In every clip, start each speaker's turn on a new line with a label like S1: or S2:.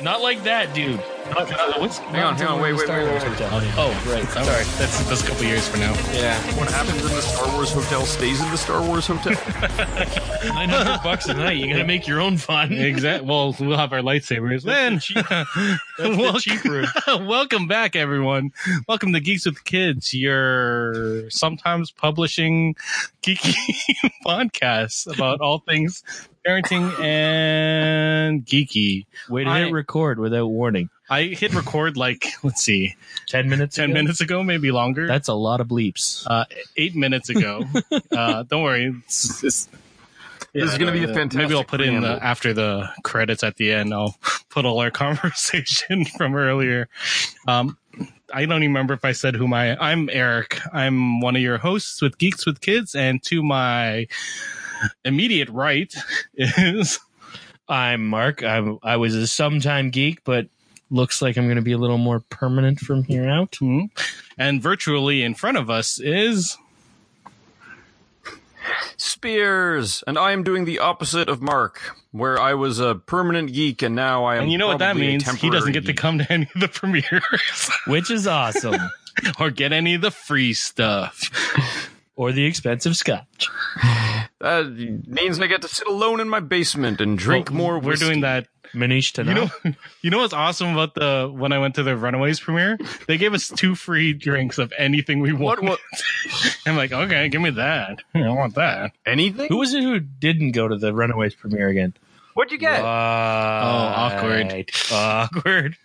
S1: Not like that, dude. Not, uh, what's,
S2: Hang on, hang on, wait, wait, wait, wait, wait.
S1: Oh, right. Sorry. That's, that's a couple years from now.
S2: Yeah.
S3: What happens in the Star Wars hotel stays in the Star Wars hotel.
S1: 900 bucks a night. You're going to make your own fun.
S4: Exactly. Well, we'll have our lightsabers then.
S1: The cheap room.
S4: Welcome back, everyone. Welcome to Geeks with Kids, your sometimes publishing geeky podcast about all things parenting and geeky.
S5: Way to
S4: I-
S5: hit record without warning.
S4: I hit record like, let's see,
S1: 10 minutes
S4: 10
S1: ago?
S4: minutes ago, maybe longer.
S5: That's a lot of bleeps.
S4: uh, eight minutes ago. uh, don't worry. It's, it's, uh,
S3: This is going to be a fantastic.
S4: maybe I'll put in the,
S3: preamble.
S4: after the credits at the end. I'll put all our conversation from earlier. Um, I don't even remember if I said who my I'm Eric. I'm one of your hosts with Geeks with Kids, and to my immediate right is
S1: I'm Mark. I'm, I was a sometime geek, but looks like I'm going to be a little more permanent from here out.
S4: and virtually in front of us is
S3: Spears, and I am doing the opposite of Mark, where I was a permanent geek and now I am.
S4: and you know what that
S3: probably a
S4: means. He doesn't
S3: temporary
S4: get to
S3: geek.
S4: come to any of the premieres
S5: Which is awesome.
S4: or get any of the free stuff.
S5: or the expensive scotch.
S3: That means I get to sit alone in my basement and drink more.
S4: We're doing that
S5: Manish tonight.
S4: You know, you know what's awesome about the when I went to the Runaways premiere? They gave us two free drinks of anything we
S3: What?
S4: wanted.
S3: What?
S4: I'm like, okay, give me that. I want that.
S3: Anything?
S5: who was it who didn't go to the Runaways premiere again? Uh,
S3: What'd you get?
S4: Oh, awkward. Awkward.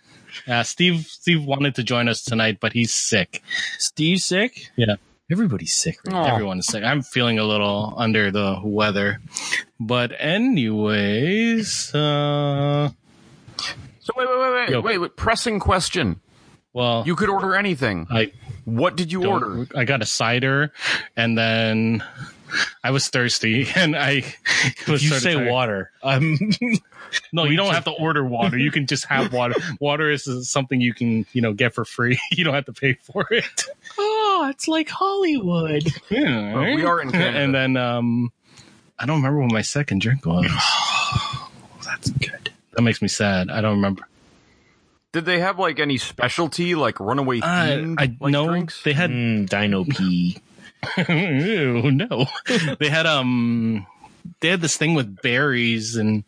S4: Yeah, Steve. Steve wanted to join us tonight, but he's sick.
S5: Steve's sick?
S4: Yeah.
S5: Everybody's sick. Right?
S3: Aw.
S4: Everyone's sick. I'm feeling a little under the weather. But anyways, uh,
S3: So wait, wait, wait, wait,
S4: Yo.
S3: wait, wait. Pressing question.
S4: well,
S3: You could order anything.
S4: I
S3: What did you
S4: Uh, don't-
S3: order?
S4: I got a cider, and then I was thirsty, and I was
S5: You
S4: sort of
S5: say
S4: tired.
S5: water. Um,
S4: No, you don't have to order water. You can just have water. water is something you can, you know, get for free. You don't have to pay for it.
S5: oh, it's like Hollywood.
S4: Yeah,
S3: Well, we are in Canada.
S4: And then um I don't remember what my second drink was.
S5: That's good.
S4: That makes me sad. I don't remember.
S3: Did they have like any specialty, like runaway
S4: I,
S3: themed
S4: Uh, I
S3: like,
S4: no,
S3: drinks?
S4: they had
S5: Mm, Dino pee.
S4: Ew, no. they had um they had this thing with berries and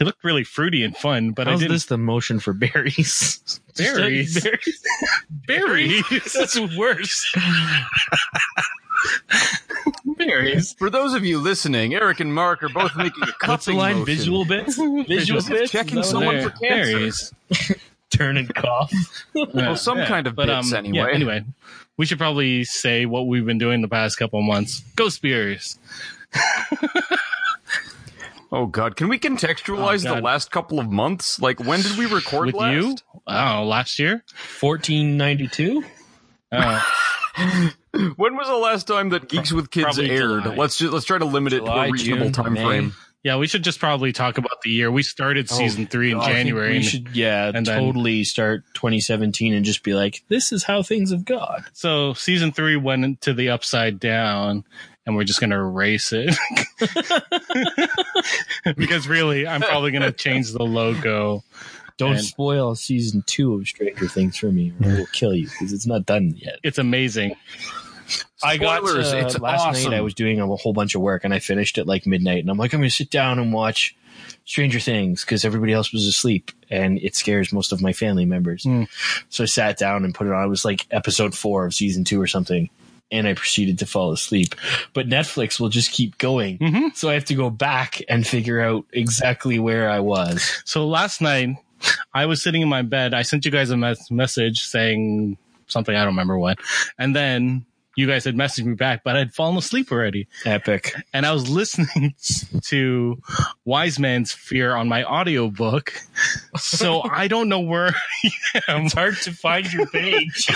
S4: it looked really fruity and fun, but I
S5: How's
S4: didn't
S5: this the motion for berries?
S4: Berries?
S5: berries.
S4: berries.
S5: That's worse.
S4: berries.
S3: For those of you listening, Eric and Mark are both making a cupping
S5: What's the line?
S3: motion.
S5: Visual bits? Visual
S3: Just
S5: bits?
S3: checking
S5: Is that what
S3: someone
S5: it
S3: for
S4: There,
S3: cancer.
S4: Berries.
S5: is? Turn and cough.
S4: Yeah,
S3: Well, some
S4: yeah.
S3: kind of
S4: But,
S3: bits
S4: um,
S3: anyway.
S4: yeah, anyway, we should probably say what we've been doing the past couple months. Go Spears.
S3: Oh God, can we contextualize
S4: Oh, God.
S3: the last couple of months? Like, when did we record
S4: with
S3: last?
S4: you. Oh, last year.
S5: 1492?
S4: Oh,
S3: When was the last time that Geeks with Kids
S4: Probably
S3: aired?
S4: July.
S3: Let's just let's try to limit it
S5: July,
S3: to a reasonable
S5: June,
S3: time
S5: May.
S3: frame.
S4: yeah. We should just probably talk about the year we started season three in
S5: Oh, I think
S4: January.
S5: We
S4: and-
S5: should, yeah,
S4: and then-
S5: totally start 2017 and just be like, this is how things have gone.
S4: so season three went into the upside down, and we're just gonna erase it because really, I'm probably gonna change the logo.
S5: Don't
S4: And-
S5: spoil season two of Stranger Things for me, or I will kill you because it's not done yet.
S4: It's amazing.
S5: I got uh,
S3: Spoilers, it's
S5: last
S3: awesome.
S5: night. I was doing a whole bunch of work and I finished at like midnight. And I'm like, I'm going to sit down and watch Stranger Things because everybody else was asleep and it scares most of my family members.
S3: Hmm.
S4: Mm.
S5: So I sat down and put it on. It was like episode four of season two or something. And I proceeded to fall asleep. But Netflix will just keep going.
S4: Mm-hmm.
S5: So I have to go back and figure out exactly where I was.
S4: So last night, I was sitting in my bed. I sent you guys a mes- message saying something I don't remember what, and then you guys had messaged me back, but I'd fallen asleep already.
S5: Epic.
S4: And I was listening to Wise Man's Fear on my audiobook, so I don't know where I am.
S5: It's hard to find your page.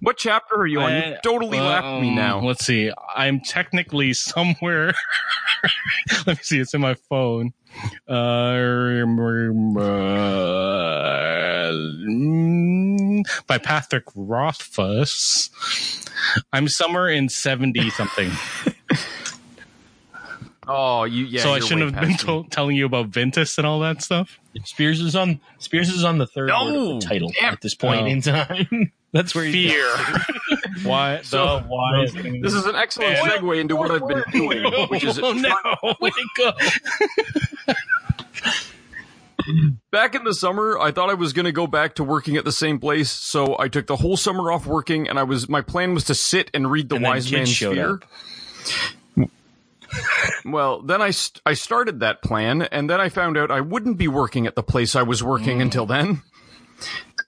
S3: What chapter are you on? Oh, You
S4: I-
S3: totally lapped me
S4: Um,
S3: now.
S4: Let's see. I'm technically somewhere. Let me see. It's in my phone. Uh, by Patrick Rothfuss. I'm somewhere in 70 something.
S3: Oh, you yeah.
S4: so I
S3: you're way
S4: shouldn't have been
S3: past me.
S4: tol- telling you about Ventus and all that stuff.
S5: Spears is on Spears is on the third
S3: No!
S5: word of the title
S3: Damn.
S5: at this point
S4: Oh.
S5: in time. That's where he's
S4: Fear.
S5: Why?
S3: So-
S5: the why? is-
S3: This is an excellent
S4: And-
S3: segue into what I've been doing, which is
S4: oh no! Way to go.
S3: back in the summer, I thought I was going to go back to working at the same place, so I took the whole summer off working, and I was my plan was to sit and read the
S5: And then
S3: Wise
S5: kids
S3: Man's
S5: showed
S3: Fear. Well, then I st- I started that plan, and then I found out I wouldn't be working at the place I was working
S5: Mm.
S3: until then.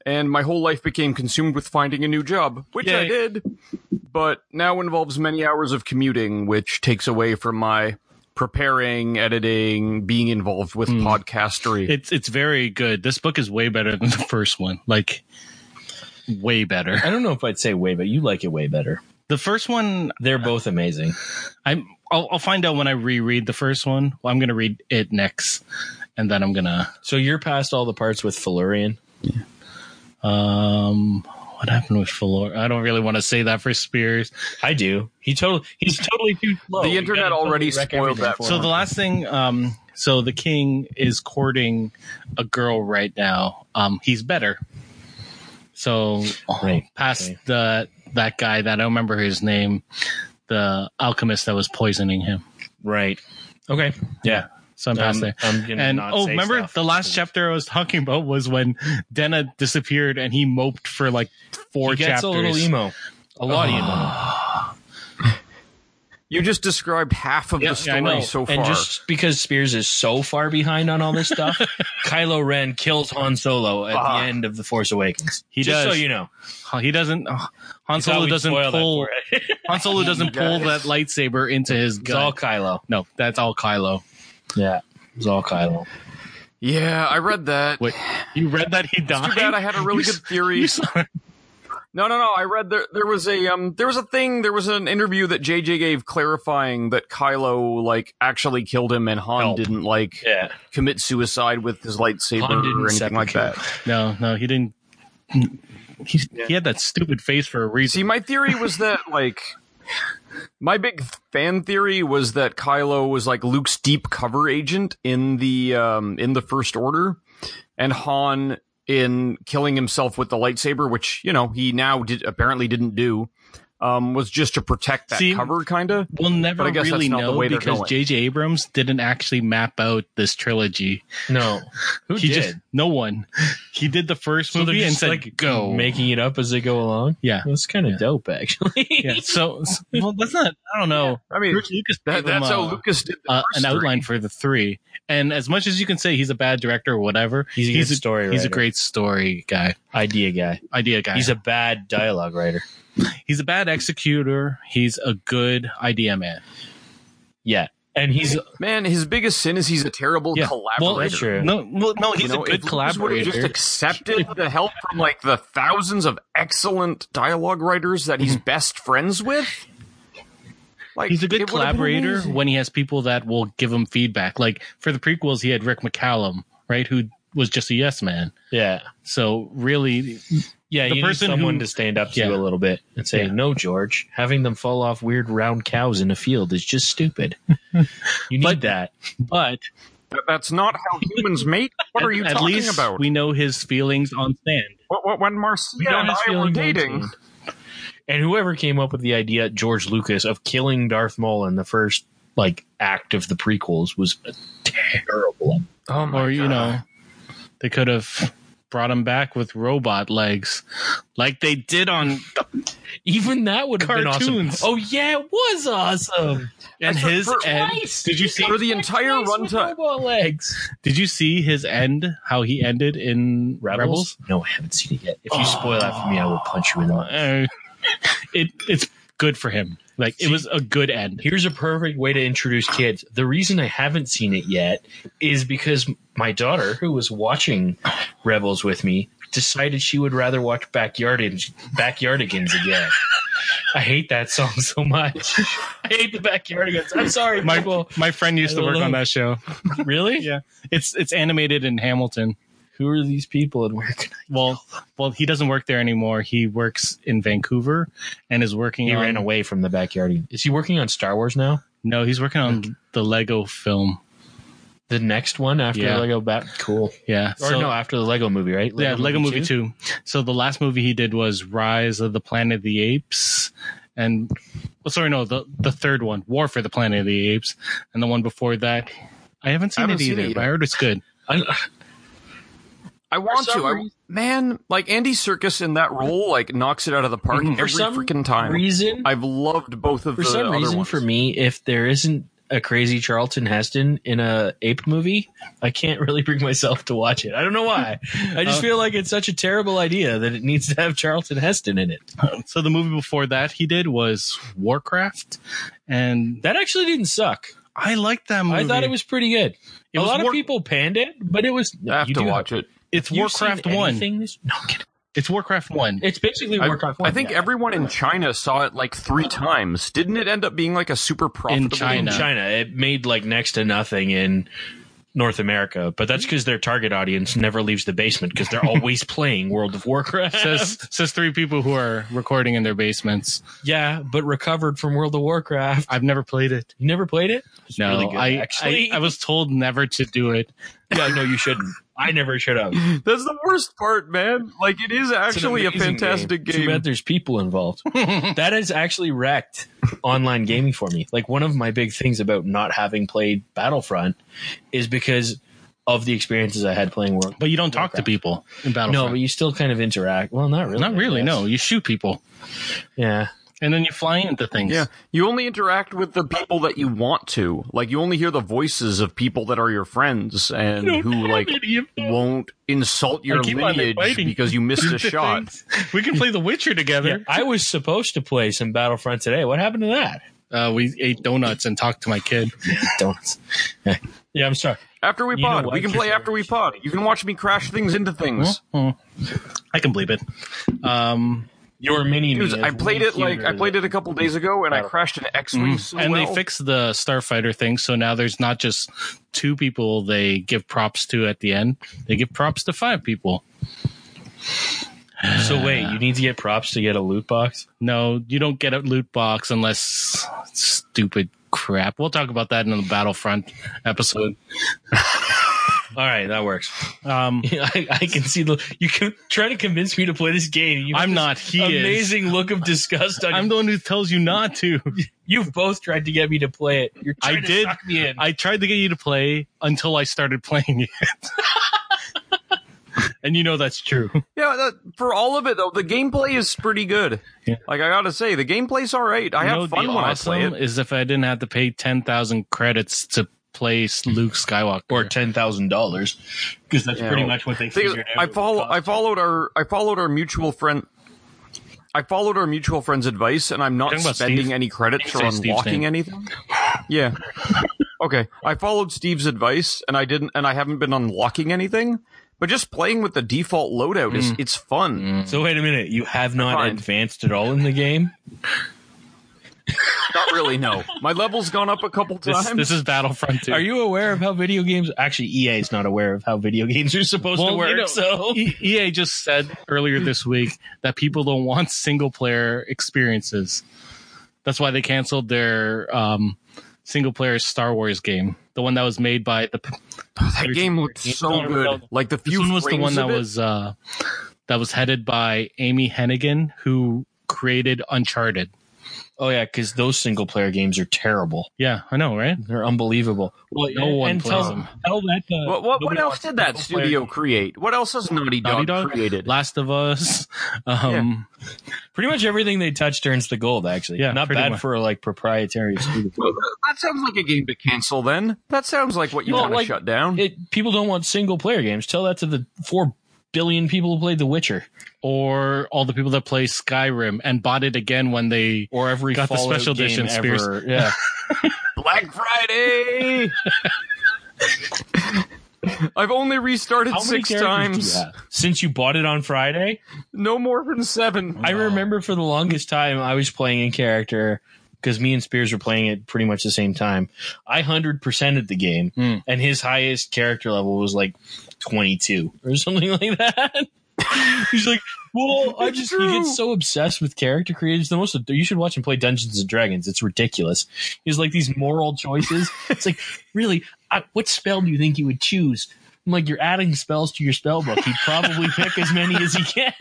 S3: And my whole life became consumed with finding a new job, which I
S4: Yay.
S3: did, but now involves many hours of commuting, which takes away from my preparing, editing, being involved with
S5: Mm.
S3: podcastery.
S4: It's it's very good. This book is way better than the first one. Like way better.
S6: I don't know if I'd say way, but you like it way better.
S4: The first one
S6: They're both amazing.
S4: I'm I'll, I'll find out when I reread the first one. Well, I'm gonna read it next, and then I'm gonna
S6: So you're past all the parts with Felurian.
S4: um. What happened with Falor? I don't really want to say that for Spears.
S6: I do.
S5: He totally he's totally too slow.
S3: The
S5: You
S3: internet
S5: gotta
S3: already
S5: wreck
S3: spoiled
S5: everything
S3: that
S5: for
S3: for
S4: So
S5: him.
S4: the last thing, um, so the king is courting a girl right now. Um, he's better. So
S6: Right.
S4: past
S6: Okay.
S4: the that guy that I don't remember his name, the alchemist that was poisoning him.
S6: Right.
S5: okay.
S4: Yeah. So I'm past
S6: Um,
S4: there.
S6: I'm gonna
S4: and
S6: not
S4: oh,
S6: say
S4: remember
S6: stuff.
S4: the last chapter I was talking about was when Denna disappeared and he moped for like four
S5: He
S4: chapters.
S5: gets a little emo, a lot of
S3: You just described half of
S4: Yeah,
S3: the
S4: yeah, I
S3: story
S4: know.
S3: so
S5: emo,
S3: far.
S5: and just because Spears is so far behind on all this stuff, Kylo Ren kills Han Solo at
S3: Fuck.
S5: the end of the Force Awakens.
S4: He
S5: Just
S4: does.
S5: so you know,
S4: He doesn't. oh, Han
S5: I thought
S4: Solo
S5: we'd
S4: doesn't
S5: spoil that
S4: pull.
S5: for it.
S4: Han Solo doesn't pull that lightsaber into his
S5: it's all
S4: gut.
S5: Kylo.
S4: No, that's all Kylo.
S6: Yeah. It was all Kylo.
S3: yeah, I read that.
S4: Wait, you read that he died?
S3: Too bad I had a really
S4: You
S3: good
S4: s-
S3: theory.
S4: you saw-
S3: No, no, no. I read there. There was a um. There was a thing. There was an interview that JJ gave clarifying that Kylo like actually killed him, and Han
S5: Help.
S3: didn't like
S5: Yeah,
S3: commit suicide with his lightsaber
S5: Han didn't
S3: or anything like
S5: suffocate.
S3: that.
S4: No, no, he didn't. He, he had that stupid face for a reason.
S3: See, my theory was that like. My big fan theory was that Kylo was like Luke's deep cover agent in the um, in the First Order, and Han in killing himself with the lightsaber, which you know he now did, apparently didn't do, um, was just to protect that
S4: See,
S3: cover, kind of.
S4: We'll never
S3: But I guess that's
S4: really
S3: not the
S4: know
S3: way they're
S4: because
S3: going.
S4: J.J. Abrams didn't actually map out this trilogy.
S5: no, who
S4: he
S5: did?
S4: just no one. He did the first
S5: so they're
S4: movie and
S5: just
S4: said
S5: like
S4: go.
S5: making it up as they go along.
S4: yeah.
S6: That's kind of dope, actually.
S4: yeah. So, so- well, that's not. I don't know.
S3: I mean,
S4: George Lucas gave
S3: that,
S4: him,
S3: that's how
S4: uh,
S3: Lucas did the
S4: uh,
S3: first
S4: an
S3: three.
S4: outline for the three. And as much as you can say he's a bad director or whatever,
S6: He's a good story
S4: He's a
S6: writer.
S4: great story guy,
S6: Idea guy.
S4: idea guy.
S6: He's a bad dialogue writer.
S4: he's a bad executor. He's a good idea man.
S6: Yeah.
S5: And he's
S3: Man, his biggest sin is he's a terrible
S4: Yeah.
S3: collaborator.
S4: Well,
S6: That's true.
S4: No, well, no, he's
S3: You know,
S4: a
S3: if
S4: good
S3: Lucas would have
S4: collaborator.
S3: Just accepted the help from like the thousands of excellent dialogue writers that he's best friends with. Like
S4: Mm-hmm. He's a good
S3: it would've been
S4: collaborator
S3: amazing.
S4: when he has people that will give him feedback. Like for the prequels, he had Rick McCallum, right, who was just a yes man.
S6: Yeah.
S4: So really,
S6: Yeah.
S4: The
S6: you
S4: person
S6: need someone
S4: who-
S6: to stand up to
S4: Yeah.
S6: you a little bit and say,
S4: Yeah.
S6: no, George, having them fall off weird round cows in a field is just stupid. You need
S4: But-
S6: that.
S4: but
S3: That- That's not how humans mate. What are you
S4: at
S3: talking
S4: least
S3: about?
S4: we know his feelings on stand.
S3: What- what- when Marcia
S5: got
S3: and
S5: his
S3: I were
S5: feelings on
S3: dating,
S5: sand.
S6: And whoever came up with the idea, George Lucas, of killing Darth Maul in the first like act of the prequels was a terrible.
S3: oh my
S4: or you
S3: God.
S4: know they could have brought him back with robot legs like they did on
S5: Even that would have been awesome.
S4: Cartoons.
S5: Oh yeah, it was awesome.
S4: and
S3: saw-
S4: his
S3: for-
S4: end did you see
S3: for the entire
S5: With
S3: runtime,
S5: robot legs.
S4: did you see his end how he ended in
S6: Rebels?
S4: rebels,
S6: No, I haven't seen it yet. If you spoil that for me, I will punch you in
S3: Oh,
S6: the.
S4: Uh, it it's good for him like it was a good end
S6: Here's a perfect way to introduce kids. The reason I haven't seen it yet is because my daughter, who was watching Rebels with me, decided she would rather watch Backyardigans, Backyardigans again. I hate that song so much. I hate the Backyardigans. I'm sorry,
S4: my
S6: people.
S4: my friend used
S6: I
S4: to work
S6: love-
S4: on that show
S6: Really?
S4: yeah it's it's animated in hamilton
S6: Who are these people and where can I?
S4: well well he doesn't work there anymore he works in vancouver and is working
S6: He
S4: on
S6: ran away from the Backyardigans. Is he working on Star Wars now?
S4: No, he's working on the Lego film.
S5: The next one after
S4: Yeah.
S5: Lego Bat, cool.
S4: Yeah.
S5: Or
S4: so-
S5: no, after the Lego movie, right?
S4: yeah, Lego Movie Two. So the last movie he did was Rise of the Planet of the Apes, and well, sorry, no, the the third one, War for the Planet of the Apes, and the one before that, I haven't seen
S3: I haven't
S4: it
S3: seen
S4: either.
S3: it yet.
S4: but I heard it's good.
S3: I want to.
S5: some
S3: I,
S5: reason-
S3: man, like Andy Circus in that role, like knocks it out of the park
S4: Mm-hmm.
S5: For
S3: every
S5: some
S3: freaking time.
S5: Reason
S3: I've loved both of
S5: for
S3: the
S5: some
S3: other
S5: reason
S3: ones.
S5: for me, if there isn't a crazy Charlton Heston in a ape movie, I can't really bring myself to watch it. I don't know why. I just
S4: Uh,
S5: feel like it's such a terrible idea that it needs to have Charlton Heston in it.
S4: So the movie before that he did was Warcraft, and
S5: That actually didn't suck.
S4: I liked that movie.
S5: I thought it was pretty good.
S4: It
S5: a
S4: was
S5: lot
S4: War-
S5: of people panned it, but it was.
S3: I have
S5: you
S3: to
S5: do-
S3: watch it.
S4: it's
S5: You've seen
S4: Warcraft One.
S5: anything this- No, I'm kidding.
S4: It's Warcraft One.
S5: It's basically
S3: I,
S5: Warcraft One.
S3: I think
S5: yeah.
S3: everyone in China saw it like three times. Didn't it end up being like a super profitable?
S4: China.
S5: China. It made like next to nothing in North America, but
S3: Hmm.
S5: that's because their target audience never leaves the basement because they're always playing World of Warcraft.
S4: says says three people who are recording in their basements.
S5: yeah, but recovered from World of Warcraft.
S4: I've never played it.
S5: You never played it? It's
S4: No,
S5: really good,
S4: I,
S5: actually.
S4: I I was told never to do it.
S5: yeah, no, you shouldn't. I never should have. It's
S3: That's the worst part, man. Like it is
S5: an
S3: actually a
S5: amazing
S3: fantastic game.
S5: Too bad there's people involved. that has actually wrecked online gaming for me. Like one of my big things about not having played Battlefront is because of the experiences I had playing World.
S4: But you don't talk to
S5: Warcraft.
S4: people in
S5: No,
S4: Battlefront.
S5: but you still kind of interact. Well, not really.
S4: Not
S5: I
S4: really.
S5: guess.
S4: No, you shoot people,
S5: Yeah.
S4: and then you fly into things.
S3: yeah, you only interact with the people that you want to. Like you only hear the voices of people that are your friends and who like won't insult your
S4: keep on
S3: lineage
S4: fighting.
S3: because you missed a shot.
S4: We can play The Witcher together.
S5: I was supposed to play some Battlefront today. What happened to that?
S4: Uh, we ate donuts and talked to my kid.
S5: Donuts. yeah, I'm sorry.
S3: After we
S5: You know
S3: pod,
S5: what?
S3: we can play after we pod. You can watch me crash things into things.
S4: I can believe it. Um,
S5: Your mini me.
S3: Dude,
S5: is
S3: I played
S5: way
S3: it like
S5: cuter
S3: I played it a couple days ago, and I crashed an X-wing. so
S4: Mm.
S5: Mm.
S4: and
S3: well.
S4: they fixed the Starfighter thing, so now there's not just two people they give props to at the end. They give props to five people.
S5: than- So wait, you need to get props to get a loot box?
S4: No, you don't get a loot box unless stupid crap. We'll talk about that in the Battlefront episode.
S5: All right, that works.
S4: Um,
S5: I, I can see the you can try to convince me to play this game. You have
S4: I'm
S5: this
S4: not. He is.
S5: amazing look of disgust on
S4: I'm
S5: you.
S4: the one who tells you not to.
S5: You've both tried to get me to play it. You're
S4: I
S5: trying to
S4: did.
S5: suck me in.
S4: I tried to get you to play until I started playing it. and you know that's true.
S3: yeah. That, for all of it though, the gameplay is pretty good.
S4: Yeah.
S3: Like I gotta say, the gameplay's all right. I
S4: you
S3: have
S4: know,
S3: fun
S4: the
S3: when I
S4: awesome
S3: play it.
S4: is if I didn't have to pay 10,000 credits to play Luke Skywalker.
S5: or ten thousand dollars, because that's
S3: Yeah.
S5: pretty much what they
S3: Thing is,
S5: figured out.
S3: I
S5: it
S3: follow.
S5: would
S3: I
S5: cost.
S3: followed our. I followed our mutual friend. I followed our mutual friend's advice, and I'm not
S4: Talking about
S3: spending
S4: Steve?
S3: any credits
S4: Say
S3: or
S4: Steve's
S3: unlocking
S4: name.
S3: anything. Yeah. okay. I followed Steve's advice, and I didn't, and I haven't been unlocking anything. But just playing with the default loadout is
S4: Mm.
S3: it's fun.
S5: So wait a minute, you have not
S3: Fine.
S5: advanced at all in the game.
S3: Not really. No, my level's gone up a couple
S4: This,
S3: times.
S4: this is Battlefront 2.
S5: Are you aware of how video games? Actually, EA is not aware of how video games are supposed
S4: Well,
S5: to
S4: you
S5: work.
S4: know,
S5: so
S4: E- EA just said earlier this week that people don't want single player experiences. That's why they canceled their um, single player Star Wars game, the one that was made by the.
S3: that game looked so good. Like the
S4: This
S3: few
S4: one was the
S3: frames
S4: one that
S3: of it-
S4: was uh, that was headed by Amy Hennigan, who created Uncharted.
S5: oh yeah, because those single player games are terrible.
S4: Yeah, I know, right?
S5: They're unbelievable. Well,
S4: No one plays
S5: tell,
S4: them.
S5: Tell that.
S4: uh,
S5: To,
S3: What, what, what
S5: nobody
S3: else
S5: wants
S3: did that
S5: single player
S3: studio
S5: games.
S3: create? What else has Naughty Dog,
S4: Naughty Dog?
S3: created?
S4: Last of Us. Um,
S5: Pretty much everything they touch turns to gold. Actually,
S4: Yeah,
S5: not
S4: pretty
S5: bad
S4: much.
S5: for like proprietary. studios.
S3: That sounds like a game to cancel. Then that sounds like what you
S5: Well,
S3: want to
S5: like,
S3: shut down.
S5: It, people don't want single player games. Tell that to the four billion people who played The Witcher
S4: Or all the people that play Skyrim and bought it again when they.
S5: or every
S4: Got the
S5: Fallout
S4: special
S5: game
S4: edition, Spears.
S5: ever. Yeah,
S3: Black Friday. I've only restarted
S5: How many
S3: six
S5: characters
S3: times.
S5: do you have? since you bought it on Friday.
S3: No more than seven.
S5: I remember for the longest time I was playing in character because me and Spears were playing it pretty much the same time. I hundred percented the game,
S4: Hmm.
S5: and his highest character level was like twenty two or something like that. He's like, well, I
S3: It's
S5: just he
S3: true.
S5: gets so obsessed with character creators. The most you should watch him play Dungeons and Dragons. It's ridiculous. He's like these moral choices. it's like, really, I, what spell do you think you would choose? I'm like, you're adding spells to your spell book. He'd probably pick as many as he can.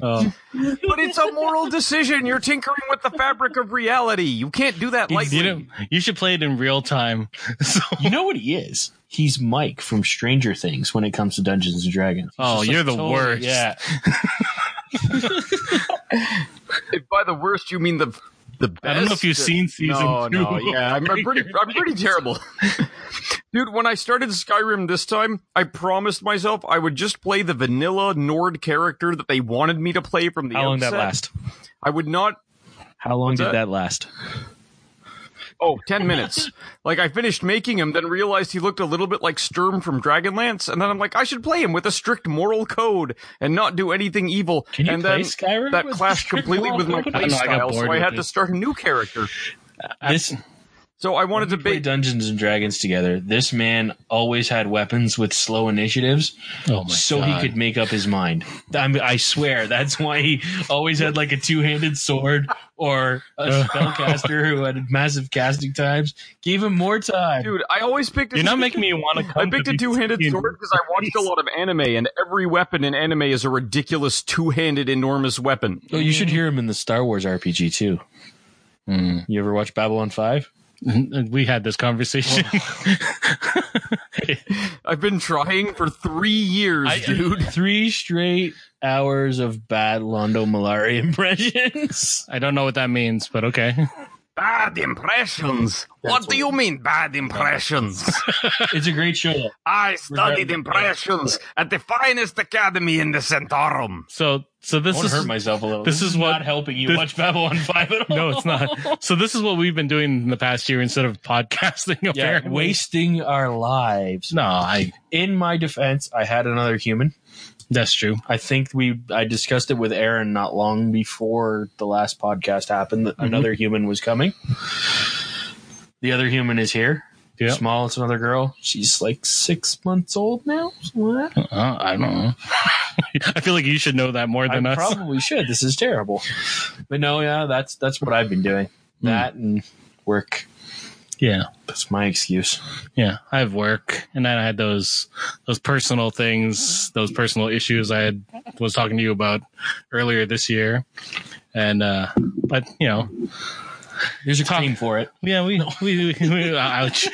S4: Oh,
S3: But it's a moral decision. You're tinkering with the fabric of reality. You can't do that
S4: you,
S3: lightly.
S4: know, you should play it in real time. So,
S5: You know what he is? He's Mike from Stranger Things when it comes to Dungeons and Dragons. He's
S4: Oh,
S5: just,
S4: you're the worst.
S5: Yeah.
S3: If by the worst you mean the the best. uh,
S4: I don't know if you've seen season
S3: no,
S4: two.
S3: No, yeah, I'm, I'm pretty I'm pretty terrible. Dude, when I started Skyrim this time, I promised myself I would just play the vanilla Nord character that they wanted me to play from the
S7: How long that last?
S3: outset. I would not
S7: How long did
S3: that?
S7: that last?
S3: Oh, 10 minutes. like, I finished making him, then realized he looked a little bit like Sturm from Dragonlance, and then I'm like, I should play him with a strict moral code and not do anything evil.
S5: you
S3: and
S5: play
S3: then
S5: Skyrim
S3: that
S5: with a
S3: clashed
S5: strict
S3: completely
S5: moral
S3: with my
S5: code? I
S4: don't know, I got
S3: playstyle, so
S4: bored
S3: I
S4: with
S3: had to
S4: it.
S3: start a new character.
S5: This
S3: So I wanted to
S5: we played
S3: bait.
S5: Dungeons and Dragons together. This man always had weapons with slow initiatives,
S4: oh my
S5: so
S4: God.
S5: he could make up his mind. I'm, I swear, that's why he always had like a two-handed sword or a spellcaster who had massive casting times. Gave him more time.
S3: Dude, I always picked a
S4: You're not making me want to
S3: I
S4: come.
S3: picked
S4: to
S3: a two-handed
S4: BTT.
S3: sword because I watched a lot of anime, and every weapon in anime is a ridiculous two-handed enormous weapon.
S5: Oh, you should hear him in the Star Wars RPG too. You ever watch Babylon Five?
S4: we had this conversation.
S3: I've been trying for three years, dude.
S5: Three straight hours of bad Londo Malari impressions.
S4: I don't know what that means, but okay.
S3: Bad impressions. what do you mean, bad impressions?
S5: it's a great show.
S3: I studied impressions at the finest academy in the Centaurum.
S4: So, so
S5: I
S4: this
S5: want
S4: is
S5: to hurt myself a little.
S4: this is what-
S5: not helping you
S4: this-
S5: watch Babylon Five at all.
S4: no, it's not. So this is what we've been doing in the past year instead of podcasting.
S5: Yeah,
S4: apparently.
S5: wasting our lives.
S4: No, I.
S5: In my defense, I had another human.
S4: That's true.
S5: I think we I discussed it with Aaron not long before the last podcast happened that another human was coming. The other human is here.
S4: Yeah.
S5: Small, it's another girl. She's like six months old now. something like that.
S4: Uh, I don't know. I feel like you should know that more
S5: I
S4: than us.
S5: probably should. This is terrible. But no, yeah, that's that's what I've been doing.
S4: Hmm.
S5: That and work.
S4: yeah,
S5: That's my excuse.
S4: yeah. I have work, and then I had those those personal things, those personal issues I had was talking to you about earlier this year, and uh but you know,
S5: There's a claim for it.
S4: Yeah, we, we, we, we ouch.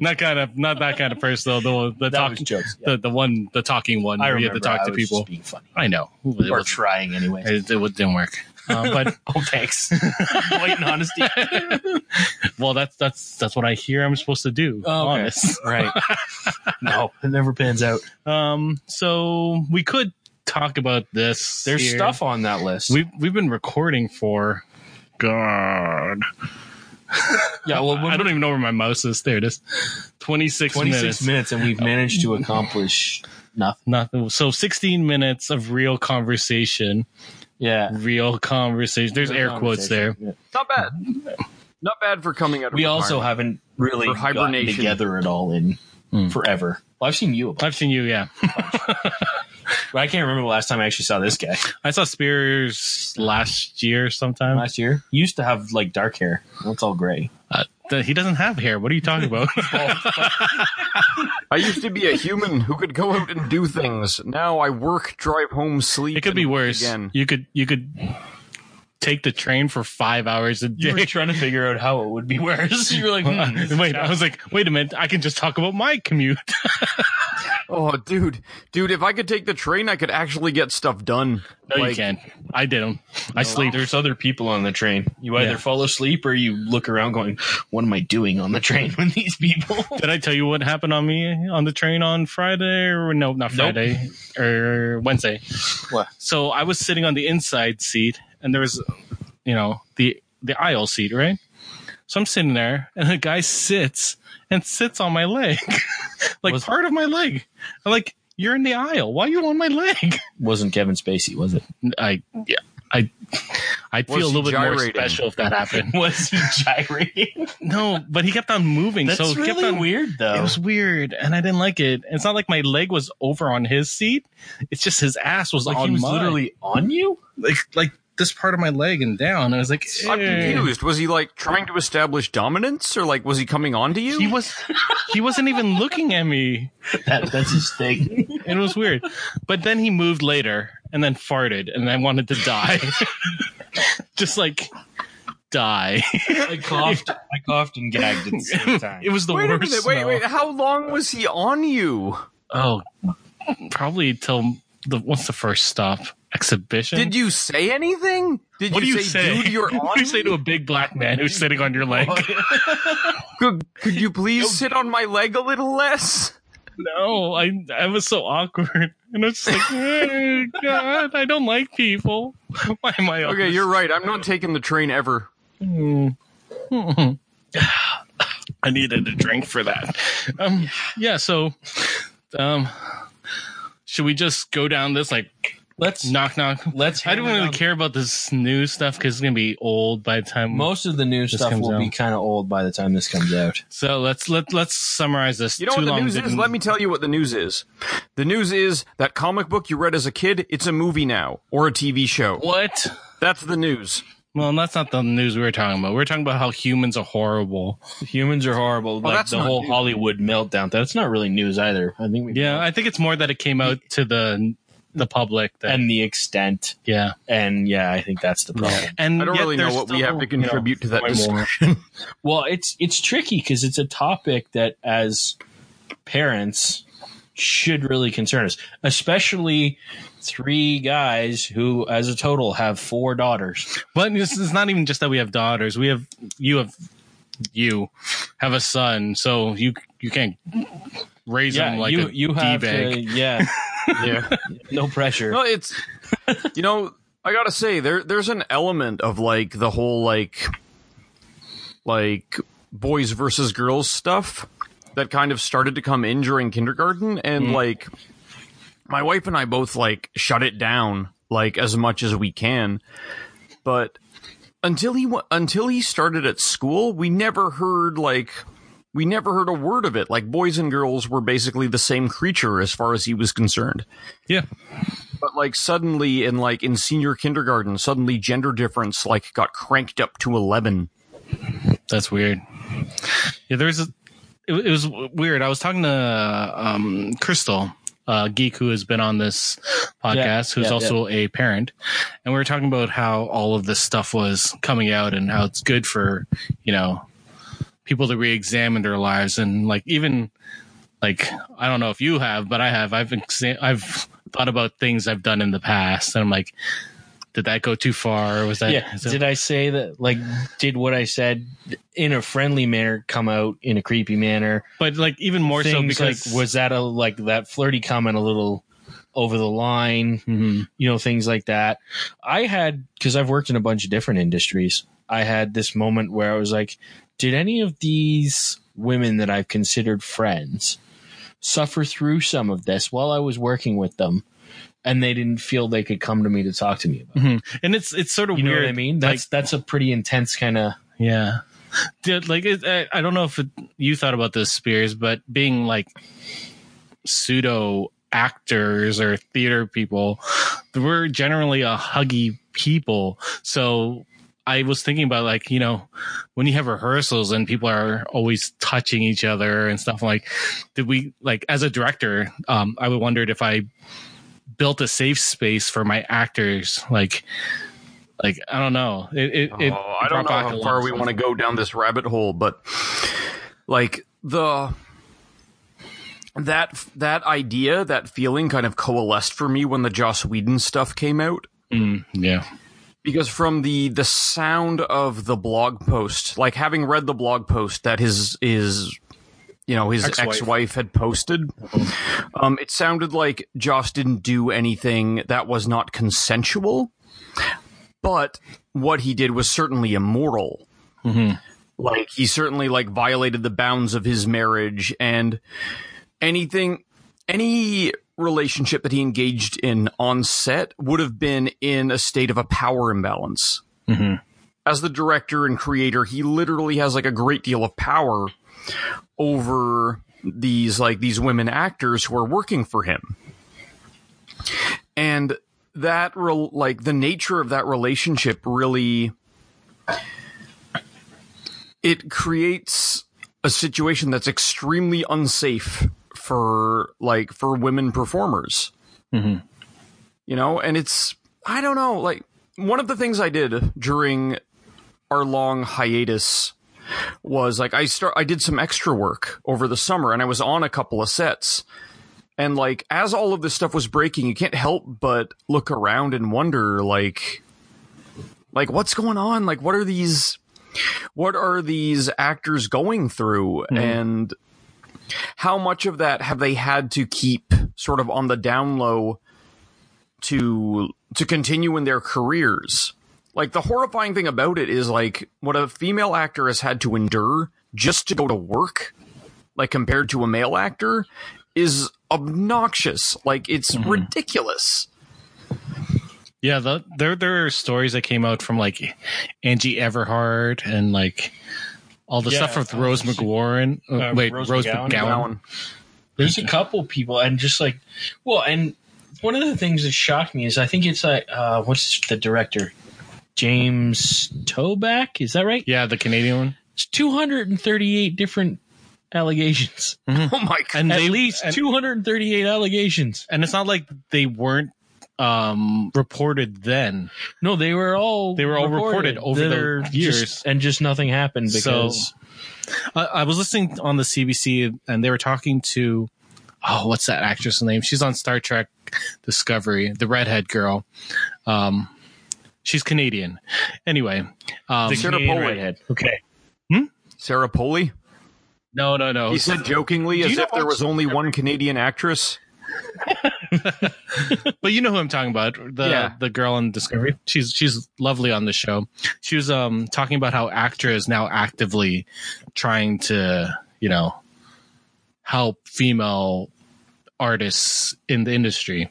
S4: not kind of not that kind of person though. The the
S5: That was
S4: talking
S5: jokes. Yeah.
S4: the, the one the talking one.
S5: I
S4: where you
S5: remember
S4: had to talk
S5: I
S4: to
S5: was
S4: people.
S5: just being funny.
S4: I know. It,
S5: Or
S4: was,
S5: trying anyway.
S4: it, it didn't work. Uh, but
S5: Oh, thanks. White and honesty.
S4: well, that's that's that's what I hear I'm supposed to do.
S5: Oh, okay.
S4: Honest.
S5: Right. no, it never pans out.
S4: Um. So we could talk about this.
S5: There's
S4: here.
S5: stuff on that list.
S4: We've we've been recording for. God,
S5: yeah, well,
S4: I don't even know where my mouse is. There it is. Twenty six
S5: 26
S4: minutes. Oh.
S5: minutes. and we've managed to accomplish nothing.
S4: Nothing. So sixteen minutes of real conversation.
S5: Yeah.
S4: real conversation. There's air quotes there.
S3: Not bad. Not bad for coming out of
S5: We also
S3: retirement.
S5: haven't really
S3: For
S5: gotten
S3: hibernation.
S5: together at all in
S4: Hmm.
S5: forever. Well, I've seen you a bunch.
S4: I've seen you, yeah.
S5: But I can't remember the last time I actually saw this guy.
S4: I saw Spears last year sometime.
S5: Last year. He used to have like dark hair. Well, it's all gray.
S4: Uh, th- he doesn't have hair. What are you talking about?
S3: I used to be a human who could go out and do things. Now I work, drive home, sleep.
S4: it could be
S3: and work
S4: worse.
S3: Again.
S4: You could you could take the train for five hours a
S5: You were
S4: day.
S5: trying to figure out how it would be worse. You were like, hmm, this
S4: Wait, I
S5: sounds-
S4: was like, wait a minute. I can just talk about my commute.
S3: Oh, dude, dude! If I could take the train, I could actually get stuff done.
S4: No, you
S3: Like,
S4: can't. I did them. I sleep.
S5: There's other people on the train. You either
S4: Yeah.
S5: fall asleep or you look around going, What am I doing on the train with these people?
S4: Did I tell you what happened on me on the train on Friday? Or no, not
S5: Nope.
S4: Friday or Wednesday.
S5: What?
S4: So I was sitting on the inside seat, and there was, you know, the the aisle seat, right? So I'm sitting there, and a guy sits and sits on my leg, like
S5: Was-
S4: part of my leg. I'm like, you're in the aisle. Why are you on my leg?
S5: Wasn't Kevin Spacey, was it?
S4: I yeah. I I'd
S3: Was
S4: feel a
S3: he
S4: little bit more
S3: gyrating?
S4: special if that happened.
S5: Was he gyrating?
S4: No, but he kept on moving,
S5: That's
S4: so he kept
S5: really
S4: on
S5: weird, though.
S4: It was weird, and I didn't like it. It's not like my leg was over on his seat; it's just his ass was
S5: like
S4: on
S5: he was
S4: mine.
S5: literally on you.
S4: like like this part of my leg and down. And I was like,
S3: I'm
S4: "Eh."
S3: confused. Was he like trying to establish dominance, or like was he coming on to you?
S4: He was he wasn't even looking at me.
S5: That, that's his thing.
S4: It was weird. But then he moved later and then farted, and I wanted to die, just like die.
S5: I coughed. I coughed and gagged at the same time.
S4: It was the
S3: wait a
S4: worst.
S3: minute. Wait,
S4: smell.
S3: wait. How long was he on you?
S4: Oh, probably till the what's the first stop exhibition?
S3: Did you say anything? Did
S4: What do
S3: you,
S4: you
S3: say,
S4: say?
S3: dude, you're on? Oh,
S4: What do you say
S3: me?
S4: to a big black man who's sitting on your leg?
S3: could, could you please sit on my leg a little less?
S4: no, I I was so awkward. And I was just like, "Eh, God, I don't like people. Why am I on
S3: Okay,
S4: this
S3: you're right. I'm not taking the train ever.
S4: I needed a drink for that. Um, yeah, so um, should we just go down this like
S5: let's
S4: knock knock?
S5: let's.
S4: I don't
S5: hammer
S4: really
S5: down-
S4: care about this new stuff because it's gonna be old by the time.
S5: Most of the new stuff
S4: comes
S5: will be
S4: out.
S5: kind of old by the time this comes out.
S4: so let's let let's summarize this.
S3: You know
S4: Too
S3: what the
S4: long
S3: news is?
S4: didn't-
S3: Let me tell you what the news is. The news is that comic book you read as a kid, it's a movie now or a TV show.
S4: What?
S3: That's the news.
S4: Well, that's not the news we were talking about. We are talking about how humans are horrible.
S5: Humans are horrible. like
S3: that's
S5: the
S3: not
S5: whole
S3: news.
S5: Hollywood meltdown. That's not really news either. I think we.
S4: Yeah, I think it's more that it came out to the the public. That,
S5: and the extent,
S4: yeah,
S5: and yeah, I think that's the problem.
S4: and
S3: I don't
S4: yet
S3: really know
S4: there's
S3: what we
S4: still,
S3: have to
S4: you know,
S3: contribute to that
S4: way more.
S3: discussion.
S5: Well, it's it's tricky because it's a topic that as parents should really concern us, especially three guys who, as a total, have four daughters.
S4: But it's, it's not even just that we have daughters. We have you have you have a son, so you you can't raise him like
S5: you
S4: a
S5: you have
S4: D-bag.
S5: to, yeah,
S3: yeah.
S5: no pressure.
S3: No, it's you know, I gotta say there there's an element of like the whole like like boys versus girls stuff that kind of started to come in during kindergarten and like my wife and I both like shut it down like as much as we can. But until he wa- until he started at school, we never heard like we never heard a word of it. Like boys and girls were basically the same creature as far as he was concerned
S4: yeah.
S3: but like suddenly in like in senior kindergarten suddenly gender difference like got cranked up to 11
S4: That's weird. Yeah, there's a. It, it was weird. I was talking to um, Crystal, a geek who has been on this podcast, who's
S5: yeah,
S4: also a parent, and we were talking about how all of this stuff was coming out and how it's good for you know people to re-examine their lives and like even like I don't know if you have, but I have. I've exa- I've thought about things I've done in the past, and I'm like, did that go too far? Was that
S5: yeah,
S4: is that-
S5: did I say that? Like, did what I said in a friendly manner come out in a creepy manner?
S4: But like even more so
S5: Things
S4: because
S5: like, was that a like that flirty comment a little over the line?
S4: Mhm.
S5: you know things like that i had because i've worked in a bunch of different industries i had this moment where i was like did any of these women that i've considered friends suffer through some of this while i was working with them and they didn't feel they could come to me to talk to me about it?
S4: and it's it's sort of
S5: you know
S4: weird.
S5: what i mean
S4: Like,
S5: that's that's a pretty intense kind of
S4: yeah, Dude, like it, I, I don't know if it, you thought about this, Spears, but being like pseudo actors or theater people, we're generally a huggy people. So I was thinking about like you know when you have rehearsals and people are always touching each other and stuff like did we like as a director um i wondered if i built a safe space for my actors like like i don't know it, it, it
S3: oh, i don't
S4: brought
S3: know
S4: back
S3: how
S4: a lot
S3: far
S4: of
S3: we
S4: stuff.
S3: want to go down this rabbit hole but like the that that idea that feeling kind of coalesced for me when the joss whedon stuff came out
S5: Mm,
S4: yeah
S3: because from the the sound of the blog post like having read the blog post that his his you know his
S4: Ex-wife.
S3: ex-wife, had posted um it sounded like joss didn't do anything that was not consensual but what he did was certainly immoral like he certainly like violated the bounds of his marriage and anything any relationship that he engaged in on set would have been in a state of a power imbalance.
S4: Mhm.
S3: As the director and creator, he literally has like a great deal of power over these like these women actors who are working for him. And that rel like the nature of that relationship really it creates a situation that's extremely unsafe for like for women performers you know and it's i don't know like one of the things i did during our long hiatus was like i start i did some extra work over the summer and i was on a couple of sets and like as all of this stuff was breaking you can't help but look around and wonder like like what's going on like what are these what are these actors going through and how much of that have they had to keep sort of on the down low to to continue in their careers like the horrifying thing about it is like what a female actor has had to endure just to go to work like compared to a male actor is obnoxious like it's ridiculous
S4: Yeah, the, there there are stories that came out from like Angie Everhart and like all the
S5: Yeah,
S4: stuff with
S5: uh,
S4: Rose
S5: she-
S4: McGowan. Uh,
S5: uh,
S4: wait, Rose,
S5: Rose
S4: McGowan.
S5: McGowan?
S3: Gowan.
S5: There's a couple people, and just like, well, and one of the things that shocked me is I think it's like, uh, what's the director? James Toback, is that right?
S4: Yeah, the Canadian one.
S5: It's 238 different allegations.
S3: oh my god
S4: And
S5: At
S4: they-
S5: least
S4: and-
S5: 238 allegations.
S4: And it's not like they weren't um reported then.
S5: No, they were all
S4: They were all reported over the
S5: They're just-
S4: years.
S5: and just nothing happened because
S4: So- I, I was listening on the CBC and they were talking to oh, what's that actress name? She's on Star Trek Discovery, the redhead girl. Um, she's Canadian. Anyway, um,
S3: Sarah
S5: Canadian
S3: Polley.
S5: redhead. Okay,
S3: sarah Polley.
S4: no, no, no.
S3: he said jokingly
S4: Do
S3: as
S4: you
S3: if
S4: know
S3: there
S4: what-
S3: was only one canadian actress
S4: But you know who I'm talking about. The
S3: Yeah.
S4: the girl in Discovery. She's she's lovely on the show. She was um talking about how Actra is now actively trying to, you know, help female artists in the industry.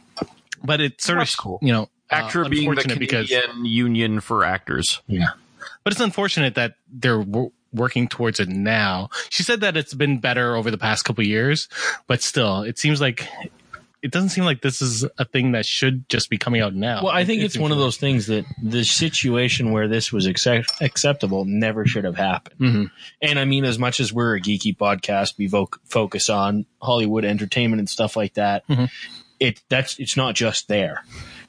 S4: But it's sort
S3: That's
S4: of
S3: cool.
S4: you know uh,
S3: actor being the
S4: unfortunate
S3: canadian
S4: because
S3: union for actors
S4: but it's unfortunate that they're w- working towards it now. She said that it's been better over the past couple years, but still, it seems like it doesn't seem like this is a thing that should just be coming out now.
S5: Well, I think
S4: It- it
S5: it's
S4: seems
S5: one of
S4: like-
S5: those things that the situation where this was accept- acceptable never should have happened.
S3: Mm-hmm.
S4: Mhm.
S5: And I mean, as much as we're a geeky podcast, we voc focus on Hollywood entertainment and stuff like that.
S4: Mhm.
S5: It that's it's not just there.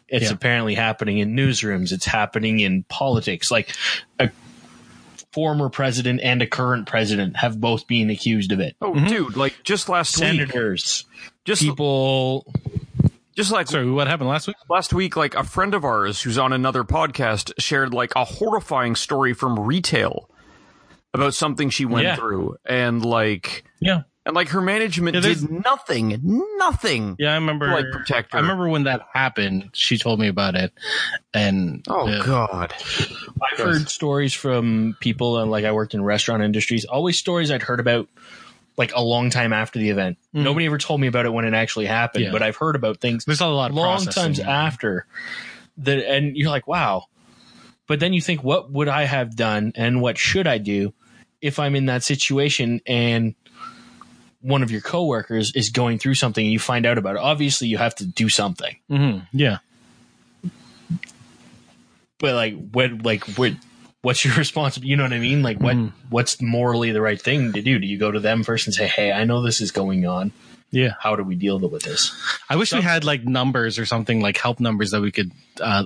S5: It's
S4: Yeah.
S5: apparently happening in newsrooms. It's happening in politics. Like a former president and a current president have both been accused of it.
S3: Oh, dude! Like just last week,
S5: Senators,
S3: just
S5: people,
S3: just like
S4: Sorry, what happened last week?
S3: last week, like a friend of ours who's on another podcast shared like a horrifying story from retail about something she went
S5: Yeah.
S3: through, and like
S4: Yeah.
S3: and like her management
S4: Yeah, there's-
S3: did nothing, nothing.
S4: Yeah, I remember.
S3: Like, protect her.
S4: I remember when that happened. She told me about it, and
S3: Oh
S4: uh,
S3: God!
S5: I've heard stories from people, and like I worked in restaurant industries, always stories I'd heard about like a long time after the event. Nobody ever told me about it when it actually happened,
S4: Mm-hmm. Yeah.
S5: but I've heard about things
S4: there's a lot of
S5: long
S4: processing.
S5: times after that, and you're like, wow. But then you think, what would I have done, and what should I do if I'm in that situation and one of your coworkers is going through something and you find out about it? Obviously, you have to do something
S4: Mhm, Yeah,
S5: but like what like what what's your responsibility you know what i mean like what
S4: Mm-hmm.
S5: what's morally the right thing to do do you go to them first and say hey i know this is going on
S4: yeah.
S5: how do we deal with this
S4: I wish we had like numbers or something like help numbers that we could, uh,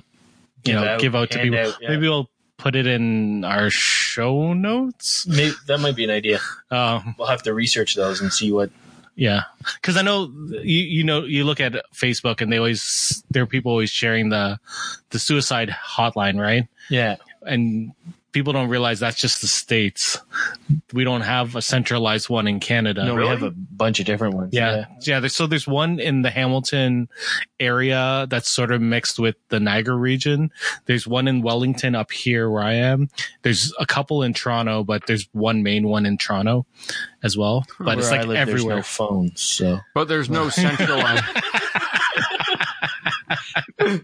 S4: you
S5: Give
S4: know,
S5: out,
S4: give out to
S5: hand
S4: people.
S5: out, yeah.
S4: Maybe we'll put it in our show notes.
S5: Maybe, that might be an idea
S4: Um,
S5: we'll have to research those and see what
S4: yeah, because I know you you know you look at Facebook and they always there are people always sharing the the suicide hotline, right?
S5: yeah
S4: and people don't realize that's just the states. We don't have a centralized one in Canada.
S5: No, we have a bunch of different ones.
S4: Yeah. Yeah. There's, so there's one in the Hamilton area that's sort of mixed with the Niagara region. There's one in Wellington up here where I am. There's a couple in Toronto, but there's one main one in Toronto as well. But
S5: Where
S4: it's
S5: I
S4: like
S5: live,
S4: everywhere.
S5: There's no phones, so
S3: But there's no central. uh,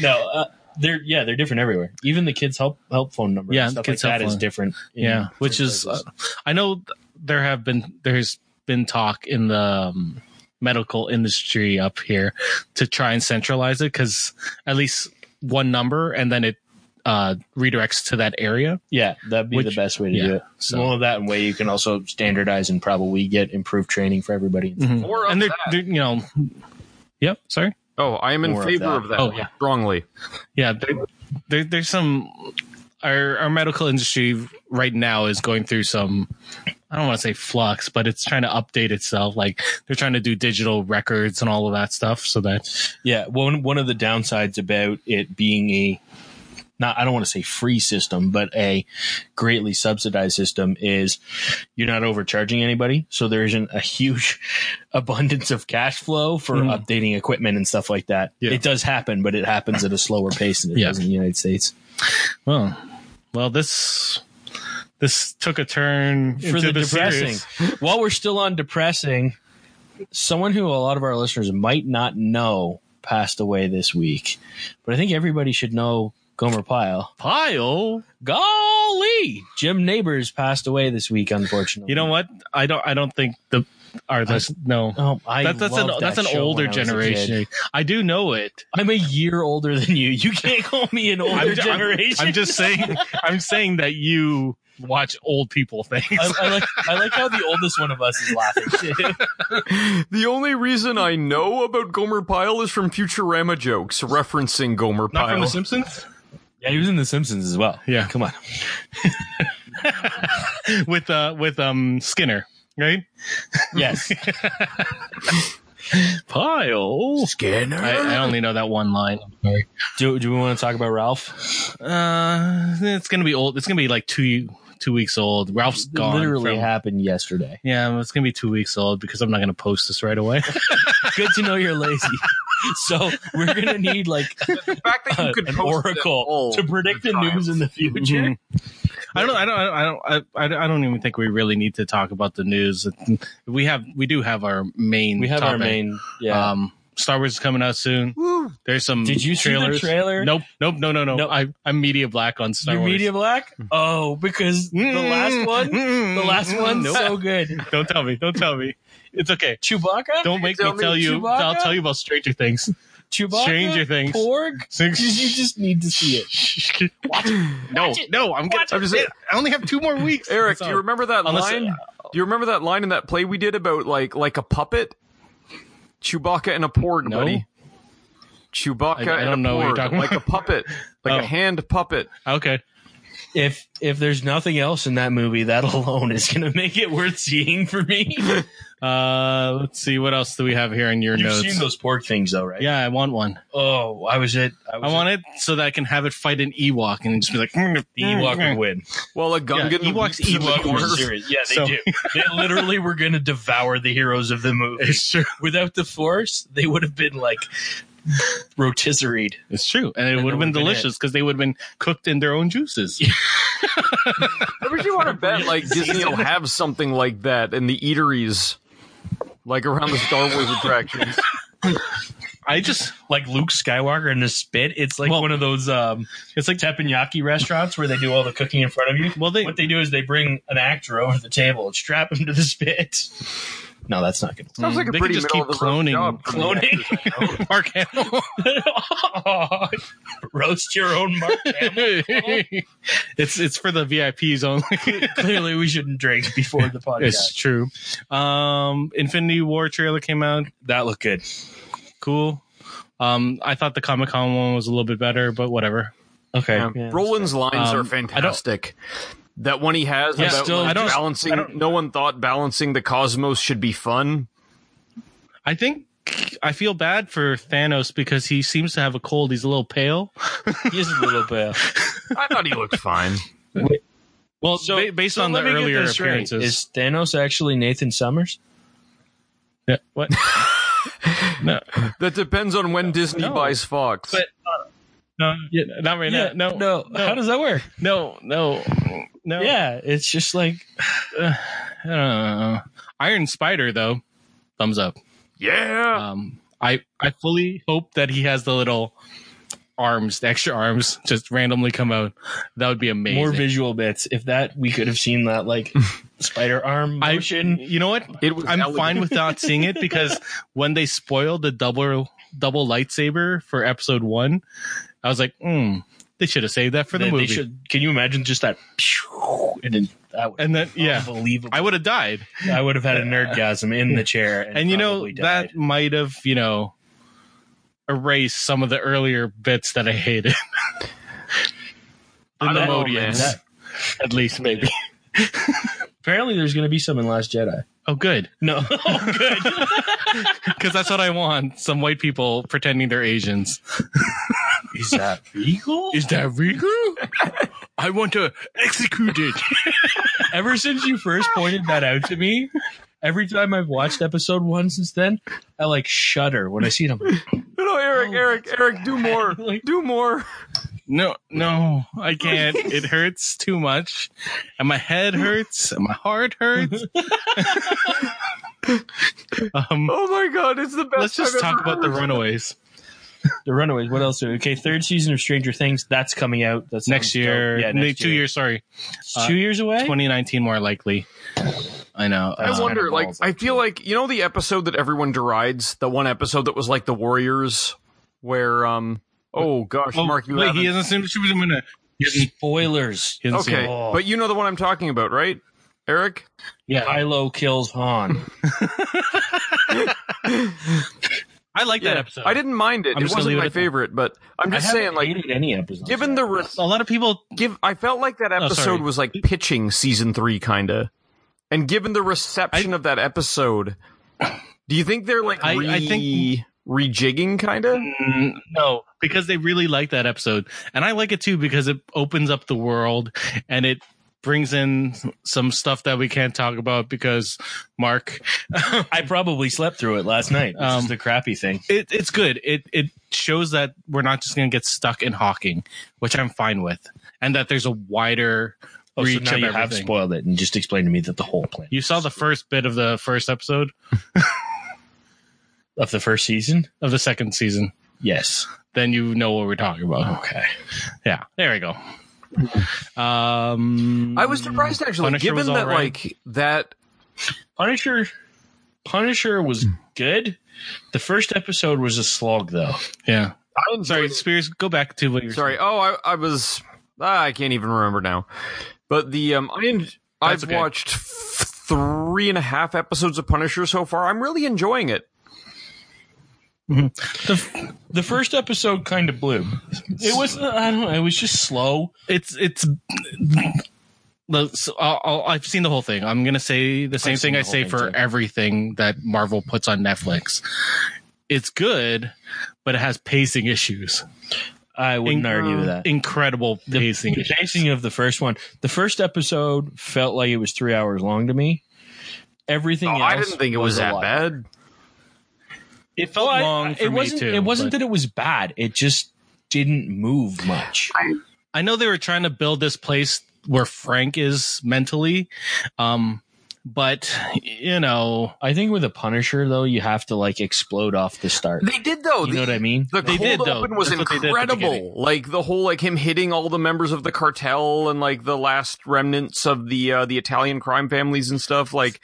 S5: no. Uh, they're yeah, they're different everywhere. Even the kids' help help phone number, and
S4: Yeah,
S5: stuff
S4: kids'
S5: like
S4: help
S5: that is
S4: phone.
S5: different. in
S4: yeah. Which
S5: different
S4: is, uh,
S5: places.
S4: I know th- there have been, there's been talk in the, um, medical industry up here to try and centralize it because at least one number and then it uh redirects to that area
S5: yeah, that'd be
S4: which-
S5: the best way to
S4: yeah,
S5: do it.
S4: so-
S5: Well, that way you can also standardize and probably get improved training for everybody.
S3: More of
S4: Mm-hmm. and they're,
S3: that.
S4: they're you know yep sorry
S3: Oh, I am in
S5: More of
S3: favor
S5: that.
S3: of that,
S4: Oh, yeah.
S3: strongly.
S4: yeah there, there, there's some our, our medical industry right now is going through some i don't want to say flux but it's trying to update itself like they're trying to do digital records and all of that stuff so that
S5: Yeah,
S8: One one of the downsides about it being a
S5: not I don't want to say free system, but a greatly subsidized system is you're not overcharging anybody, so there isn't a huge abundance of cash flow for
S4: Mhm.
S5: updating equipment and stuff like that.
S4: Yeah.
S5: It does happen, but it happens at a slower pace than it
S4: Yeah.
S5: does in the United States.
S4: well well this this took a turn
S5: For
S4: into
S5: the depressing,
S4: serious.
S5: while we're still on depressing, someone who a lot of our listeners might not know passed away this week, but I think everybody should know Gomer Pyle.
S4: pile
S5: Golly, Jim Neighbors passed away this week, unfortunately.
S4: you know what i don't i don't think the are this no
S5: Oh, I
S4: that's, that's an
S5: loved that
S4: that's an
S5: show
S4: older
S5: when I was a
S4: generation.
S5: kid.
S4: I do know it.
S5: I'm a year older than you. You can't call me an older
S4: ju-
S5: generation.
S4: I'm just saying. I'm saying that you watch old people things.
S5: I, I like I like how the oldest one of us is laughing. too.
S3: The only reason I know about Gomer Pyle is from Futurama jokes referencing Gomer
S4: Not from
S3: Pyle.
S4: The Simpsons
S5: yeah, he was in The Simpsons as well.
S4: Yeah.
S5: come on.
S4: with uh with um Skinner, right?
S5: Yes,
S4: Pile.
S3: Skinner.
S4: I, I only know that one line.
S5: do do we want to talk about Ralph?
S4: Uh, it's gonna be old. It's gonna be like two two weeks old. Ralph's gone.
S5: Literally
S4: from-
S5: happened yesterday.
S4: yeah, it's gonna be two weeks old because I'm not gonna post this right away.
S5: Good to know you're lazy. so we're gonna need like
S3: the fact that
S5: a-
S3: you could
S5: an
S3: post it
S5: oracle
S3: all
S5: to predict the
S3: time.
S5: news in the future.
S4: Mhm. I don't. I don't. I don't. I, I- I don't even think we really need to talk about the news. We have. We do have our main.
S5: We have our
S4: topic.
S5: main. Yeah.
S4: Um, Star Wars is coming out soon. There's some.
S5: Did you see the
S4: Mm, trailers.
S5: trailer?
S4: Nope, nope, no, no, no.
S5: Nope.
S4: I, I'm media black on Star
S5: Your
S4: Wars. Mm.
S5: media black? Oh, because the last one, the last one, so good.
S4: Don't tell me. Don't tell me. It's okay.
S5: Chewbacca?
S4: Don't make
S3: tell
S4: me
S3: me
S4: tell you.
S5: Chewbacca?
S4: I'll tell you about Stranger Things.
S5: Chewbacca?
S4: Stranger Things.
S5: Porg? You
S4: Six-
S5: you just need to see it.
S4: no, no. I'm gonna.
S3: I'm just-
S4: I only have two more weeks.
S3: Eric,
S4: So-
S3: do you remember that
S4: Unless-
S3: line? do you remember that line in that play we did about like like a puppet? Chewbacca and a porg,
S4: No.
S3: buddy. Chewbacca
S4: I- I don't
S3: and a
S4: know
S3: porg,
S4: what you're talking
S3: like
S4: about.
S3: a puppet, like
S4: Oh.
S3: a hand puppet.
S4: Okay.
S5: If if there's nothing else in that movie, that alone is gonna make it worth seeing for me. You've
S4: Uh, let's see. What else do we have here in your notes?
S5: those pork things though, right?
S4: yeah, I want one.
S5: Oh, I was it.
S4: I want it so that I can have it fight an Ewok and just be like, "Mm, the
S5: The Ewok
S4: Mm-hmm.
S5: would win.
S3: Well, a Gungan.
S4: Yeah, Ewoks-
S3: leaps in the
S4: Ewoks
S5: Ewok
S3: corner.
S5: was serious. Yeah, they
S4: So-
S5: do. They literally were gonna devour the heroes of the movie.
S4: It's true.
S5: Without the Force, they would have been like rotisseried.
S4: It's true, and it would have
S5: would've
S4: been
S5: been
S4: delicious because they would have been cooked in their own juices.
S3: I wish you want to bet like Disney will have something like that in the eateries, like around the Star Wars attractions.
S4: I just
S5: Like Luke Skywalker in a spit. It's like
S4: Well-
S5: one of those um it's like teppanyaki restaurants where they do all the cooking in front of you.
S4: well they
S5: what they do is they bring an actor over to the table and strap him to the spit. No, that's not good.
S3: Sounds like a
S4: They could
S3: pretty
S4: just
S3: middle
S4: keep
S3: of the road
S4: cloning-
S3: job for me.
S5: Cloning.
S4: Mark Hamill.
S5: Roast your own mark.
S4: it's it's for the VIPs only.
S5: Clearly, we shouldn't drink before the podcast.
S4: it's true. Um, Infinity War trailer came out.
S5: that looked good.
S4: Cool. Um, I thought the Comic Con one was a little bit better, but whatever.
S5: Okay.
S3: Yeah. Roland's lines
S4: Um, I
S3: are
S4: don't-
S3: fantastic. That one he has
S4: Yeah,
S3: about
S4: still-
S3: like,
S4: I don't-
S3: balancing. no one thought balancing the cosmos should be fun.
S4: I think I feel bad for Thanos because he seems to have a cold. He's a little pale.
S5: He's a little bit.
S3: I thought he looked fine.
S4: Well,
S9: So-
S4: ba- based
S9: so
S4: on the
S9: let me get
S4: earlier
S9: this right.
S4: appearances,
S5: Is Thanos actually Nathan Summers?
S4: yeah, what? no,
S3: That depends on when Disney
S4: No.
S3: buys Fox.
S4: But- no, not right now. No,
S5: no,
S4: no.
S5: How does that work?
S4: no, no, no.
S5: Yeah, it's just like
S4: Uh, Iron Spider, though, thumbs up.
S3: yeah,
S4: Um, I I fully hope that he has the little arms, the extra arms, just randomly come out. That would be amazing.
S5: more visual bits. If that we could have seen that like spider arm
S4: I-
S5: motion.
S4: you know what?
S3: It was
S4: I'm
S3: elegant.
S4: fine with not seeing it because when they spoiled the double double lightsaber for episode one, I was like, hmm, they should have saved that for the
S5: They- they
S4: movie.
S5: should- can you imagine just that? pew, And then that would
S4: and then Uh, yeah,
S5: unbelievable.
S4: I would have died.
S5: I would have had a nerdgasm in the chair, and,
S4: and you know
S5: probably died.
S4: that might have you know erased some of the earlier bits that I hated. the
S3: I don't know,
S4: Nemodians,
S3: man.
S4: at least maybe.
S5: apparently there's going to be some in Last Jedi.
S4: Oh, good,
S5: No, oh, good.
S4: because that's what I want. Some white people pretending they're Asians.
S5: Is that legal?
S4: Is that legal? I want to execute it.
S5: Ever since you first pointed that out to me, every time I've watched episode one since then, I like shudder when I see them.
S3: no, no, Eric,
S4: Oh,
S3: Eric, Eric, do more,
S5: Like-
S3: do more.
S4: No, no, I can't. It hurts too much, and my head hurts, and my heart hurts. um,
S3: Oh my god, it's the best.
S4: let's just
S3: I've
S4: talk
S3: ever
S4: about the
S3: heard.
S4: Runaways
S5: The Runaways. What else? Okay, third season of Stranger Things. That's coming out. That's
S4: next year.
S5: Yeah, next
S4: two
S5: year. Uh,
S4: years. Sorry,
S5: It's two years away.
S4: 2019 more likely. I know.
S3: I
S4: Uh,
S3: wonder, like, I feel like you know the episode that everyone derides, the one episode that was like the Warriors, where um, oh gosh,
S4: oh,
S3: Mark, you
S4: wait,
S3: haven't-
S4: he hasn't seen Superman. He hasn't,
S5: Spoilers.
S4: he hasn't
S3: okay,
S4: seen it.
S5: Oh.
S3: but you know the one I'm talking about, right, Eric?
S4: Yeah, I,
S5: Kylo kills Han.
S4: I like that episode.
S3: I didn't mind
S4: I'm
S3: it. it
S4: just gonna
S3: wasn't
S4: leave it
S3: my
S4: at that.
S3: favorite, but I'm
S5: I
S3: just
S5: haven't
S3: saying, like,
S5: hated any episode.
S3: given the res-
S4: A lot of people.
S3: give, I felt like that
S4: Oh, sorry.
S3: episode was like pitching season three, kinda. And given the reception of that episode, do you think they're like
S4: I-
S3: re-
S4: I think-
S3: rejigging, kinda?
S4: Mm, No, because they really like that episode, and I like it too because it opens up the world and it brings in some stuff that we can't talk about because Mark.
S5: I probably slept through it last night. Which
S4: Um,
S5: is the crappy thing.
S4: It, it's good. It it shows that we're not just going to get stuck in hawking, which I'm fine with, and that there's a wider
S5: Oh, so
S4: reach
S5: now
S4: of
S5: you have
S4: everything.
S5: spoiled it and just explained to me that the whole plan
S4: You saw the first bit of the first episode
S5: of the first season.
S4: of the second season.
S5: Yes.
S4: Then you know what we're talking about.
S5: Okay.
S4: Yeah, there we go. Um,
S3: I was surprised actually,
S4: Punisher was
S3: given that
S4: alright.
S3: like that.
S5: Punisher. Punisher was good. The first episode was a slog, though.
S4: Yeah,
S3: I
S4: sorry, Spears. Go back to what you were
S3: Sorry. Oh, I, I was. Ah, I can't even remember now. But the um, I en- I've
S4: okay.
S3: watched f- three and a half episodes of Punisher so far. I'm really enjoying it.
S5: The, the first episode kind of blew. It was uh, I don't know. It was just slow.
S4: It's it's. the- so I'll, I'll, I've seen the whole thing. I'm gonna say the same thing
S5: seen the
S4: I
S5: whole
S4: say
S5: thing,
S4: for
S5: too.
S4: everything that Marvel puts on Netflix. It's good, but it has pacing issues.
S5: I wouldn't
S4: In-
S5: argue with that.
S4: Incredible pacing.
S5: The
S4: issues.
S5: pacing of the first one. The first episode felt like it was three hours long to me. Everything
S3: Oh,
S5: else
S3: I didn't think it was
S5: a
S3: that
S5: lot.
S3: bad.
S4: It felt
S5: Well, I-
S4: long.
S5: I-
S4: for
S5: it
S4: me,
S5: wasn't.
S4: too,
S5: it wasn't
S4: but-
S5: that it was bad. It just didn't move much.
S4: I know they were trying to build this place where Frank is mentally, um, but you know,
S5: I think with a Punisher though, you have to like explode off the start.
S3: They did though.
S5: You
S3: The-
S5: know what I mean?
S3: the
S4: They
S3: cold
S4: did, though.
S3: open was
S4: That's what they did at the beginning.
S3: incredible. like the whole like him hitting all the members of the cartel and like the last remnants of the uh, the Italian crime families and stuff, like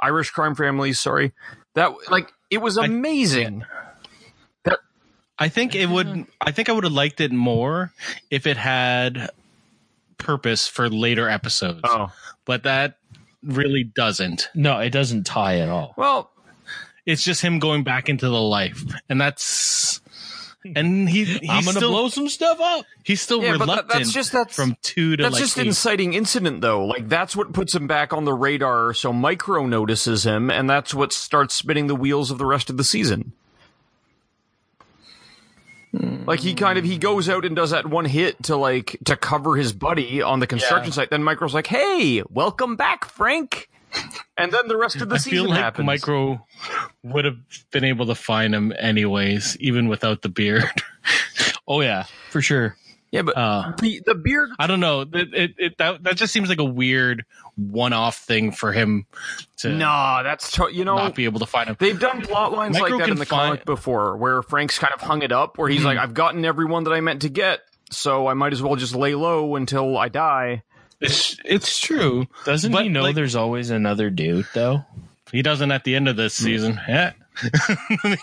S3: Irish crime families. Sorry, that like it was amazing.
S4: I think it would. I think I would have liked it more if it had purpose for later episodes.
S3: oh
S4: But that really doesn't.
S5: No, it doesn't tie at all.
S3: well,
S4: It's just him going back into the life, and that's and he he's
S5: I'm gonna
S4: still
S5: blow some stuff up.
S4: he's still
S3: Yeah, but that-
S4: reluctant.
S3: that's just- that's-
S4: from two to
S3: that's
S4: like
S3: just
S4: eight.
S3: inciting incident though. Like that's what puts him back on the radar. So micro notices him, and that's what starts spinning the wheels of the rest of the season. Like he kind of he goes out and does that one hit to like to cover his buddy on the construction site. Then Micro's like, "Hey, welcome back, Frank." And then the rest of the
S4: I
S3: season
S4: feel like
S3: happens.
S4: Micro would have been able to find him anyways, even without the beard.
S5: Oh yeah, for sure.
S3: yeah, but
S4: Uh,
S3: the the beard
S4: I don't know. It, it, it, that that just seems like a weird one-off thing for him to
S3: Nah, that's to- you know
S4: not be able to find him.
S3: They've done plot lines
S4: Micro Hmm.
S3: like that
S4: can
S3: in the
S4: find-
S3: comic before, where Frank's kind of hung it up, where he's like, "I've gotten everyone that I meant to get, so I might as well just lay low until I die."
S4: It's, it's true.
S5: Doesn't
S4: But,
S5: he know
S4: like-
S5: there's always another dude though?
S4: He doesn't at the end of this season. Yeah.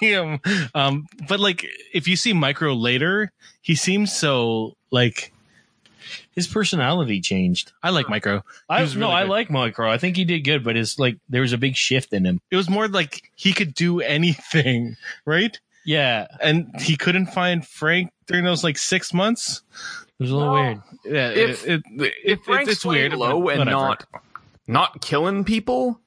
S4: Him. um, but like, if you see Micro later, he seems so like
S5: His personality changed.
S4: I like Micro.
S5: I
S4: was
S5: no,
S4: really
S5: I
S4: good.
S5: like Micro. I think he did good, but it's like there was a big shift in him.
S4: It was more like he could do anything, right?
S5: Yeah, it
S4: And he couldn't find Frank during those like six months.
S5: was a little
S3: No.
S5: weird.
S4: Yeah,
S3: If-
S4: it, it,
S3: If
S4: it-
S3: Frank's
S4: it's weird.
S3: low
S4: but
S3: and
S4: whatever.
S3: not not killing people,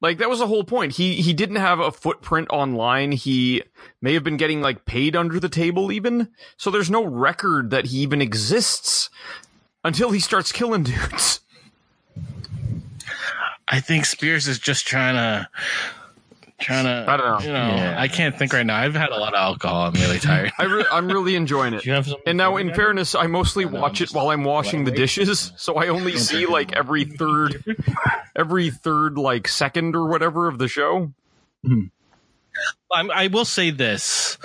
S3: like that was the whole point. He he didn't have a footprint online. He may have been getting like paid under the table, even so. There's no record that he even exists until he starts killing dudes.
S4: I think Spears is just trying to trying to.
S3: I don't know.
S4: You know,
S5: Yeah.
S4: I can't think right now. I've had a lot of alcohol. I'm really tired.
S3: I re- I'm really enjoying it.
S5: Do you have something
S3: And now, in fairness, I mostly watch it while I'm washing the dishes, so I only see like every third, every third like second or whatever of the show.
S4: I'm, I will say this: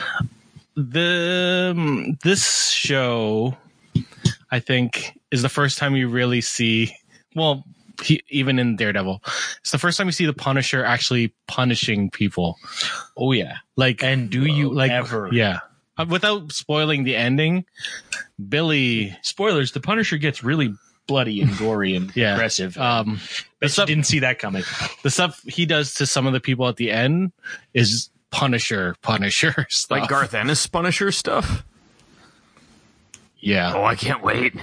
S4: the um, this show, I think, is the first time you really see. Well, he, even in Daredevil, it's the first time you see the Punisher actually punishing people.
S5: oh yeah.
S4: Like,
S5: And do you
S4: like,
S5: ever?
S4: yeah. Uh, Without spoiling the ending, Billy,
S5: Spoilers: The Punisher gets really bloody and gory and
S4: Yeah.
S5: aggressive.
S4: um,
S5: Bet you
S4: sub-
S5: didn't see that coming.
S4: the stuff he does to some of the people at the end is Punisher, Punisher stuff.
S3: Like Garth Ennis Punisher stuff.
S4: yeah.
S3: Oh, I can't wait.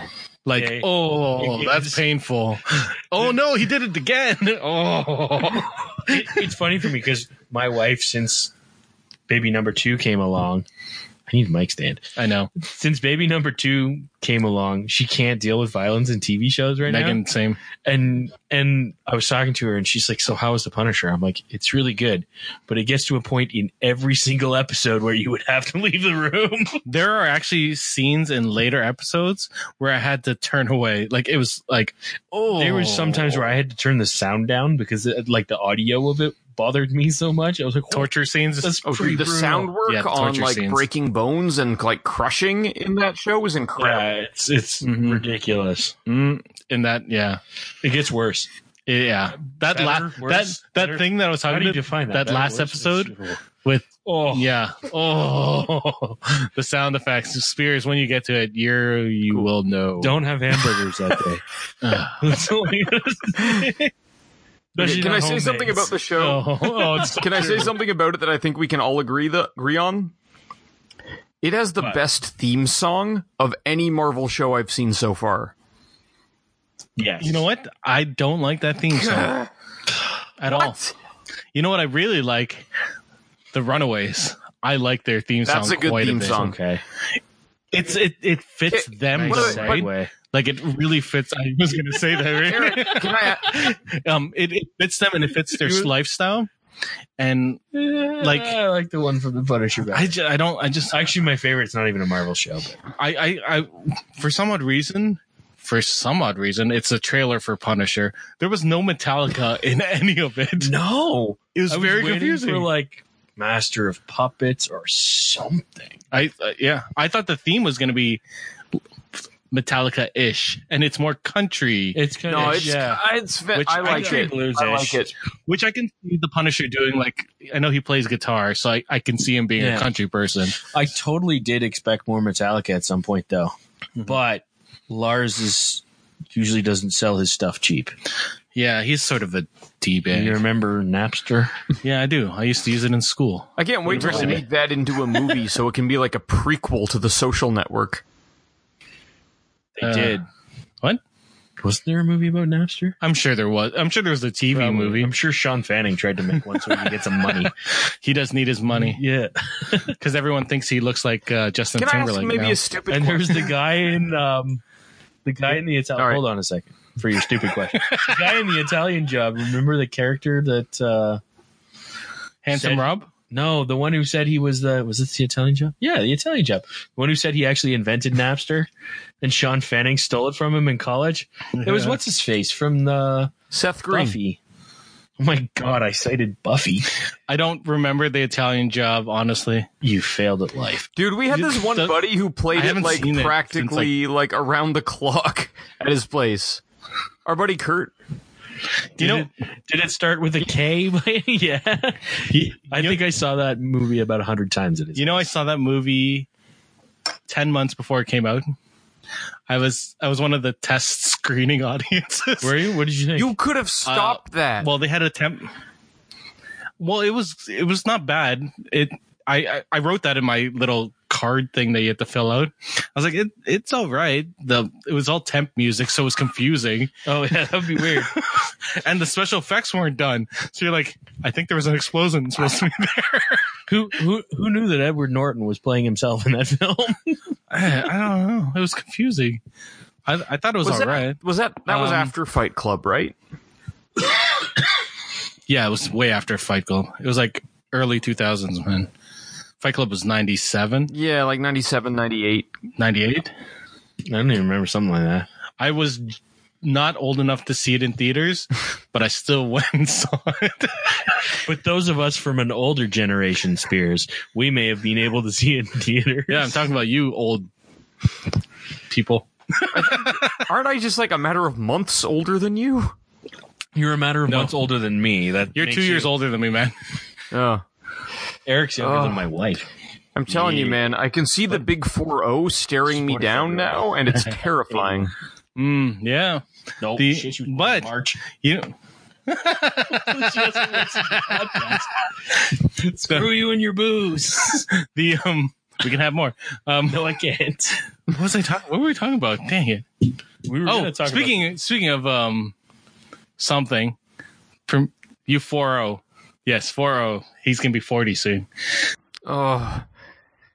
S4: Like,
S5: Okay.
S4: oh,
S5: You-
S4: that's painful. oh no, he did it again. Oh,
S5: It- it's funny for me because my wife, since baby number two came along, I need a mic stand.
S4: I know.
S5: Since baby number two came along, she can't deal with violence in TV shows right now.
S4: Megan, same.
S5: and and I was talking to her, and she's like, "So how is the Punisher?" I'm like, "It's really good, but it gets to a point in every single episode where you would have to leave the room."
S4: There are actually scenes in later episodes where I had to turn away. Like it was like, oh,
S5: There was sometimes where I had to turn the sound down because it, like the audio of it bothered me so much. I was like, "What?"
S4: torture scenes.
S5: That's
S3: Oh,
S5: pretty
S3: dude, the
S5: brutal.
S3: sound work
S4: Yeah,
S3: on
S4: torture
S3: like
S4: scenes.
S3: breaking bones and like crushing in that show is
S5: Yeah,
S3: incredible.
S5: it's it's
S4: Mhm.
S5: ridiculous.
S4: Mm, in that, yeah,
S5: It gets worse.
S4: yeah. That la-
S5: Better,
S4: that
S5: worse,
S4: that
S5: better.
S4: thing that I was
S5: How
S4: talking
S5: do you
S4: about-
S5: define that?
S4: that
S5: Better,
S4: last
S5: worse,
S4: episode?
S5: miserable.
S4: with
S5: Oh,
S4: Yeah. Oh, the sound effects. Spears, when you get to it, you're, you will know.
S5: don't have hamburgers that day. That's all I'm gonna say. Especially
S3: Can I
S5: not
S3: say something
S5: homemade.
S3: about the show?
S4: Oh, oh, it's-
S3: Can I say something about it that I think we can all agree that agree on? It has the best theme song of any Marvel show I've seen so far.
S5: Yes.
S4: you know what? I don't like that theme song at all. You know what I really like? The Runaways. I like their theme song.
S3: That's a good
S4: quite
S3: theme
S4: bit.
S3: song.
S5: Okay.
S4: It's it it fits
S3: It-
S4: them
S3: Well,
S5: Nice
S4: though, right?
S3: but-
S5: segue.
S4: Like it really fits. I was going to say that.
S3: Can I?
S4: Right? um, it, it fits them and it fits their lifestyle. And
S5: Like
S4: I
S5: like the one from the Punisher.
S4: I, ju- I don't. I just
S5: actually, my favorite's not even a Marvel show. But
S4: I, I, I, for some odd reason, for some odd reason, it's a trailer for Punisher. There was no Metallica in any of it.
S5: no,
S4: It was
S5: I
S4: very
S5: waiting
S4: confusing.
S5: For like Master of Puppets or something.
S4: I, uh, yeah, I thought the theme was going to be Metallica ish, and it's more country,
S5: It's kind
S3: No, it's it's ve-
S4: Which
S3: I
S4: I
S3: like
S4: actually
S3: it. I like it.
S4: which I can see the Punisher doing. Like, I know he plays guitar, so I, I can see him being
S5: Yeah.
S4: a country person.
S5: I totally did expect more Metallica at some point though,
S3: Mm-hmm.
S5: but Lars is usually doesn't sell his stuff cheap.
S4: Yeah, he's sort of a D
S5: You
S4: bag.
S5: remember Napster?
S4: Yeah, I do. I used to use it in school.
S3: I can't wait to
S4: University.
S3: make that into a movie so it can be like a prequel to The Social Network.
S5: They
S4: Uh,
S5: did.
S4: what?
S5: Wasn't there a movie about Napster?
S4: I'm sure there was. I'm sure there was a TV movie.
S5: I'm sure Sean Fanning tried to make one so he could get some money.
S4: He does need his money
S5: Yeah.
S4: because everyone thinks he looks like uh, Justin
S3: Can I ask
S4: Timberlake.
S3: maybe
S4: now.
S3: a stupid
S5: And
S3: question?
S5: there's the guy in um, the guy in the Italian.
S3: All right.
S5: Hold on a second for your stupid question. the guy in the Italian job. Remember the character that? uh
S4: Handsome
S5: said-
S4: Rob.
S5: No, the one who said he was the was it the Italian job? Yeah, the Italian job. The one who said he actually invented Napster, and Sean Fanning stole it from him in college. It was
S4: Yeah.
S5: what's his face from the
S3: Seth Green.
S5: Buffy. Oh my god, I cited Buffy.
S4: I don't remember the Italian Job honestly.
S5: You failed at life.
S3: Dude, we had this one
S4: The-
S3: buddy who
S4: I
S3: played it
S4: haven't
S3: like
S4: seen it since,
S3: practically like, around the clock at his place. Our buddy Kurt.
S4: You know,
S5: Did it, did it start with a K? yeah, I think I saw that movie about a hundred times. It is.
S4: You know, I saw that movie ten months before it came out. I was I was one of the test screening audiences.
S5: Were you? What did you think?
S3: You could have stopped that.
S4: uh, Well, they had a temp. Well, it was it was not bad. It I I, I wrote that in my little card thing that you had to fill out. I was like, it it's all right. The it was all temp music, so it was confusing,
S5: oh yeah, that'd be weird.
S4: and the special effects weren't done. So you're like, I think there was an explosion supposed to be there.
S5: who who who knew that Edward Norton was playing himself in that film?
S4: I, I don't know. It was confusing. I I thought it was,
S3: was
S4: all
S3: that,
S4: right.
S3: was that that was
S4: Um,
S3: after Fight Club, right?
S4: Yeah, it was way after Fight Club. It was like early 2000s, man. Fight Club was 97,
S3: Yeah, like 97, 98.
S4: 98.
S5: I don't even remember something like that.
S4: I was not old enough to see it in theaters, but I still went and saw it.
S5: But those of us from an older generation, Spears, we may have been able to see it in theater.
S4: Yeah, I'm talking about you, old people.
S3: Aren't I just like a matter of months older than you?
S5: you're a matter of months older than me. That
S4: You're two years older than me, man.
S3: Oh.
S5: Eric's younger
S3: Oh.
S5: than my wife.
S3: I'm telling you, man, I can see the big 4-0 staring me down now, and it's terrifying.
S4: Mm, yeah.
S5: No,
S4: The-
S5: shit, she was
S4: but-
S5: born in March.
S4: You,
S5: Screw you and your booze.
S4: the, um, we can have more. Um,
S5: no, I can't.
S4: what was I talking? What were we talking about? Dang it.
S5: We were
S4: Oh,
S5: gonna talk
S4: speaking, speaking of, um, something from you 4 Yes, 4 He's going to be 40 soon.
S3: Oh.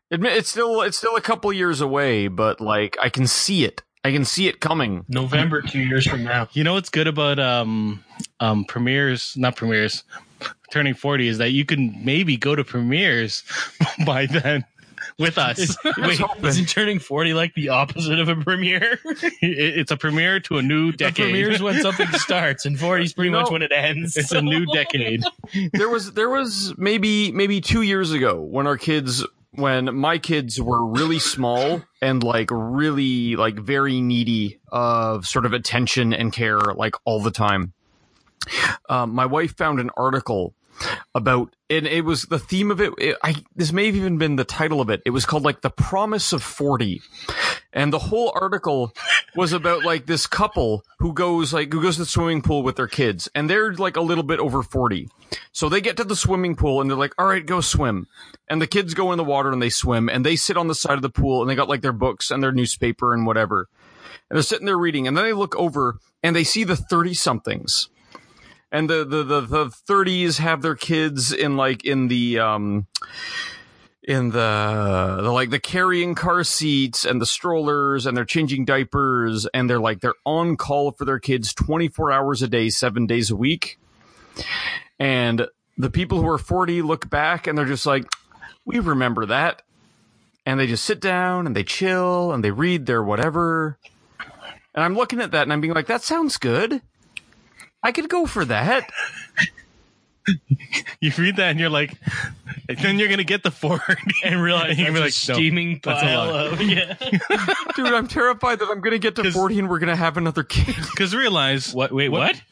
S3: Admit it's still it's still a couple years away, but like I can see it. I can see it coming.
S5: about November two years from now.
S4: You know what's good about um um premieres, not premieres, turning 40 is that you can maybe go to premieres by then with us.
S5: Wait,
S3: hoping.
S5: isn't turning forty like the opposite of a premiere?
S4: It- it's a premiere to a new
S5: A
S4: decade.
S5: premiere is when something starts, and forty's pretty
S3: You know,
S5: much when it ends.
S4: it's a new decade.
S3: there was there was maybe maybe two years ago when our kids when my kids were really small and like really like very needy of sort of attention and care like all the time um, my wife found an article about and it was the theme of it, it i this may have even been the title of it it was called like the promise of 40 and the whole article was about like this couple who goes like who goes to the swimming pool with their kids and they're like a little bit over 40 so they get to the swimming pool and they're like all right go swim and the kids go in the water and they swim and they sit on the side of the pool and they got like their books and their newspaper and whatever and they're sitting there reading and then they look over and they see the 30 somethings and the the the the 30s have their kids in like in the um in the, the like the carrying car seats and the strollers and they're changing diapers and they're like they're on call for their kids 24 hours a day 7 days a week and the people who are 40 look back and they're just like we remember that and they just sit down and they chill and they read their whatever and i'm looking at that and i'm being like that sounds good i could go for that
S4: You read that and you're like, then you're going to get the 40 and realize you're
S5: That's
S4: gonna be
S5: a
S4: like, no.
S5: steaming
S4: that's a
S5: pile
S4: lot.
S5: of yeah.
S3: dude i'm terrified that i'm gonna get to 40 and we're gonna have another kid
S4: Because realize
S5: What? Wait, what?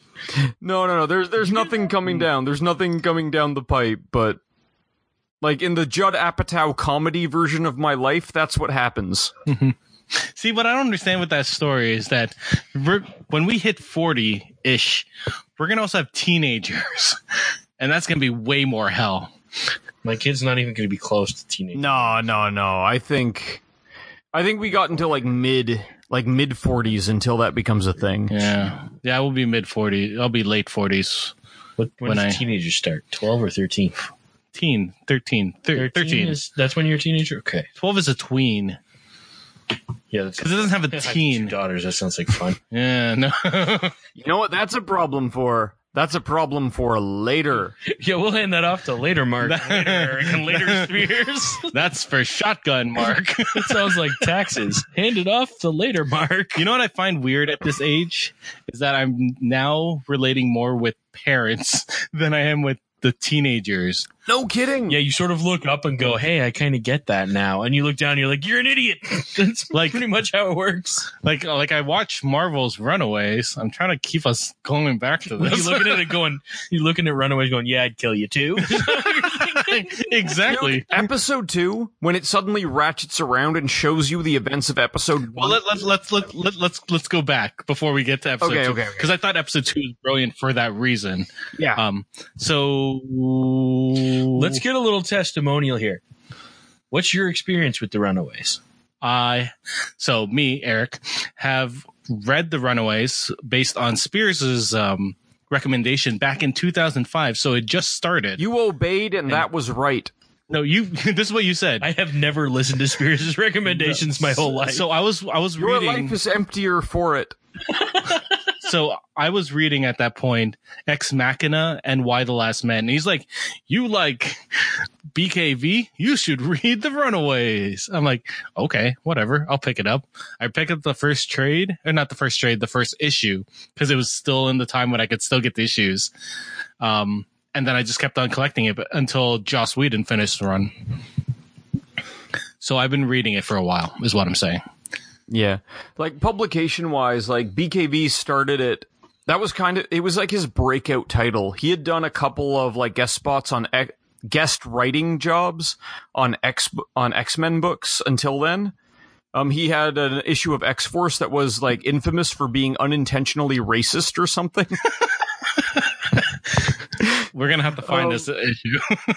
S3: No, no, no. There's there's nothing coming down. There's nothing coming down the pipe, but like in the Judd Apatow comedy version of my life, that's what happens.
S4: See, what I don't understand with that story is that we're, when we hit 40 ish, we're going to also have teenagers. And that's going to be way more hell.
S5: My kid's not even going to be close to teenage.
S3: No, no, no. I think I think we got into like mid like mid 40s until that becomes a thing.
S4: Yeah, yeah, I will be mid 40s. I'll be late 40s.
S5: What, when,
S4: When
S5: does
S4: I-
S5: teenagers start? Twelve or thirteen?
S4: Teen, 13, thir- 13.
S5: Is, that's when you're a teenager. Okay.
S4: 12 is a tween
S5: Yeah, that's
S4: because it doesn't have a
S5: I have Two
S4: teen.
S5: daughters. That sounds like fun.
S4: Yeah, no.
S3: You know what? That's a problem for that's a problem for later.
S5: yeah, we'll hand that off to later, Mark. later, Eric, and later Spears.
S4: That's for shotgun, Mark.
S5: it sounds like taxes. Hand it off to later, Mark.
S4: You know what I find weird at this age is that I'm now relating more with parents than I am with the teenagers.
S3: No kidding.
S5: Yeah, you sort of look up and go, "Hey, I kind of get that now," and you look down, and you're like, "You're an idiot." That's like pretty much how it works.
S4: Like like I watch Marvel's Runaways. I'm trying to keep us going back to
S5: You're
S4: this.
S5: looking at it going, you're looking at Runaways, going, "Yeah, I'd kill you too."
S4: exactly.
S3: Episode 2 when it suddenly ratchets around and shows you the events of episode 1.
S4: Well, let, let's let's let, let, let's let's go back before we get to episode
S3: Okay,
S4: two
S3: okay, okay.
S4: I thought episode two was brilliant for that reason.
S3: yeah.
S4: Um, so
S5: Let's get a little testimonial here. What's your experience with the Runaways?
S4: I, so me, Eric, have read The Runaways based on Spears's um, recommendation back in 2005. So it just started.
S3: you obeyed and that was right.
S4: no, you. This is what you said.
S5: I have never listened to Spears' recommendations my whole life.
S4: So I was I was
S3: Your
S4: reading.
S3: life is emptier for it.
S4: so I was reading at that point Ex Machina and Why the Last Man. And he's like, You like BKV? You should read The Runaways. I'm like, Okay, whatever. I'll pick it up. I pick up the first trade, or not the first trade, the first issue, because it was still in the time when I could still get the issues. Um, and then I just kept on collecting it but- until Joss Whedon finished the run. So I've been reading it for a while, is what I'm saying.
S3: Yeah. Like publication wise, like BKV started it. That was kind of it was like his breakout title. He had done a couple of like guest spots on X, guest writing jobs on X on X-Men books until then. Um he had an issue of X-Force that was like infamous for being unintentionally racist or something.
S4: We're gonna have to find
S3: Oh.
S4: this issue.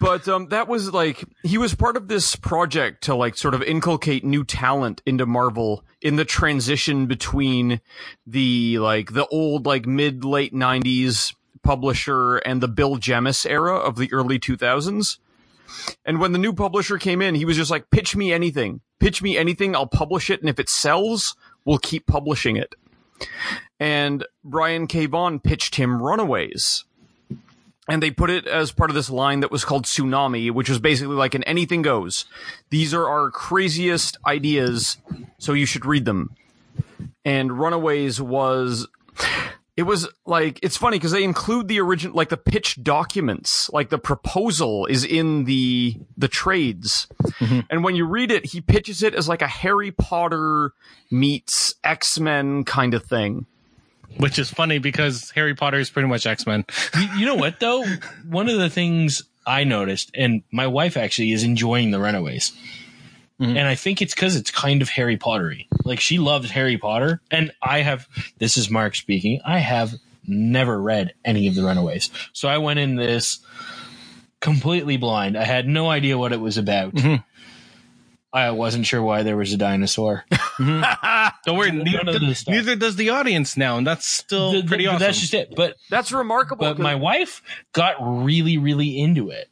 S3: But um, that was like he was part of this project to like sort of inculcate new talent into Marvel in the transition between the like the old like mid late '90s publisher and the Bill Jemis era of the early 2000s. And when the new publisher came in, he was just like, "Pitch me anything, pitch me anything. I'll publish it, and if it sells, we'll keep publishing it." And Brian K. Vaughan pitched him Runaways and they put it as part of this line that was called tsunami which was basically like an anything goes these are our craziest ideas so you should read them and runaways was it was like it's funny because they include the original like the pitch documents like the proposal is in the the trades and when you read it he pitches it as like a harry potter meets x-men kind of thing
S4: which is funny because Harry Potter is pretty much X Men.
S5: you know what though? One of the things I noticed, and my wife actually is enjoying the Runaways.
S4: Mm-hmm.
S5: And I think it's because it's kind of Harry Pottery. Like she loves Harry Potter, and I have. This is Mark speaking. I have never read any of the Runaways, so I went in this completely blind. I had no idea what it was about.
S4: Mm-hmm.
S5: I wasn't sure why there was a dinosaur.
S4: Don't worry,
S5: None
S4: neither,
S5: of this stuff.
S4: neither does the audience now, and that's still
S5: Th- th-
S4: pretty
S5: but
S4: awesome.
S5: That's just it. But
S3: that's remarkable
S5: but
S3: 'cause-
S5: my wife got really really into it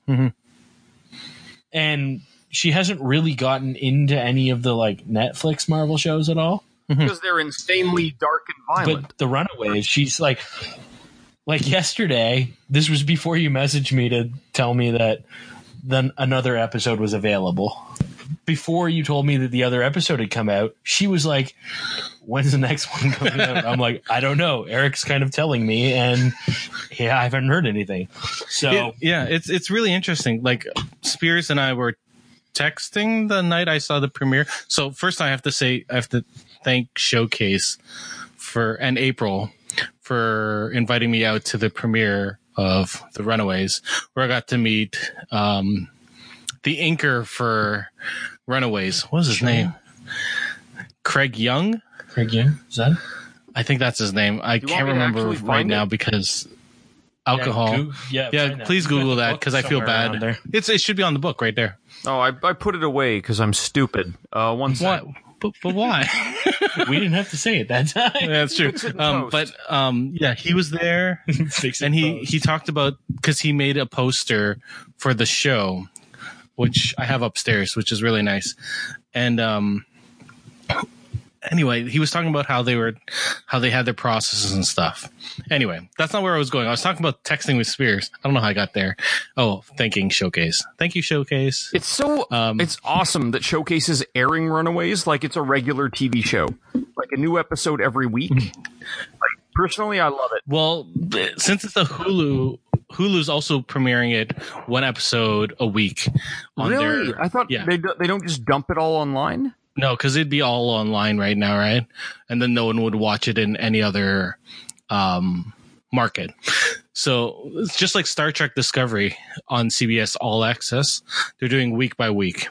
S5: and she hasn't really gotten into any of the like netflix marvel shows at all
S3: because they're insanely dark and violent
S5: but the runaways she's like like yesterday this was before you messaged me to tell me that then another episode was available before you told me that the other episode had come out she was like when's the next one coming out i'm like i don't know eric's kind of telling me and yeah i haven't heard anything so
S4: It- yeah, it's it's really interesting. Like Spears and I were texting the night I saw the premiere. So first, I have to say I have to thank Showcase for and April for inviting me out to the premiere of The Runaways, where I got to meet um, the inker for Runaways. What was his name? Craig Young.
S5: Craig Young, is that?
S4: I think that's his name. I
S3: you want
S4: can't
S3: me to
S4: remember
S3: actually
S4: right
S3: find
S4: now
S3: it?
S4: because alcohol.
S5: Goo- yeah,
S4: yeah,
S5: find that.
S4: please
S5: You've got
S4: Google
S5: the
S4: that
S5: book
S4: because I feel
S5: somewhere around
S4: bad.
S5: there.
S4: It's it should be on the book right there.
S3: Oh, I, I put it away because I'm stupid. Uh, one
S4: Why?
S3: sec.
S4: But, but why?
S5: We didn't have to say it that time.
S4: Yeah, That's true.
S3: Fix it in
S4: Um,
S3: post.
S4: but um, yeah, he was there,
S5: Fix it
S4: and he
S5: post.
S4: he talked about because he made a poster for the show, which I have upstairs, which is really nice. And um, anyway, he was talking about how they were how they had their processes and stuff. Anyway, that's not where I was going. I was talking about texting with Spears. I don't know how I got there. Oh, thanking Showcase. Thank you, Showcase.
S3: It's so
S4: Um,
S3: it's awesome that showcases airing Runaways like it's a regular TV show, like a new episode every week. like
S4: Mm.
S3: personally, I love it.
S4: Well, th- since it's a Hulu, Hulu's also premiering it one episode a week on
S3: really,
S4: their.
S3: I thought
S4: yeah.
S3: they do- they don't just dump it all online.
S4: No, because it'd be all online right now, right? And then no one would watch it in any other um, market. So it's just like Star Trek Discovery on CBS All Access. They're doing week by week,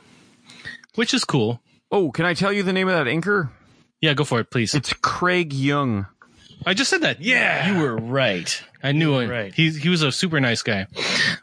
S4: which is cool.
S3: Oh, can I tell you the name of that anchor?
S4: Yeah, go for it, please.
S3: It's Craig Young.
S4: I just said that. Yeah.
S5: You were right.
S4: I knew it.
S5: Right.
S4: He, he was a super nice guy.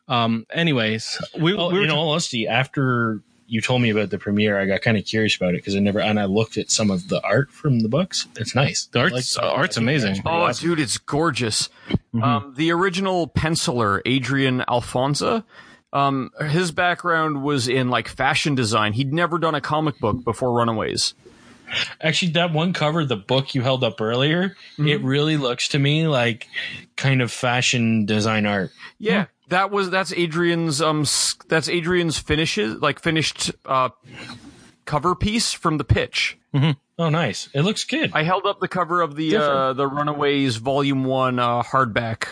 S4: Um, anyways, we,
S5: Oh,
S4: we were
S5: in all honesty, after you told me about the premiere, I got kind of curious about it because I never and I looked at some of the art from the books. It's nice.
S4: The
S5: I
S4: art's-
S5: like-
S4: art's
S5: I think
S4: amazing.
S5: that's pretty
S3: Oh,
S5: awesome.
S3: dude, it's gorgeous.
S4: Mm-hmm.
S3: Um, the original penciler, Adrian Alfonso, um, his background was in like fashion design. He'd never done a comic book before Runaways.
S5: actually, that one cover, the book you held up earlier, it really looks to me like kind of fashion design art.
S4: Hmm.
S3: Yeah, that was that's Adrian's um s- that's Adrian's finishes like finished uh cover piece from the pitch.
S5: Oh, nice. It looks good.
S3: I held up the cover of the uh, the Runaways Volume One uh, hardback,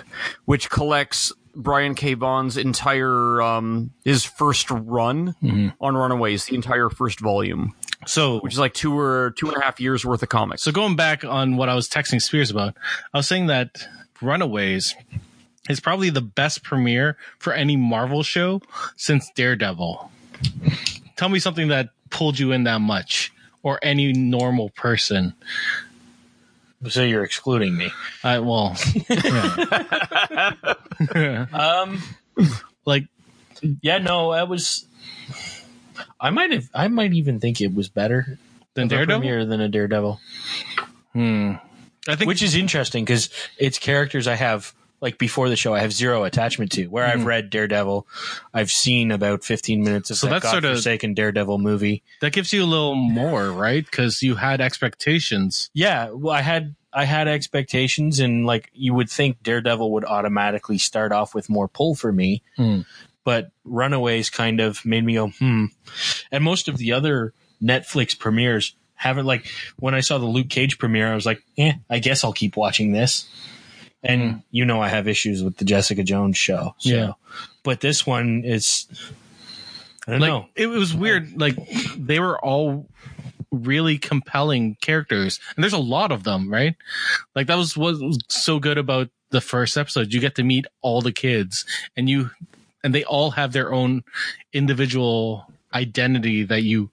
S3: which collects Brian K. Vaughan's entire um his first run
S4: Mm-hmm.
S3: on Runaways, the entire first volume.
S4: so
S3: which is like two or two and a half years worth of comics.
S4: So going back on what I was texting Spears about, I was saying that Runaways is probably the best premiere for any Marvel show since Daredevil. Tell me something that pulled you in that much, or any normal person.
S5: so you're excluding me.
S4: I Uh, well, yeah.
S5: Um,
S4: like
S5: yeah, no, I was. I might have. I might even think it was better
S4: then
S5: of a
S4: Daredevil.
S5: premiere than a Daredevil.
S4: Hmm. I think
S5: which is interesting because it's characters I have like before the show I have zero attachment to. Where I've read Daredevil, I've seen about fifteen minutes of
S4: Hmm. So
S5: that
S4: that's sorta-
S5: godforsaken Daredevil movie.
S4: that gives you a little more, right? Because you had expectations.
S5: Yeah, well, I had I had expectations, and like you would think Daredevil would automatically start off with more pull for me,
S4: Mm.
S5: but Runaways kind of made me go hmm. And most of the other Netflix premieres haven't like when I saw the Luke Cage premiere, I was like, eh, I guess I'll keep watching this. And you know I have issues with the Jessica Jones show, so.
S4: Hmm. Yeah.
S5: But this one is. I don't
S4: like
S5: know.
S4: it was weird like they were all really compelling characters and there's a lot of them right like that was what was so good about the first episode you get to meet all the kids and you and they all have their own individual identity that you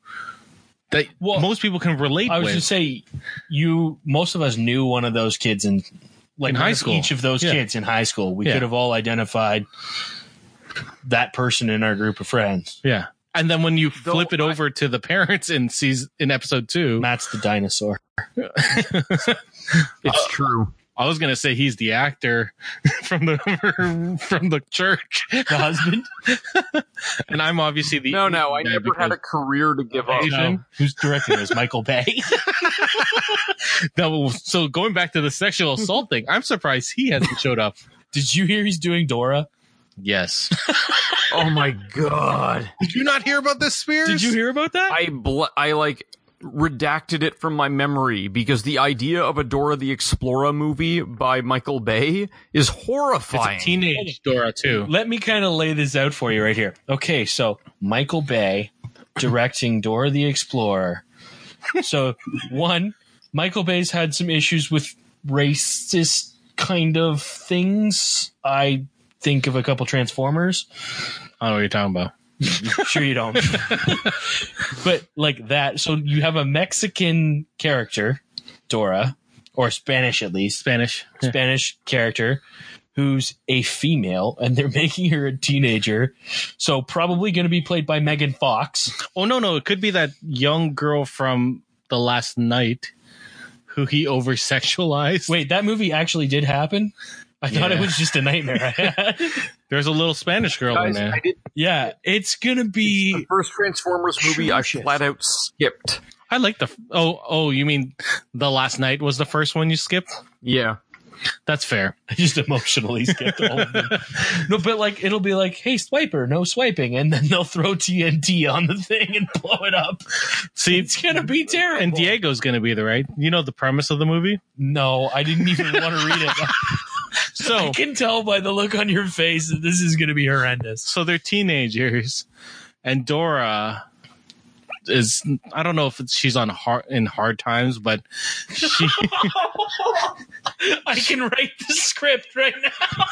S4: that
S5: Well,
S4: most people can relate
S5: I was
S4: with
S5: going to say, you most of us knew one of those kids in like
S4: In
S5: one
S4: high
S5: of
S4: school.
S5: Each of those
S4: Yeah.
S5: kids in high school, we
S4: Yeah.
S5: could have all identified that person in our group of friends.
S4: yeah and then when you
S3: Though
S4: flip it
S3: I-
S4: over to the parents in season in episode two
S5: Matt's the dinosaur.
S3: it's true.
S4: i was gonna say he's the actor from the from the church
S5: The husband?
S4: and i'm obviously the
S3: No, no, I
S4: guy
S3: never had
S4: because-
S3: a career to give up.
S5: no. Who's directing this? Michael Bay.
S4: That will, so going back to the sexual assault thing, I'm surprised he hasn't showed up.
S5: Did you hear he's doing Dora?
S4: Yes.
S3: Oh my god!
S4: Did you not hear about this, Spears?
S5: Did you hear about that?
S3: I bl- I like redacted it from my memory because the idea of a Dora the Explorer movie by Michael Bay
S4: It's
S3: is
S4: a
S3: horrifying.
S4: teenage Dora too.
S5: Let me kind of lay this out for you right here. Okay, so Michael Bay directing Dora the Explorer. So, one, Michael Bay's had some issues with racist kind of things. I think of a couple Transformers.
S4: I don't know what you're talking about.
S5: Sure, you don't. but like that. So, you have a Mexican character, Dora, or Spanish at least.
S4: Spanish.
S5: Spanish character who's a female, and they're making her a teenager. So probably going to be played by Megan Fox.
S4: Oh no, no, it could be that young girl from the last night who he over sexualized.
S5: Wait, that movie actually did happen. I thought it
S4: Yeah.
S5: was just a nightmare. I had.
S4: There's a little Spanish girl in
S3: Guys,
S4: there.
S3: I did
S5: yeah, it's gonna
S3: the
S5: be.
S3: first Transformers movie I
S5: Atrocious.
S3: flat out skipped.
S4: I like the f- oh oh you mean the last night was the first one you skipped?
S3: Yeah.
S4: That's fair.
S5: I just emotionally skipped all of them. No, but like it'll be like, hey, swiper, no swiping, and then they'll throw TNT on the thing and blow it up.
S4: See,
S5: It's gonna be terrible.
S4: and Diego's gonna be the right. You know the premise of the movie.
S5: no, I didn't even want to read it. I
S4: So
S5: can tell by the look on your face that this is going to be horrendous.
S4: so they're teenagers, and Dora is I don't know if it's, she's on hard in hard times, but she
S5: I can write the script right now.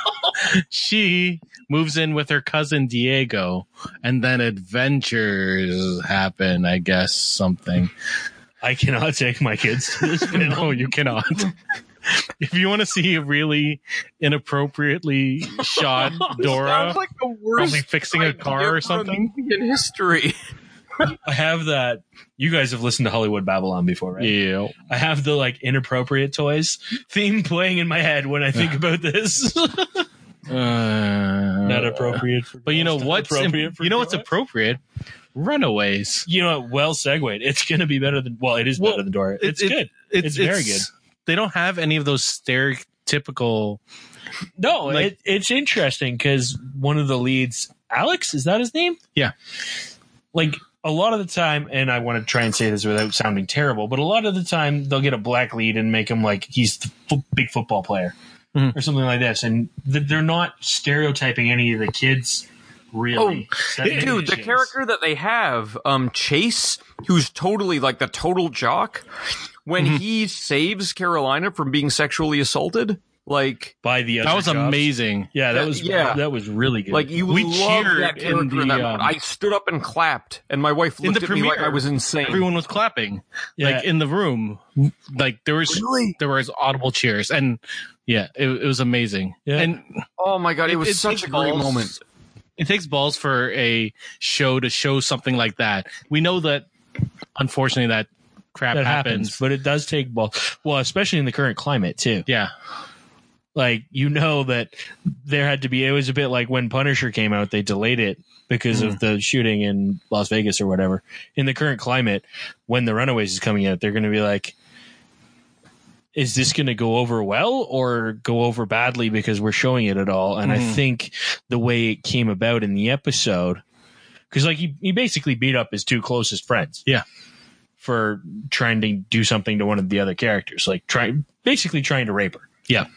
S4: she moves in with her cousin Diego, and then adventures happen. I guess something.
S5: I cannot take my kids to this film.
S4: No, you cannot. if you want to see a really inappropriately shot Dora
S3: Sounds like the worst.
S4: probably fixing a
S3: idea
S4: car or
S3: for a
S4: something.
S3: movie In history.
S5: I have that. You guys have listened to Hollywood Babylon before, right?
S4: Yeah.
S5: I have the like inappropriate toys theme playing in my head when I think about this.
S4: Uh,
S5: Not appropriate, for
S4: But you know
S5: girls, not
S4: what's
S5: appropriate for
S4: you know what's
S5: boys.
S4: appropriate? Runaways.
S5: you know what? Well, segued. It's going to be better than well, it is
S4: Well,
S5: better than Dora. It's
S4: it-
S5: good. It's very good.
S4: They don't have any of those stereotypical.
S5: No,
S4: Like-
S5: it, it's interesting because one of the leads, Alex, is that his name?
S4: Yeah.
S5: Like a lot of the time, and I want to try and say this without sounding terrible, but a lot of the time they'll get a black lead and make him like he's the fo- big football player
S4: Mhm.
S5: or something like this, and th- they're not stereotyping any of the kids really. That many
S3: Oh, Dude, the
S5: kids.
S3: character that they have, um, Chase, who's totally like the total jock, when he saves Carolina from being sexually assaulted, like,
S5: by the other
S4: That was
S5: jobs.
S4: amazing.
S5: Yeah, that was
S3: Yeah.
S5: that was really good.
S3: like you
S4: We
S3: love
S4: cheered
S3: that
S4: in
S3: character in,
S4: the,
S3: that
S4: um,
S3: moment. I stood up and clapped, and my wife
S4: in
S3: looked
S4: the
S3: at me like
S4: premiere,
S3: I was insane.
S4: Everyone was clapping,
S5: Yeah.
S4: like in the room. Like there was
S3: really?
S4: there was audible cheers, and yeah, it, it was amazing.
S5: Yeah.
S4: And
S3: Oh my god, it,
S4: It-
S3: was
S4: it
S3: such a
S4: takes
S3: great
S4: balls.
S3: moment.
S4: it takes balls for a show to show something like that. We know that, unfortunately, that crap
S5: that
S4: happens.
S5: happens, but it does take ball. Well, especially in the current climate too.
S4: Yeah,
S5: like you know that there had to be it was a bit like when punisher came out they delayed it because of the shooting in las vegas or whatever in the current climate when the runaways is coming out they're going to be like is this going to go over well or go over badly because we're showing it at all and i
S4: Mhm.
S5: think the way it came about in the episode because like he, he basically beat up his two closest friends
S4: Yeah.
S5: for trying to do something to one of the other characters like try basically trying to rape her
S4: yeah,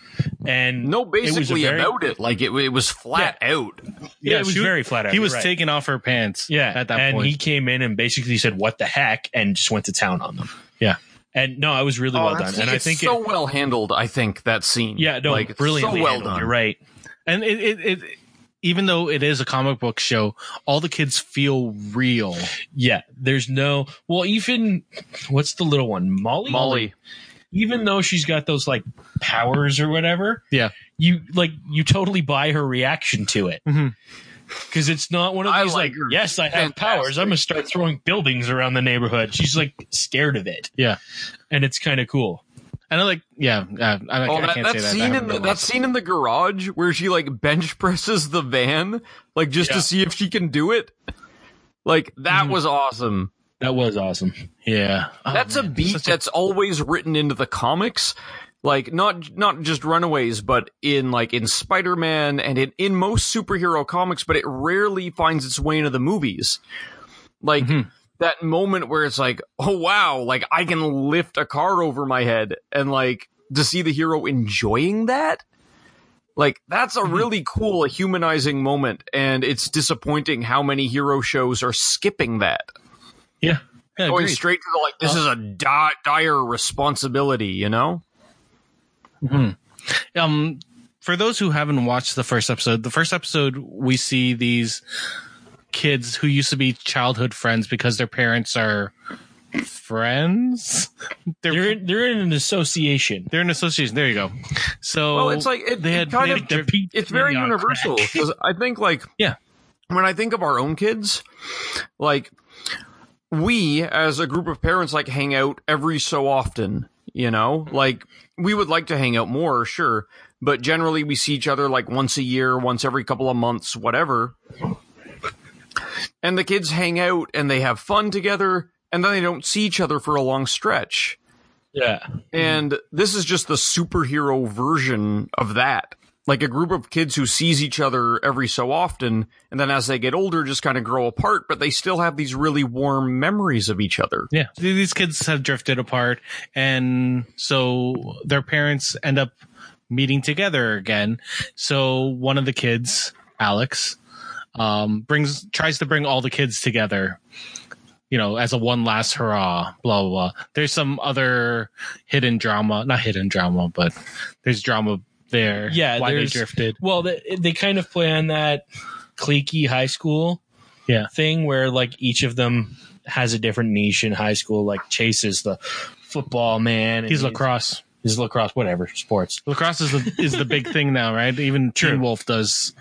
S5: and
S3: No,
S5: was a
S3: basically
S5: very-
S3: about it. Like it, it was flat out.
S5: Yeah, it was
S4: she-
S5: very flat out.
S4: He
S5: You're
S4: was
S5: right.
S4: taking off her pants.
S5: Yeah,
S4: at that
S5: and
S4: point.
S5: he came in and basically said, "What the heck?" and just went to town on them.
S4: Yeah.
S5: and no, it was really
S3: Oh,
S5: well
S3: that's-
S5: done, and I
S3: it's
S5: think
S3: so
S5: it,
S3: well handled. I think that scene.
S5: yeah, no,
S3: like it's
S5: brilliantly
S3: So well
S5: handled.
S3: done.
S5: You're right.
S4: and it, it, it even though it is a comic book show, all the kids feel real.
S5: Yeah, there's no well, even what's the little one, Molly?
S3: Molly.
S5: Even though she's got those like powers or whatever,
S4: Yeah,
S5: you like you totally buy her reaction to it
S4: Mhm.
S5: because it's not one of
S3: I
S5: these
S3: like
S5: like,
S3: her.
S5: yes, I have
S3: Fantastic.
S5: powers. I'm gonna start throwing buildings around the neighborhood. She's like scared of it,
S4: yeah,
S5: and it's kind of cool.
S4: and I like yeah. Uh, I,
S3: Oh,
S4: I
S3: that,
S4: can't
S3: that
S4: say that.
S3: scene
S4: I
S3: in the,
S4: haven't
S3: that
S4: watched
S3: scene in the garage where she like bench presses the van, like just
S5: Yeah.
S3: to see if she can do it. Like that was awesome.
S5: That was awesome.
S4: it. yeah. Oh,
S3: that's a
S4: man.
S3: beat
S4: Such
S3: that's always written into the comics. Like not not just Runaways, but in like in Spider Man and in, in most superhero comics, but it rarely finds its way into the movies. Like
S4: Mm-hmm.
S3: that moment where it's like, oh wow, like I can lift a car over my head and like to see the hero enjoying that. Like that's
S4: Mm-hmm.
S3: a really cool humanizing moment, and it's disappointing how many hero shows are skipping that
S4: yeah. Yeah,
S3: going
S4: agreed. Uh-huh.
S3: straight to the like this is a di- dire responsibility you know
S4: um for those who haven't watched the first episode the first episode we see these kids who used to be childhood friends because their parents are friends. They're
S5: They're
S4: they're,
S5: in, they're in an association.
S4: an association. There you go. So
S3: Well, it's like it,
S4: they
S3: it
S4: had-
S3: kind
S4: they
S3: of
S4: had their peak
S3: it's very
S4: maybe on
S3: universal
S4: crack.
S3: 'cause I think like
S4: Yeah.
S3: when I think of our own kids, like we as a group of parents like hang out every so often, you know? Like we would like to hang out more, sure, but generally we see each other like once a year, once every couple of months, whatever. And the kids hang out and they have fun together and then they don't see each other for a long stretch.
S5: Yeah.
S3: And this is just the superhero version of that. Like a group of kids who sees each other every so often, and then as they get older, just kind of grow apart, but they still have these really warm memories of each other.
S4: Yeah, Th- these kids have drifted apart, and so their parents end up meeting together again. So one of the kids, Alex, um, brings tries to bring all the kids together. You know, as a one last hurrah, blah blah. blah. There's some other hidden drama, not hidden drama, but there's drama there.
S5: Yeah,
S4: why they
S5: there's-
S4: drifted.
S5: Well, they, they kind of play on that cliquey high school
S4: Yeah.
S5: thing where like each of them has a different niche in high school. Like Chase is the football man. and
S4: He's lacrosse.
S5: He's lacrosse, whatever sports.
S4: Lacrosse is the is the big thing now, right? Even Teen Wolf does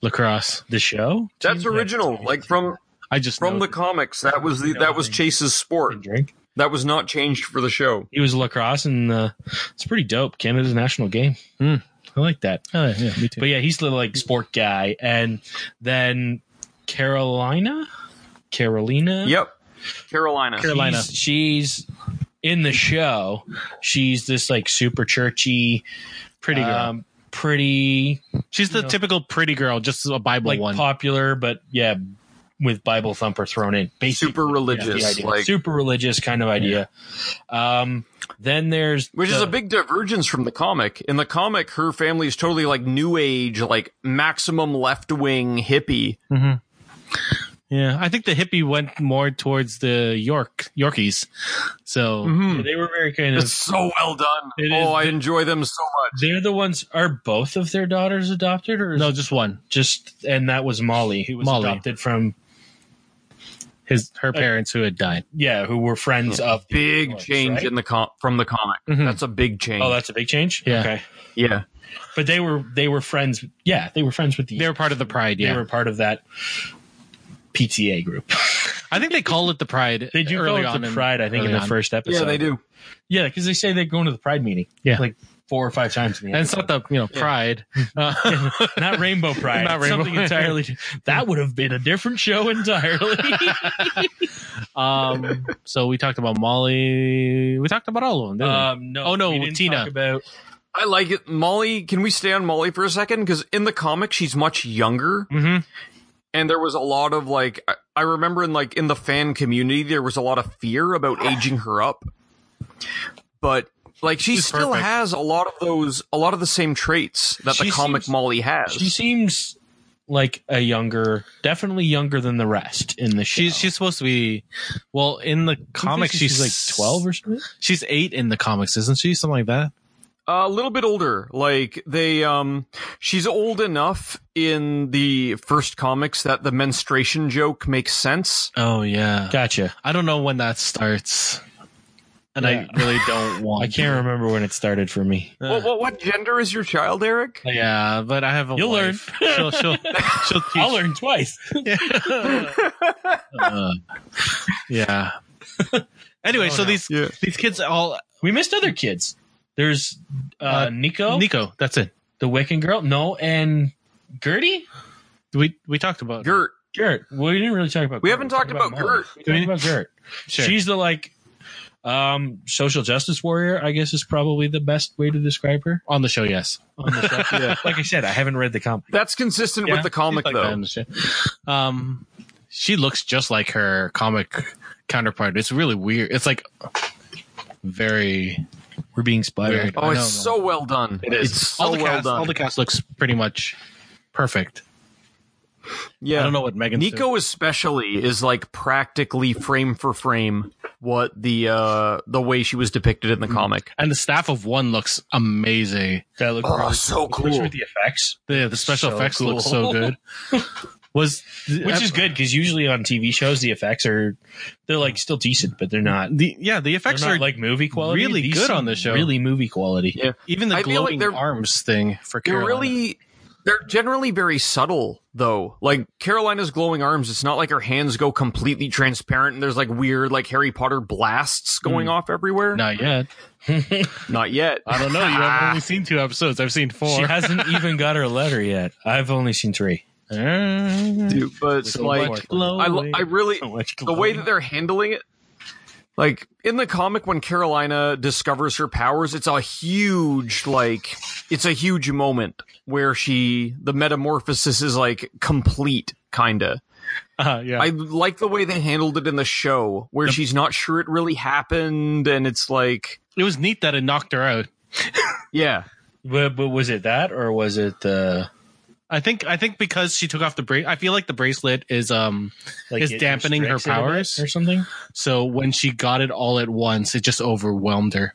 S4: lacrosse.
S5: The show.
S3: That's original. Like from
S4: I just
S3: from
S4: know-
S3: the comics, that was the that was Chase's sport.
S5: Drink.
S3: That was not changed for the show.
S5: He was lacrosse, and uh, it's pretty dope. Canada's national game. I like that.
S4: Hmm. Oh, yeah, me too.
S5: But yeah, he's the like sport guy, and then Carolina, Carolina,
S3: Yep. Carolina.
S4: Carolina.
S5: She's, she's in the show. She's this like super churchy,
S4: pretty girl.
S5: um, pretty
S4: She's the
S5: know.
S4: typical pretty girl, just a Bible
S5: like
S4: one.
S5: popular, but yeah, with Bible thumper thrown in. Basically,
S3: Super
S5: the
S3: religious.
S5: idea.
S3: like
S5: super religious kind of idea. Um, then there's
S3: Which is
S5: the-
S3: a big divergence from the comic. In the comic, her family is totally like new age, like maximum left wing hippie.
S4: Yeah, I think the hippie went more towards the York Yorkies. So
S5: They were very kind of.
S3: It's so well done.
S5: It
S3: oh,
S5: is-
S3: I enjoy them so much.
S5: They're the ones. Are both of their daughters adopted, or is
S4: no, just one.
S5: just and that was Molly, who was
S4: Molly.
S5: adopted from
S4: His her parents who had died.
S5: yeah, who were friends of. the
S3: Big
S5: Lawrence,
S3: change
S5: right?
S3: in the com- from the comic.
S4: Mhm.
S3: That's a big change.
S5: Oh, that's a big change.
S4: Yeah.
S5: Okay,
S3: yeah.
S5: but they were they were friends. Yeah, they were friends with the.
S4: They were part of the Pride.
S5: they
S4: Yeah,
S5: were part of that PTA group.
S4: I think they call it the Pride.
S5: They do
S4: early
S5: go
S4: on
S5: to the
S4: in-
S5: Pride, I think, in
S4: early
S5: the
S4: on.
S5: first episode.
S3: Yeah, they do.
S5: Yeah, because they say they're going to the Pride meeting.
S4: Yeah.
S5: like four or five times. In the
S4: And it's not the you know Pride. Uh,
S5: not Rainbow Pride.
S4: Not Rainbow.
S5: Something entirely. di- That would have been a different show entirely.
S4: um, so we talked about Molly. We talked about all of them. Didn't we?
S5: um, no.
S4: Oh, no,
S5: we didn't
S4: Tina.
S5: talk about
S3: I like it. Molly, can we stay on Molly for a second? Because in the comic, she's much younger.
S4: Mhm.
S3: And there was a lot of like, I- I remember in like in the fan community, there was a lot of fear about aging her up. But like, she
S4: She's
S3: still
S4: perfect.
S3: has a lot of those, a lot of the same traits that
S5: She
S3: the comic
S5: seems-
S3: Molly has.
S5: She seems like a younger, definitely younger than the rest in the show.
S4: She's she's supposed to be, well, in the comics she's,
S5: like twelve or something.
S4: She's eight in the comics, isn't she? Something like that.
S3: a little bit older. Like they, um, she's old enough in the first comics that the menstruation joke makes sense.
S4: Oh yeah.
S5: Gotcha.
S4: I don't know when that starts. And
S5: Yeah.
S4: I really don't want
S5: I can't remember when it started for me.
S3: What, what, what gender is your child, Eric?
S4: Yeah, but I have a
S5: You'll
S4: wife.
S5: learn.
S4: She'll she'll she'll teach.
S5: I'll learn twice.
S4: Uh, yeah. Oh, Anyway, so these
S3: Yeah.
S4: these kids all
S5: We missed other kids. There's uh,
S4: Uh,
S5: Nico,
S4: Nico, that's it.
S5: the Wiccan girl. No, and Gertie.
S4: We we talked about her.
S3: Gert.
S5: Gert. Well, we didn't really talk about.
S3: We
S5: Gert.
S3: haven't talked about
S5: Molly.
S3: Gert.
S5: We talked about Gert.
S4: Sure.
S5: She's the like um social justice warrior. I guess is probably the best way to describe her.
S4: on the show, yes.
S5: On the show. Like I said, I haven't read the comic.
S3: That's consistent
S4: Yeah,
S3: with the comic,
S4: she's like that
S3: though.
S4: on the show. Um she looks just like her comic counterpart. It's really weird. It's like very
S5: We're being spied.
S4: weird.
S3: Oh,
S4: I
S3: it's
S4: know.
S3: so well done. It
S4: is.
S3: It's so
S4: all the
S3: well
S4: cast,
S3: done.
S4: all the cast looks pretty much perfect.
S3: yeah.
S4: I don't know what Megan.
S3: Nico especially is like practically frame for frame what the uh the way she was depicted in
S4: Mm.
S3: the comic.
S4: and the staff of one looks amazing.
S5: That looked
S3: Oh, so cool.
S5: Especially with the effects.
S4: The the special
S5: So
S4: effects
S5: cool.
S4: look so good. was
S5: which is good because usually on TV shows the effects are they're like still decent, but they're not.
S4: the yeah the
S5: They're
S4: effects
S5: not
S4: are
S5: like movie quality.
S4: really
S5: These
S4: good
S5: seem
S4: on the show.
S5: Really movie quality.
S3: Yeah.
S4: even the
S3: I feel like
S4: glowing
S3: they're-
S4: arms thing for
S3: They're
S4: Carolina.
S3: really they're generally very subtle though. Like Carolina's glowing arms, it's not like her hands go completely transparent and there's like weird like Harry Potter blasts going off everywhere.
S4: not yet.
S3: Not yet. Ah,
S4: I don't know. You have only seen two episodes. I've seen four.
S5: She hasn't even got her letter yet. I've only seen three.
S3: do, but
S5: So
S3: like
S5: much
S3: I, lo- I really
S5: Oh,
S3: the way that they're handling it like in the comic when carolina discovers her powers it's a huge like it's a huge moment where she the metamorphosis is like complete kinda
S4: Uh, yeah.
S3: i like the way they handled it in the show where she's not sure it really happened and it's like
S4: it was neat that it knocked her out.
S3: yeah
S5: But, but was it that or was it the
S4: I think I think because she took off the brace, I feel like the bracelet is um
S5: like
S4: Is
S5: it
S4: dampening her
S5: restricts it a bit
S4: powers?
S5: or something?
S4: so when she got it all at once, it just overwhelmed her.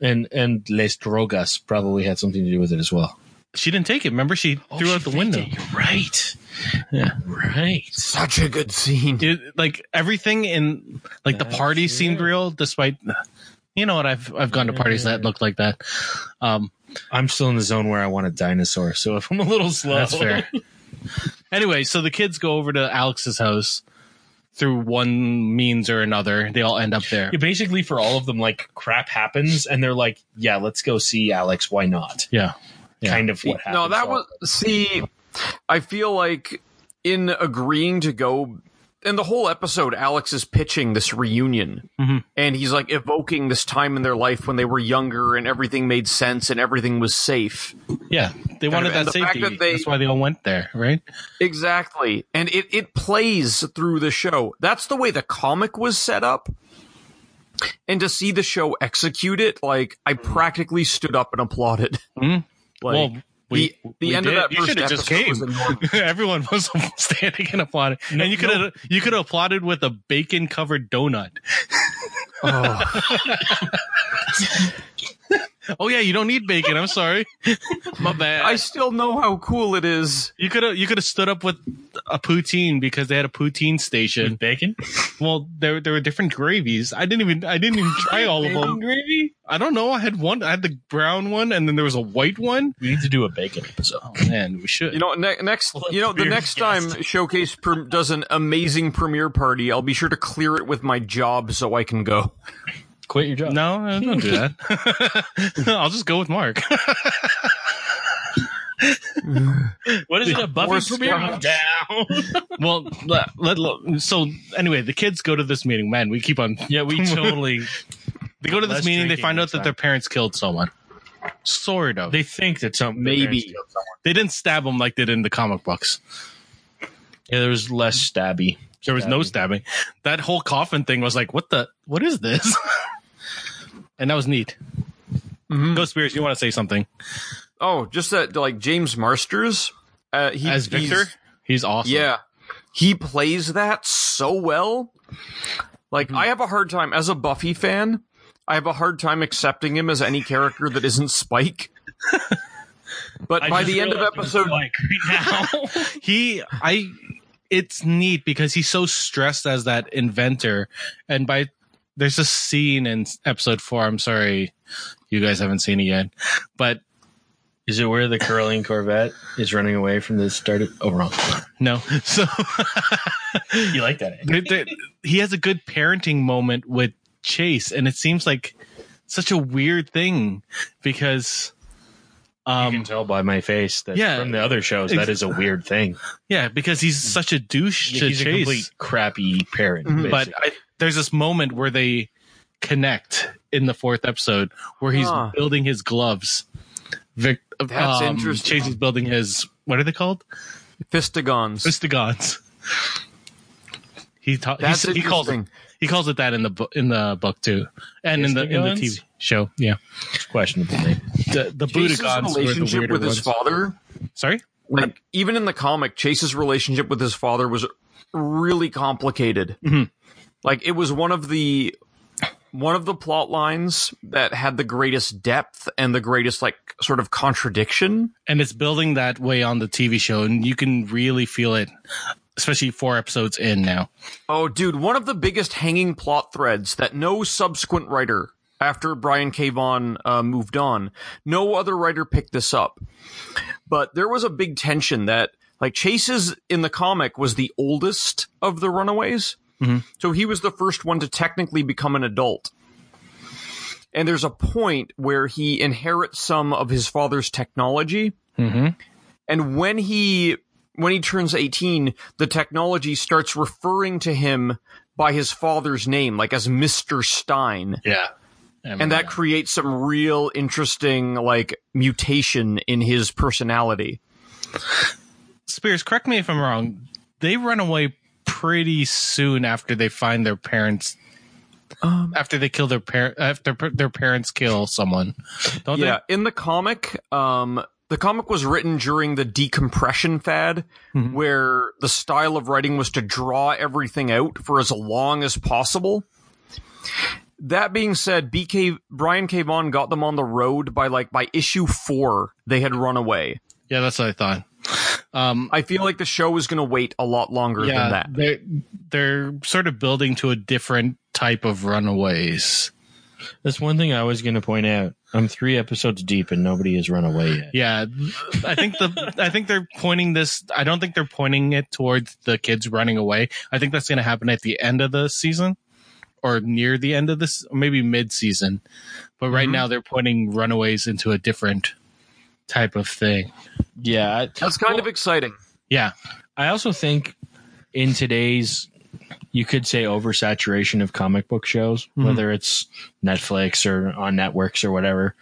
S5: And and Les Drogas probably had something to do with it as well.
S4: She didn't take it. Remember, she
S3: Oh,
S4: threw
S5: Oh, she
S4: out the
S5: faked
S4: window.
S5: it. You're right.
S4: Yeah.
S5: Right.
S3: such a good scene
S4: It- like everything in like the
S5: That's
S4: party seemed
S5: right.
S4: real, despite you know what I've I've gone to parties that looked like that. Um,
S5: I'm still in the zone where I want a dinosaur, so if I'm a little slow,
S4: That's fair. anyway, so the kids go over to Alex's house through one means or another. They all end up there.
S5: Yeah, basically, for all of them, like crap happens, and they're like, "Yeah, let's go see Alex. Why not?"
S4: Yeah. Yeah.
S5: Kind of what happened.
S3: No, that was see. I feel like in agreeing to go in the whole episode, Alex is pitching this reunion,
S5: Mm-hmm.
S4: Mhm.
S3: and he's like evoking this time in their life when they were younger and everything made sense and everything was safe.
S4: Yeah, they wanted
S3: and
S4: that
S3: the fact
S4: safety.
S3: that they-
S4: That's why they all went there, right?
S3: Exactly, and it it plays through the show. That's the way the comic was set up. And to see the show execute it, like I practically stood up and applauded.
S4: Mhm.
S3: Like
S4: Mm. well, we,
S3: the,
S4: we
S3: the end
S4: did.
S3: of that
S4: you
S3: first
S4: should have
S3: episode
S4: just came.
S3: was enormous.
S4: Everyone was standing and applauding, and you could have you could have applauded with a bacon covered donut.
S3: Oh.
S4: Oh yeah, you don't need bacon. I'm sorry, my bad.
S3: I still know how cool it is.
S4: you could have you could have stood up with a poutine because they had a poutine station.
S5: bacon,
S4: Well, there there were different gravies. I didn't even I didn't even try all of them.
S5: gravy.
S4: I don't know. I had one. I had the brown one, and then there was a white one.
S5: We need to do a bacon episode.
S4: Oh man, we should.
S3: You know, ne- next, you know, the
S5: Weird
S3: next
S5: guest.
S3: time Showcase pre- does an amazing premiere party, I'll be sure to clear it with my job so I can go.
S5: Quit your job.
S4: No, uh, don't do that. I'll just go with Mark.
S5: What is it? A Buffy
S3: Worst
S5: premiere?
S3: job.
S5: I'm down.
S4: well, let, let, let- so anyway, the kids go to this meeting. Man, we keep on.
S5: yeah, we totally.
S4: They go to this
S5: Less
S4: meeting. They
S5: drinking
S4: find out
S5: next
S4: that their parents killed someone. Sort of. They,
S5: They think that something
S3: Maybe.
S4: they didn't stab them like they did in the comic books.
S5: Yeah, there was less stabby.
S4: There was no stabbing. That whole coffin thing was like, what the? What is this? and that was neat.
S3: Mm-hmm.
S4: Ghost Spears, you want to say something?
S3: Oh, just that, like, James Marsters. Uh, he,
S4: As Victor,
S3: he's-
S4: he's awesome.
S3: Yeah. He plays that so well. Like,
S4: Hmm.
S3: I have a hard time, as a Buffy fan, I have a hard time accepting him as any character that isn't Spike. But
S5: I
S3: by
S5: just
S3: the end of
S5: realized it was
S3: episode
S5: like right now.
S4: he i it's neat because he's so stressed as that inventor and by there's a scene in episode four i'm sorry you guys haven't seen it yet but
S5: is it where the curling Corvette is running away from the start? Of, oh, wrong.
S4: no so
S5: You like that? eh?
S4: it- it- he has a good parenting moment with chase and it seems like such a weird thing because
S5: You
S4: um
S5: can tell by my face that
S4: Yeah.
S5: from the other shows that
S4: Ex-
S5: is a weird thing.
S4: yeah because he's such a douche to
S5: He's a
S4: chase
S5: complete crappy parent.
S4: but
S3: Mm-hmm.
S5: basically.
S4: I, there's this moment where they connect in the fourth episode where he's
S3: Huh.
S4: building his gloves. Vic,
S3: That's
S4: um,
S3: interesting.
S4: Chase is building his what are they called?
S3: Fistigons.
S4: Fistigons. He ta- he,
S3: That's
S4: s- he calls it,
S3: interesting.
S4: he calls it that in the bu- in the book too, and in the in the
S5: Fistigons?
S4: TV show. Yeah,
S5: it's questionable. Name.
S4: the the
S3: Chase's
S4: Budagons were the
S3: relationship
S4: weirder
S3: with his
S4: ones.
S3: father
S4: Sorry,
S3: like even in the comic chase's relationship with his father was really complicated like it was one of the one of the plot lines that had the greatest depth and the greatest like sort of contradiction.
S4: and it's building that way on the TV show, and you can really feel it, especially four episodes in now.
S3: Oh, dude, one of the biggest hanging plot threads that no subsequent writer after Brian K. Vaughan uh, moved on, no other writer picked this up. But there was a big tension that like Chase's in the comic was the oldest of the Runaways, so he was the first one to technically become an adult. And there's a point where he inherits some of his father's technology.
S4: Mm-hmm.
S3: and when he when he turns 18 the technology starts referring to him by his father's name like as mr stein
S4: Yeah.
S3: and that creates some real interesting like mutation in his personality
S4: Spears, correct me if I'm wrong. They run away pretty soon after they find their parents.
S3: Um,
S4: after they kill their parent, after per- their parents kill someone, don't
S3: yeah in the comic um the comic was written during the decompression fad where the style of writing was to draw everything out for as long as possible that being said, BK Brian K. Vaughan got them on the road by like by issue four, they had run away.
S4: they? Yeah, that's what I thought. Um,
S3: I feel like the show is going to wait a lot longer
S4: yeah,
S3: than that.
S4: they're they're sort of building to a different type of runaways.
S5: That's one thing I was going to point out. I'm three episodes deep and nobody has run away yet.
S4: Yeah, I think the I think they're pointing this. I don't think they're pointing it towards the kids running away. I think that's going to happen at the end of the season, or near the end of this, or maybe mid season. But right now they're pointing runaways into a different type of thing.
S5: Yeah, I-
S3: That's kind of exciting.
S4: Yeah,
S5: I also think in today's you could say oversaturation of comic book shows, whether it's Netflix or on networks or whatever.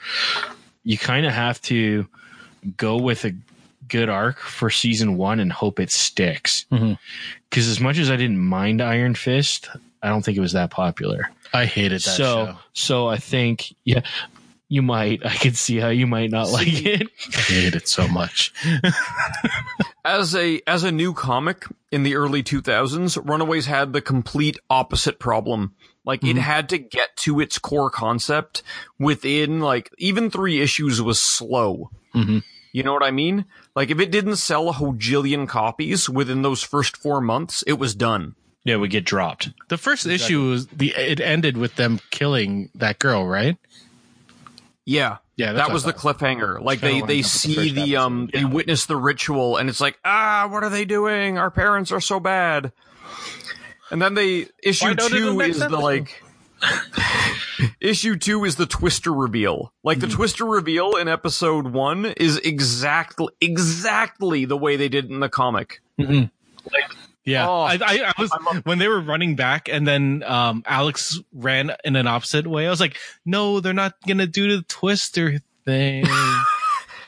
S5: You kind of have to go with a good arc for season one and hope it sticks. Because
S4: Mhm.
S5: as much as I didn't mind Iron Fist, I don't think it was that popular.
S4: I hated that
S5: So,
S4: show.
S5: so I think yeah, you might. I could see how you might not like it.
S4: I hated it so much.
S3: As a as a new comic in the early 2000s, Runaways had the complete opposite problem. Like it had to get to its core concept within like even 3 issues was slow.
S4: Mhm.
S3: You know what I mean? Like if it didn't sell a hojillion copies within those first 4 months, it was done.
S5: Yeah, we get dropped.
S4: The first issue was the it ended with them killing that girl, right?
S3: Yeah.
S4: Yeah, that's
S3: that was the
S4: what
S3: cliffhanger. Like
S5: kinda
S3: they
S5: what
S3: they
S5: happened with the
S3: see
S5: first
S3: the um they witness the ritual and it's like, "Ah, what are they doing? Our parents are so bad." And then they issue
S4: don't it
S3: 2
S4: make
S3: is
S4: sense?
S3: the like Issue 2 is the twister reveal. Like
S4: Hmm.
S3: the twister reveal in episode 1 is exactly exactly the way they did in the comic.
S4: Yeah,
S3: Oh,
S4: I, I, I was when they were running back, and then um, Alex ran in an opposite way. I was like, "No, they're not gonna do the twister thing."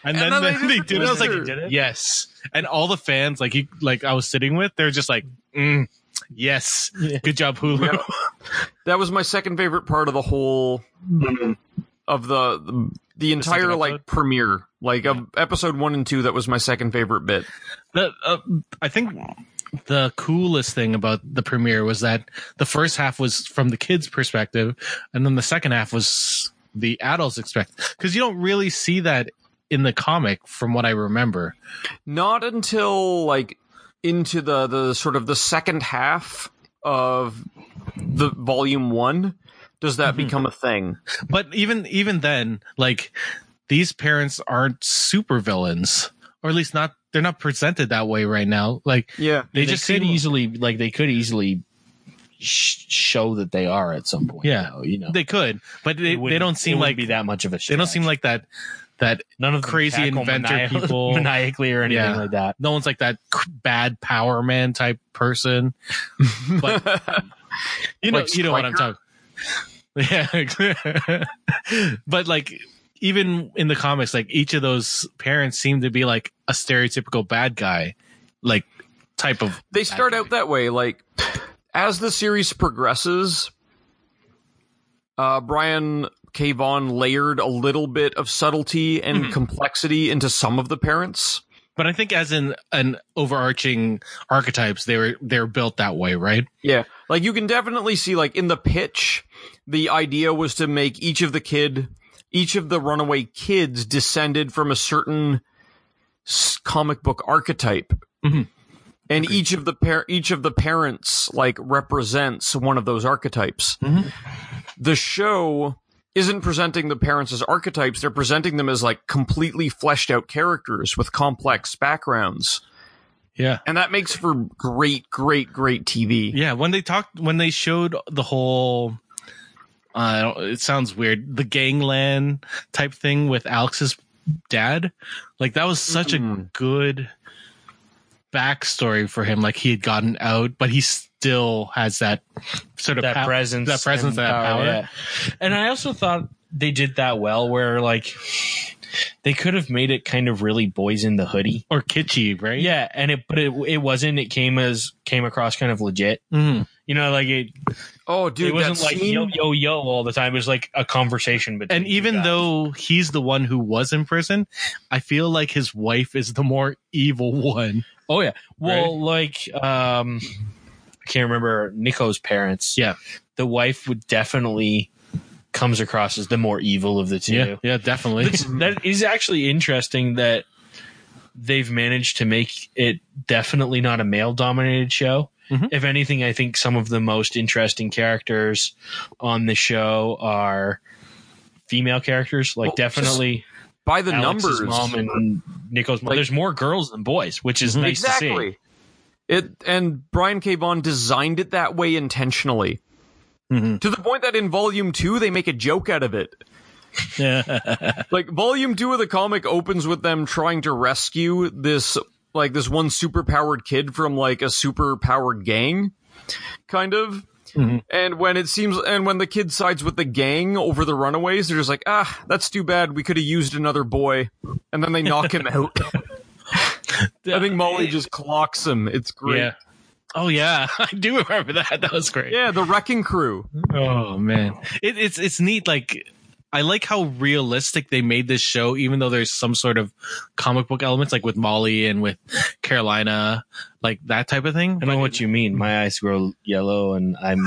S4: And, then,
S3: then they
S4: they, they
S3: did the
S4: did it. I was like,
S3: twister. They did
S4: "Yes!" And all the fans, like, you, like I was sitting with, they're just like, mm, "Yes, good job, Hulu."
S3: That was my second favorite part of the whole of the the,
S4: Hmm.
S3: entire
S4: second
S3: like
S4: episode?
S3: premiere. Like of episode 1 and 2 that was my second favorite bit.
S4: the, uh, I think the coolest thing about the premiere was that the first half was from the kids' perspective, and then the second half was the adults' expect because you don't really see that in the comic, from what I remember.
S3: not until like into the the sort of the second half of the volume one does that become a thing
S4: But even even then, like these parents aren't super villains, or at least not they're not presented that way right now. Like
S3: yeah
S5: They,
S4: they, just
S5: could
S4: seem
S5: easily like they could easily sh- show that they are at some point.
S4: Yeah.
S5: though, you know
S4: they could, but they,
S5: It wouldn't-
S4: they don't
S5: it
S4: seem
S5: wouldn't
S4: like
S5: be that much of a. Stretch.
S4: they don't seem like that that
S5: none of them
S4: crazy
S5: tackle
S4: inventor
S5: maniac-
S4: people.
S5: maniacally or anything
S4: Yeah.
S5: like that.
S4: no one's like that c- bad power man type person. But you know,
S3: Like
S4: you know what I'm
S3: Stryker?
S4: talking. Yeah, but like even in the comics, like each of those parents seem to be like a stereotypical bad guy, like type of
S3: they start out that way like as the series progresses uh brian k Vaughan layered a little bit of subtlety and complexity into some of the parents
S4: But I think as in an overarching archetypes, they were they're built that way, right?
S3: yeah like you can definitely see like in the pitch the idea was to make each of the kid, each of the runaway kids descended from a certain s- comic book archetype. And each of the par- each of the parents like represents one of those archetypes. The show isn't presenting the parents as archetypes; they're presenting them as like completely fleshed out characters with complex backgrounds,
S4: Yeah.
S3: and that makes for great, great, great TV.
S4: Yeah, when they talked, when they showed the whole, uh, I don't- it sounds weird, the gangland type thing with Alex's dad, like that was such
S5: Mm-hmm.
S4: a good backstory for him. Like he had gotten out, but he still has that sort of
S5: that
S4: pow-
S5: presence,
S4: that presence,
S5: and
S4: that power.
S5: yeah. And I also thought they did that well, where like they could have made it kind of really boys in the hoodie.
S4: or kitschy, right?
S5: Yeah, and it but it it wasn't. It came as came across kind of legit.
S4: Mhm.
S5: You know, like it
S3: Oh, dude,
S5: it wasn't
S3: that
S5: like
S3: scene-
S5: yo yo yo all the time. It was like a conversation between.
S4: And
S5: you
S4: even
S5: guys.
S4: though he's the one who was in prison, I feel like his wife is the more evil one.
S5: oh yeah, well, like um, I can't remember Nico's parents.
S4: Yeah.
S5: the wife would definitely comes across as the more evil of the two.
S4: yeah, definitely.
S5: That's, that is actually interesting that they've managed to make it definitely not a male dominated show.
S4: Mhm.
S5: If anything, I think some of the most interesting characters on the show are female characters. Like
S3: Well, just
S5: definitely
S3: by the
S5: Alex's
S3: numbers,
S5: mom and Nico's mom.
S3: Like-
S5: There's more girls than boys, which is nice to see.
S3: exactly. It and Brian K. Vaughan designed it that way intentionally.
S5: Mm-hmm.
S3: To the point that in volume two they make a joke out of it. like volume two of the comic opens with them trying to rescue this like this one superpowered kid from like a superpowered gang, kind of.
S5: Mm-hmm.
S3: And when it seems, and when the kid sides with the gang over the runaways, they're just like, ah, that's too bad. We could have used another boy. And then they knock him out. I think Molly just clocks him. It's great.
S4: Yeah.
S3: Yeah,
S4: Oh yeah, I do remember that. That was great.
S3: the wrecking crew.
S4: Oh man, it, it's it's neat. Like I like how realistic they made this show, even though there's some sort of comic book elements, like with Molly and with Carolina, like that type of thing.
S5: I know what you mean. My eyes grow yellow, and I'm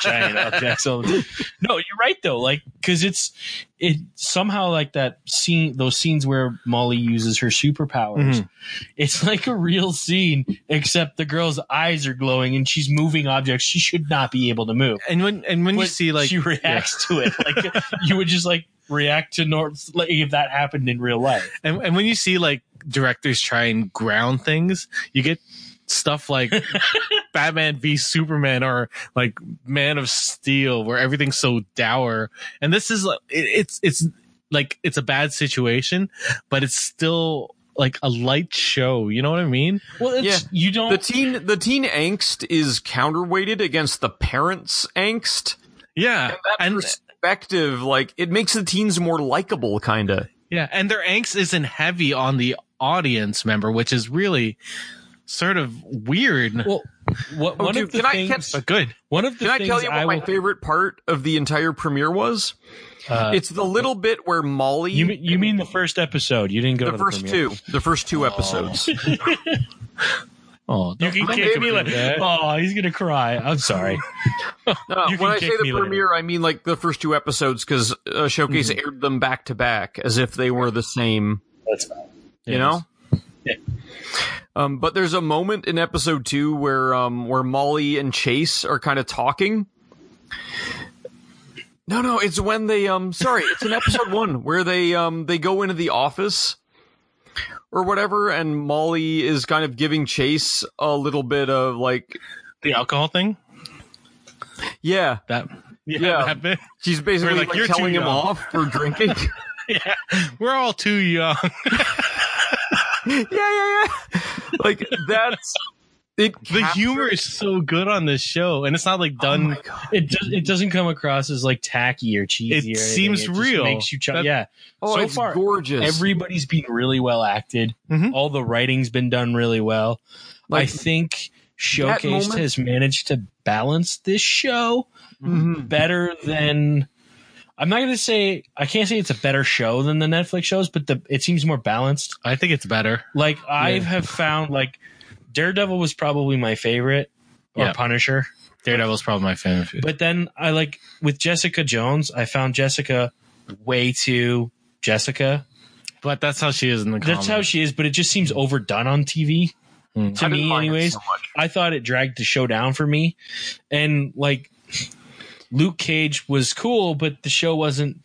S5: giant objects. all the time. No, you're right though. Like, because it's it somehow like that scene, those scenes where Molly uses her
S4: Mm-hmm.
S5: superpowers. It's like a real scene, except the girl's eyes are glowing and she's moving objects she should not be able to move.
S4: And when and when you
S5: But
S4: see like
S5: she reacts to it, like you would just like react to nor like if that happened in real life.
S4: and, and when you see like directors try and ground things, you get stuff like Batman v Superman or like Man of Steel, where everything's so dour. And this is like it, it's it's like it's a bad situation, but it's still like a light show. You know what I mean?
S5: Well, it's,
S3: Yeah.
S5: you don't.
S3: The teen, the teen angst is counterweighted against the parents' angst.
S4: Yeah,
S3: That
S4: and
S3: perspective, like, it makes the teens more likable, kinda.
S4: yeah, and their angst isn't heavy on the audience member, which is really sort of weird.
S5: well, what,
S3: Oh,
S5: one
S3: dude,
S5: of the
S3: can I
S5: things.
S3: catch-
S4: but good.
S5: One of the
S3: Can I
S5: things
S3: tell you what my
S5: will-
S3: favorite part of the entire premiere was?
S5: Uh,
S3: it's the little bit where Molly.
S5: You mean, you mean the first episode? You didn't go
S3: the
S5: to
S3: first
S5: the premiere.
S3: two, the first two episodes.
S5: Oh, you can
S3: don't
S5: kick
S3: make
S5: me
S3: me
S5: like,
S4: that.
S5: oh, he's gonna cry. I'm sorry.
S3: No,
S5: You can
S3: when I say
S5: kick
S3: the
S5: me later. Mm-hmm.
S3: premiere, I mean like the first two episodes because uh, Showcase aired them back to back as if they were the same.
S5: That's fine.
S3: you know. Um, but there's a moment in episode two where um, where Molly and Chase are kind of talking. No, no, it's when they um, sorry, it's in episode one where they um, they go into the office or whatever, and Molly is kind of giving Chase a little bit of like,
S4: The alcohol thing
S3: yeah,
S4: that yeah,
S3: Yeah.
S4: that bit.
S3: she's basically
S4: We're like,
S3: like,
S4: "You're too
S3: telling him
S4: young."
S3: off for drinking.
S4: We're all too young.
S3: yeah, yeah, yeah. Like that's it.
S4: The
S3: captures-
S4: humor is so good on this show, and it's not like
S3: Oh
S4: done.
S3: my God.
S5: It does, it doesn't come across as like tacky or cheesy. or anything.
S4: seems
S5: It just
S4: real.
S5: Makes you ch-
S4: That-
S5: yeah.
S3: Oh,
S5: So
S3: it's
S5: far,
S3: gorgeous.
S5: Everybody's been really well acted.
S4: Mhm.
S5: All the writing's been done really well. I
S3: Like-
S5: think Showcase
S3: moment-
S5: has managed to balance this show
S3: Mhm.
S5: better than I'm not going to say I can't say it's a better show than the Netflix shows, but the it seems more balanced.
S4: I think it's better.
S5: Like I have found like Daredevil was probably my favorite or
S4: Yeah.
S5: Punisher. Daredevil's probably my favorite. But then I like with Jessica Jones, I found Jessica way too Jessica.
S4: But that's how she is in the comic.
S5: That's how she is, but it just seems overdone on TV.
S4: Mm.
S5: To me, anyways. I thought it dragged the show down for me. And like Luke Cage was cool, but the show wasn't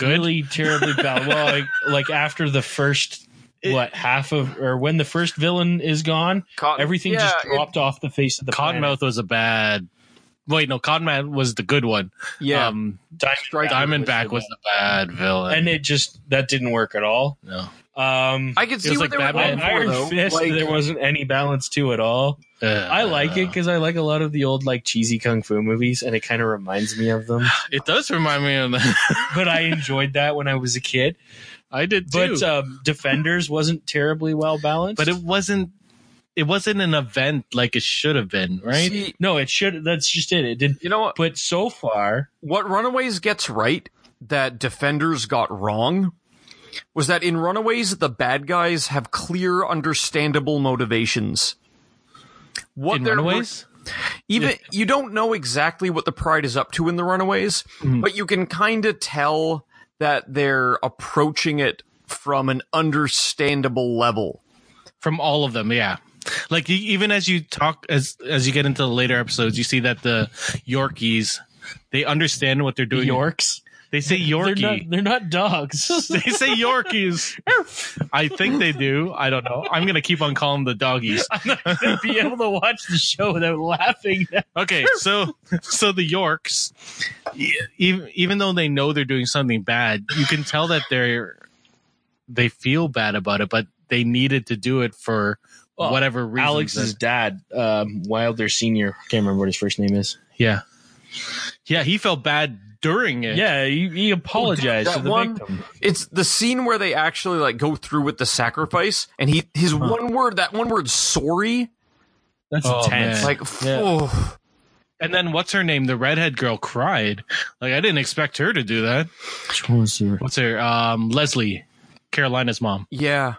S5: really terribly bad. Well, like, like after the first what half of or when the first villain is gone,
S3: Cotton-
S5: everything
S3: yeah,
S5: just
S3: it-
S5: dropped off the face of the planet.
S4: Cottonmouth was a bad. Wait, no, Cottonmouth was the good one.
S3: yeah.
S4: Um,
S3: Strike-
S4: Diamondback was the bad villain.
S5: and it just that didn't work at all.
S4: No.
S5: Um,
S3: I could see
S4: was like
S3: what they were
S4: Batman
S3: going
S5: and
S3: for,
S5: Iron
S3: though.
S5: Fist,
S3: Like,
S5: there wasn't any balance to it all.
S4: Uh,
S5: I like it because I like a lot of the old like cheesy kung fu movies, and it kind of reminds me of them.
S4: It does remind me of that.
S5: but I enjoyed that when I was a kid.
S4: I did too.
S5: But um, Defenders wasn't terribly well balanced.
S4: uh, but it wasn't. It wasn't an event like it should have been, right?
S3: see,
S5: no, it should. That's just it. It did.
S3: you know what?
S5: But so far,
S3: What Runaways gets right that Defenders got wrong was that in Runaways the bad guys have clear, understandable motivations. What
S4: in
S3: they're-
S4: Runaways,
S3: even you don't know exactly what the pride is up to in the runaways
S5: Mm-hmm.
S3: but you can kind of tell that they're approaching it from an understandable level
S4: from all of them, yeah. Like e- even as you talk, as as you get into the later episodes, you see that the Yorkies, they understand what they're doing.
S5: Yorks.
S4: They say
S5: They're
S4: Yorkie.
S5: not, they're not dogs.
S4: they say Yorkies. I think they do. I don't know. I'm gonna keep on calling them the doggies.
S5: to be able to watch the show without laughing.
S4: Okay, so so the Yorks, e- even even though they know they're doing something bad, you can tell that they're they feel bad about it, but they needed to do it for
S5: Well,
S4: whatever reason.
S5: Alex's dad, um, Wilder Senior, can't remember what his first name is.
S4: yeah, yeah, he felt bad during it.
S5: Yeah, he, he apologized
S3: that
S5: to the
S3: one-
S5: victim.
S3: it's the scene where they actually like go through with the sacrifice and he his one word that one word sorry
S5: That's
S4: Oh,
S5: intense.
S4: man.
S3: like
S5: Yeah.
S3: oh.
S4: and then what's her name? The redhead girl cried. Like I didn't expect her to do that. What's her? Um, Leslie, Carolina's mom,
S3: yeah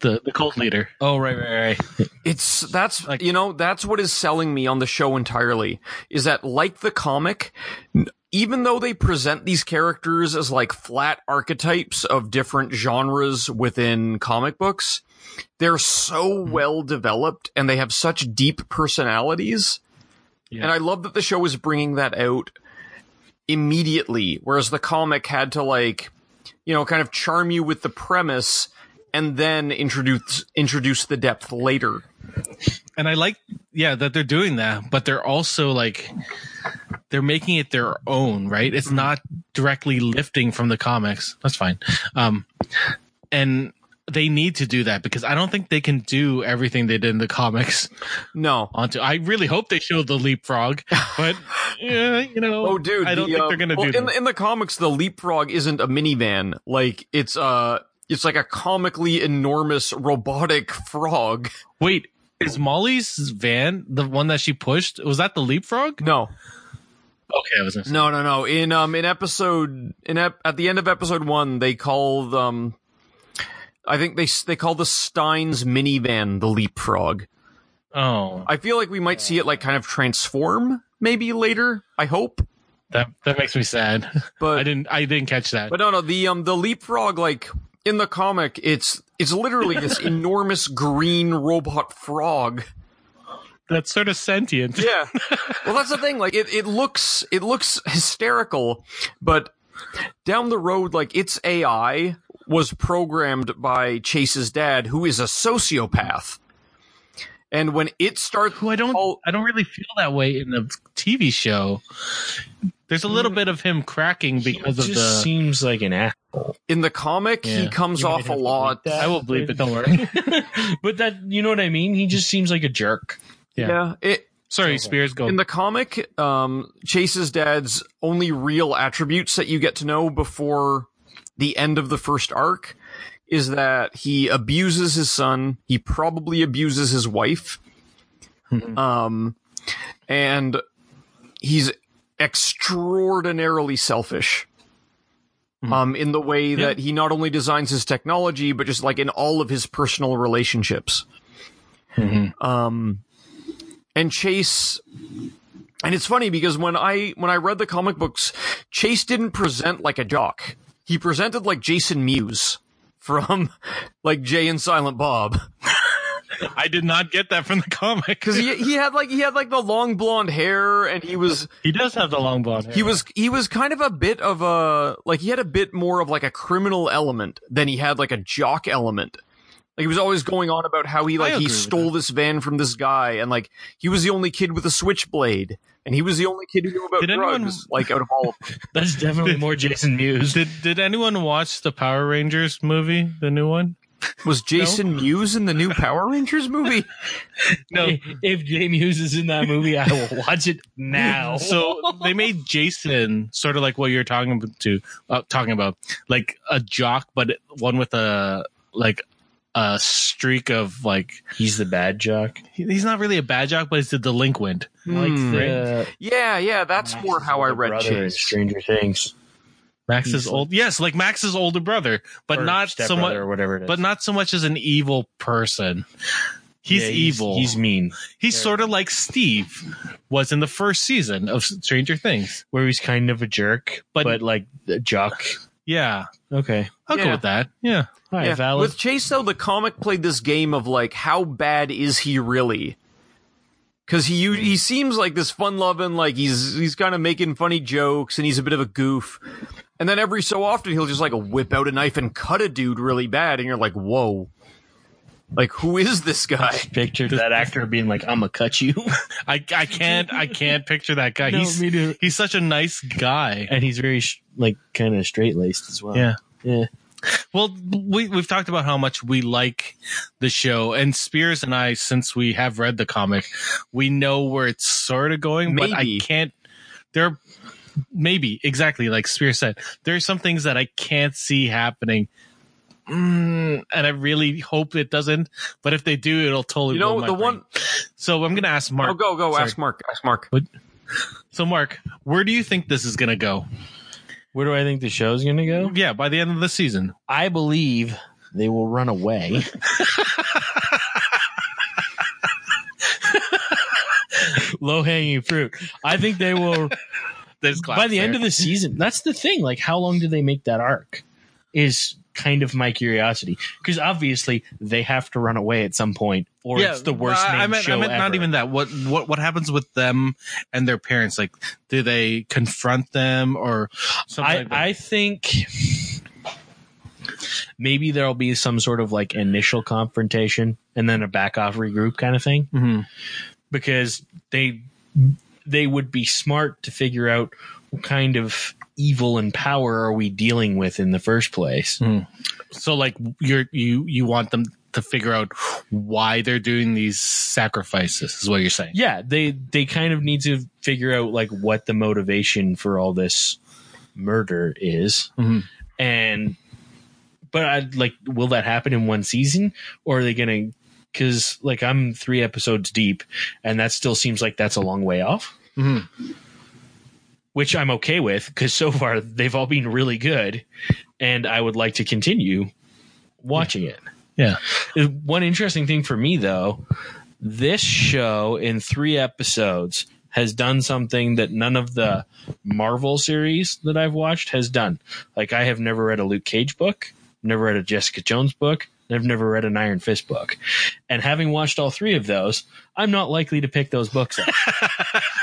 S4: the the cult leader.
S5: Oh right, right, right.
S3: It's that's
S4: Like-
S3: you know that's what is selling me on the show entirely is that like the comic n- even though they present these characters as like flat archetypes of different genres within comic books they're so
S4: Mm-hmm.
S3: well developed and they have such deep personalities
S4: Yeah.
S3: and I love that the show is bringing that out immediately whereas the comic had to like you know kind of charm you with the premise and then introduce introduce the depth later
S4: and I like yeah that they're doing that, but they're also like they're making it their own, right? It's not directly lifting from the comics. That's fine. Um and they need to do that because I don't think they can do everything they did in the comics
S3: No.
S4: onto I really hope they show the leapfrog, but yeah, you know
S3: Oh, dude!
S4: I don't
S3: the,
S4: think
S3: uh,
S4: they're gonna
S3: well,
S4: do
S3: in the,
S4: that.
S3: in the comics. The leapfrog isn't a minivan; like it's uh it's like a comically enormous robotic frog.
S4: Wait, is Molly's van the one that she pushed? Was that the leapfrog?
S3: No,
S4: Okay, I was gonna say.
S3: no, no, no. In um in episode in ep- at the end of episode one, they call um I think they s- they call the Stein's minivan the leapfrog.
S4: Oh,
S3: I feel like we might see it like kind of transform maybe later. I hope,
S4: that that makes me sad.
S3: but
S4: I didn't I didn't catch that.
S3: But no, no, the um the leapfrog like in the comic, it's it's literally this enormous green robot frog.
S4: that's sort of sentient.
S3: Yeah. well, that's the thing. Like it, it looks it looks hysterical, but down the road, like its AI was programmed by Chase's dad, who is a sociopath. And when it starts,
S4: who I don't
S3: Oh.
S4: I don't really feel that way in the TV show. There's a little bit of him cracking
S5: It
S4: because of
S5: just
S4: the.
S5: seems like an act.
S3: in the comic, he
S4: Yeah.
S3: comes
S5: might
S3: off a
S5: have to
S3: lot.
S5: bleep that.
S4: I will bleep it. Don't worry.
S5: But that you know what I mean. He just seems like a jerk.
S4: Yeah.
S3: yeah, it,
S4: Sorry, Spears. Go.
S3: In the comic, um, Chase's dad's only real attributes that you get to know before the end of the first arc is that he abuses his son. He probably abuses his wife. um, and he's extraordinarily selfish. Um, in the way that he not only designs his technology, but just like in all of his personal relationships. Um, and Chase And it's funny because when I when I read the comic books, Chase didn't present like a jock. He presented like Jason Mewes from like Jay and Silent Bob.
S4: I did not get that from the comic.
S3: Cuz he he had like he had like the long blonde hair and he was
S10: He does have the long blonde hair.
S3: he was he was kind of a bit of a like he had a bit more of like a criminal element than he had like a jock element. Like he was always going on about how he like
S4: agree
S3: he
S4: with
S3: stole this van from this guy and like he was the only kid with a switchblade and he was the only kid who knew about
S4: Did
S3: drugs
S4: anyone-
S3: like out of all of them.
S5: That's definitely more Jason Mewes.
S4: Did Did anyone watch the Power Rangers movie, the new one?
S3: Was Jason Mewes in the new Power Rangers movie?
S4: No.
S5: If Jay Mewes is in that movie, I will watch it now.
S4: So they made Jason sort of like what you're talking about, to uh, talking about, like a jock, but one with a like a streak of like
S5: He's the bad jock.
S4: he- he's not really a bad jock, but he's a delinquent.
S5: Like
S3: Hmm.
S5: the,
S3: Yeah, yeah, that's more how I
S5: the
S3: read
S5: brother in
S3: Chase.
S5: Stranger Things.
S4: Max's
S5: He's like-
S4: old, yes, like Max's older brother, but
S5: Or
S4: not
S5: stepbrother
S4: somewhat,
S5: or whatever it is.
S4: but not so much as an evil person. He's
S5: Yeah,
S4: evil.
S5: He's mean.
S4: He's sort of like Steve was in the first season of Stranger Things.
S5: Where he's kind of a jerk,
S4: But-
S5: but, like a jock.
S4: Yeah,
S5: Okay.
S4: I'll go
S3: Yeah.
S4: with that. Yeah,
S5: All right,
S3: Yeah.
S5: valid.
S3: With Chase though, the comic played this game of like, how bad is he really? Because he u- he seems like this fun loving, like he's he's kind of making funny jokes and he's a bit of a goof. And then every so often he'll just like whip out a knife and cut a dude really bad, and you're like, whoa, like who is this guy?
S5: Pictured that actor being like, I'm going to cut you.
S4: I, I can't I can't picture that guy. he's
S5: too.
S4: he's such a nice guy.
S5: And he's very, sh- like, kind of straight laced as well.
S4: Yeah.
S5: Yeah.
S4: Well, we we've talked about how much we like the show, and Spears and I, since we have read the comic, we know where it's sort of going. But I
S3: Maybe.
S4: can't. There, maybe exactly like Spears said, there are some things that I can't see happening. Mm, and I really hope it doesn't. But if they do, it'll totally.
S3: You know
S4: blow my
S3: the
S4: brain.
S3: one.
S4: So I'm gonna ask Mark.
S3: Oh, go go
S4: Sorry.
S3: ask Mark. Ask Mark.
S4: So Mark, where do you think this is gonna go?
S5: Where do I think the show's going to go?
S4: Yeah, by the end of the season.
S5: I believe they will run away. Low hanging fruit. I think they will
S4: There's
S5: by the end of the season. That's the thing. Like, how long do they make that arc? Is kind of my curiosity because obviously they have to run away at some point, or it's the worst
S4: I- I
S5: named
S4: meant,
S5: show
S4: I meant not
S5: ever.
S4: even that. What what what happens with them and their parents? Like, do they confront them or something?
S5: I,
S4: like that?
S5: I think maybe there'll be some sort of like initial confrontation and then a back off regroup kind of thing
S4: Mhm.
S5: because they they would be smart to figure out what kind of evil and power are we dealing with in the first place.
S4: so like you're you you want them to figure out why they're doing these sacrifices is what you're saying.
S5: Yeah, they they kind of need to figure out like what the motivation for all this murder is.
S4: Mhm.
S5: and but I like will that happen in one season or are they gonna because like I'm three episodes deep and that still seems like that's a long way off
S4: Mhm.
S5: which I'm okay with because so far they've all been really good and I would like to continue watching it
S4: Yeah.
S5: Uh, one interesting thing for me though this show in three episodes has done something that none of the Marvel series that I've watched has done. Like I have never read a Luke Cage book, never read a Jessica Jones book, and I've never read an Iron Fist book. And having watched all three of those, I'm not likely to pick those books up.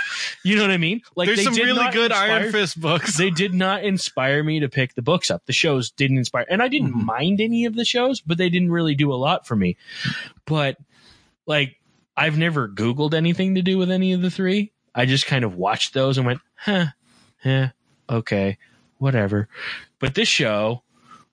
S5: you know what I mean? Like
S4: There's
S5: they
S4: some
S5: did
S4: really
S5: not
S4: good Iron
S5: inspire-
S4: Fist books.
S5: They did not inspire me to pick the books up. The shows didn't inspire, and I didn't mind any of the shows, but they didn't really do a lot for me. But like, I've never Googled anything to do with any of the three. I just kind of watched those and went, huh, yeah, okay, whatever. But this show,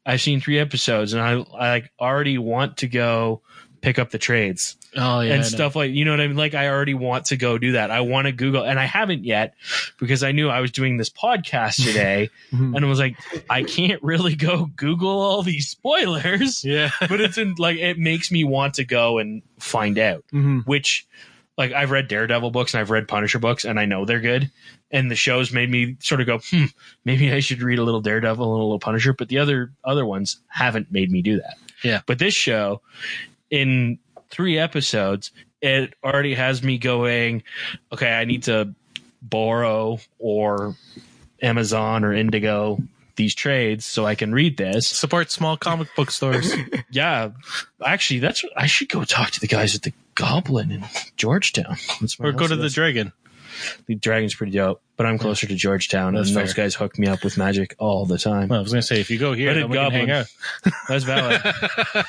S5: I've seen three episodes, and I, I like already want to go pick up the trades
S4: oh yeah, I know.
S5: and stuff like you know what I mean. Like I already want to go do that. I want to Google, and I haven't yet because I knew I was doing this podcast today,
S4: Mhm.
S5: and I was like, I can't really go Google all these spoilers,
S4: Yeah.
S5: but it's in, like it makes me want to go and find out.
S4: Mhm.
S5: Which, like, I've read Daredevil books and I've read Punisher books, and I know they're good. And the shows made me sort of go, hmm, maybe I should read a little Daredevil and a little Punisher. But the other other ones haven't made me do that.
S4: Yeah.
S5: But this show, in three episodes, it already has me going, okay, I need to borrow or Amazon or Indigo these trades so I can read this.
S4: Support small comic book stores.
S5: Yeah, actually, that's I should go talk to the guys at the Goblin in Georgetown. That's my
S4: or go
S5: house
S4: to the
S5: list.
S4: dragon.
S5: the Dragon's pretty dope, but I'm closer to Georgetown, and
S4: That's
S5: those
S4: fair.
S5: guys hook me up with magic all the time.
S4: Well, I was gonna say if you go here,
S5: Reddit
S4: then we can
S5: Goblin.
S4: hang out.
S5: That's valid.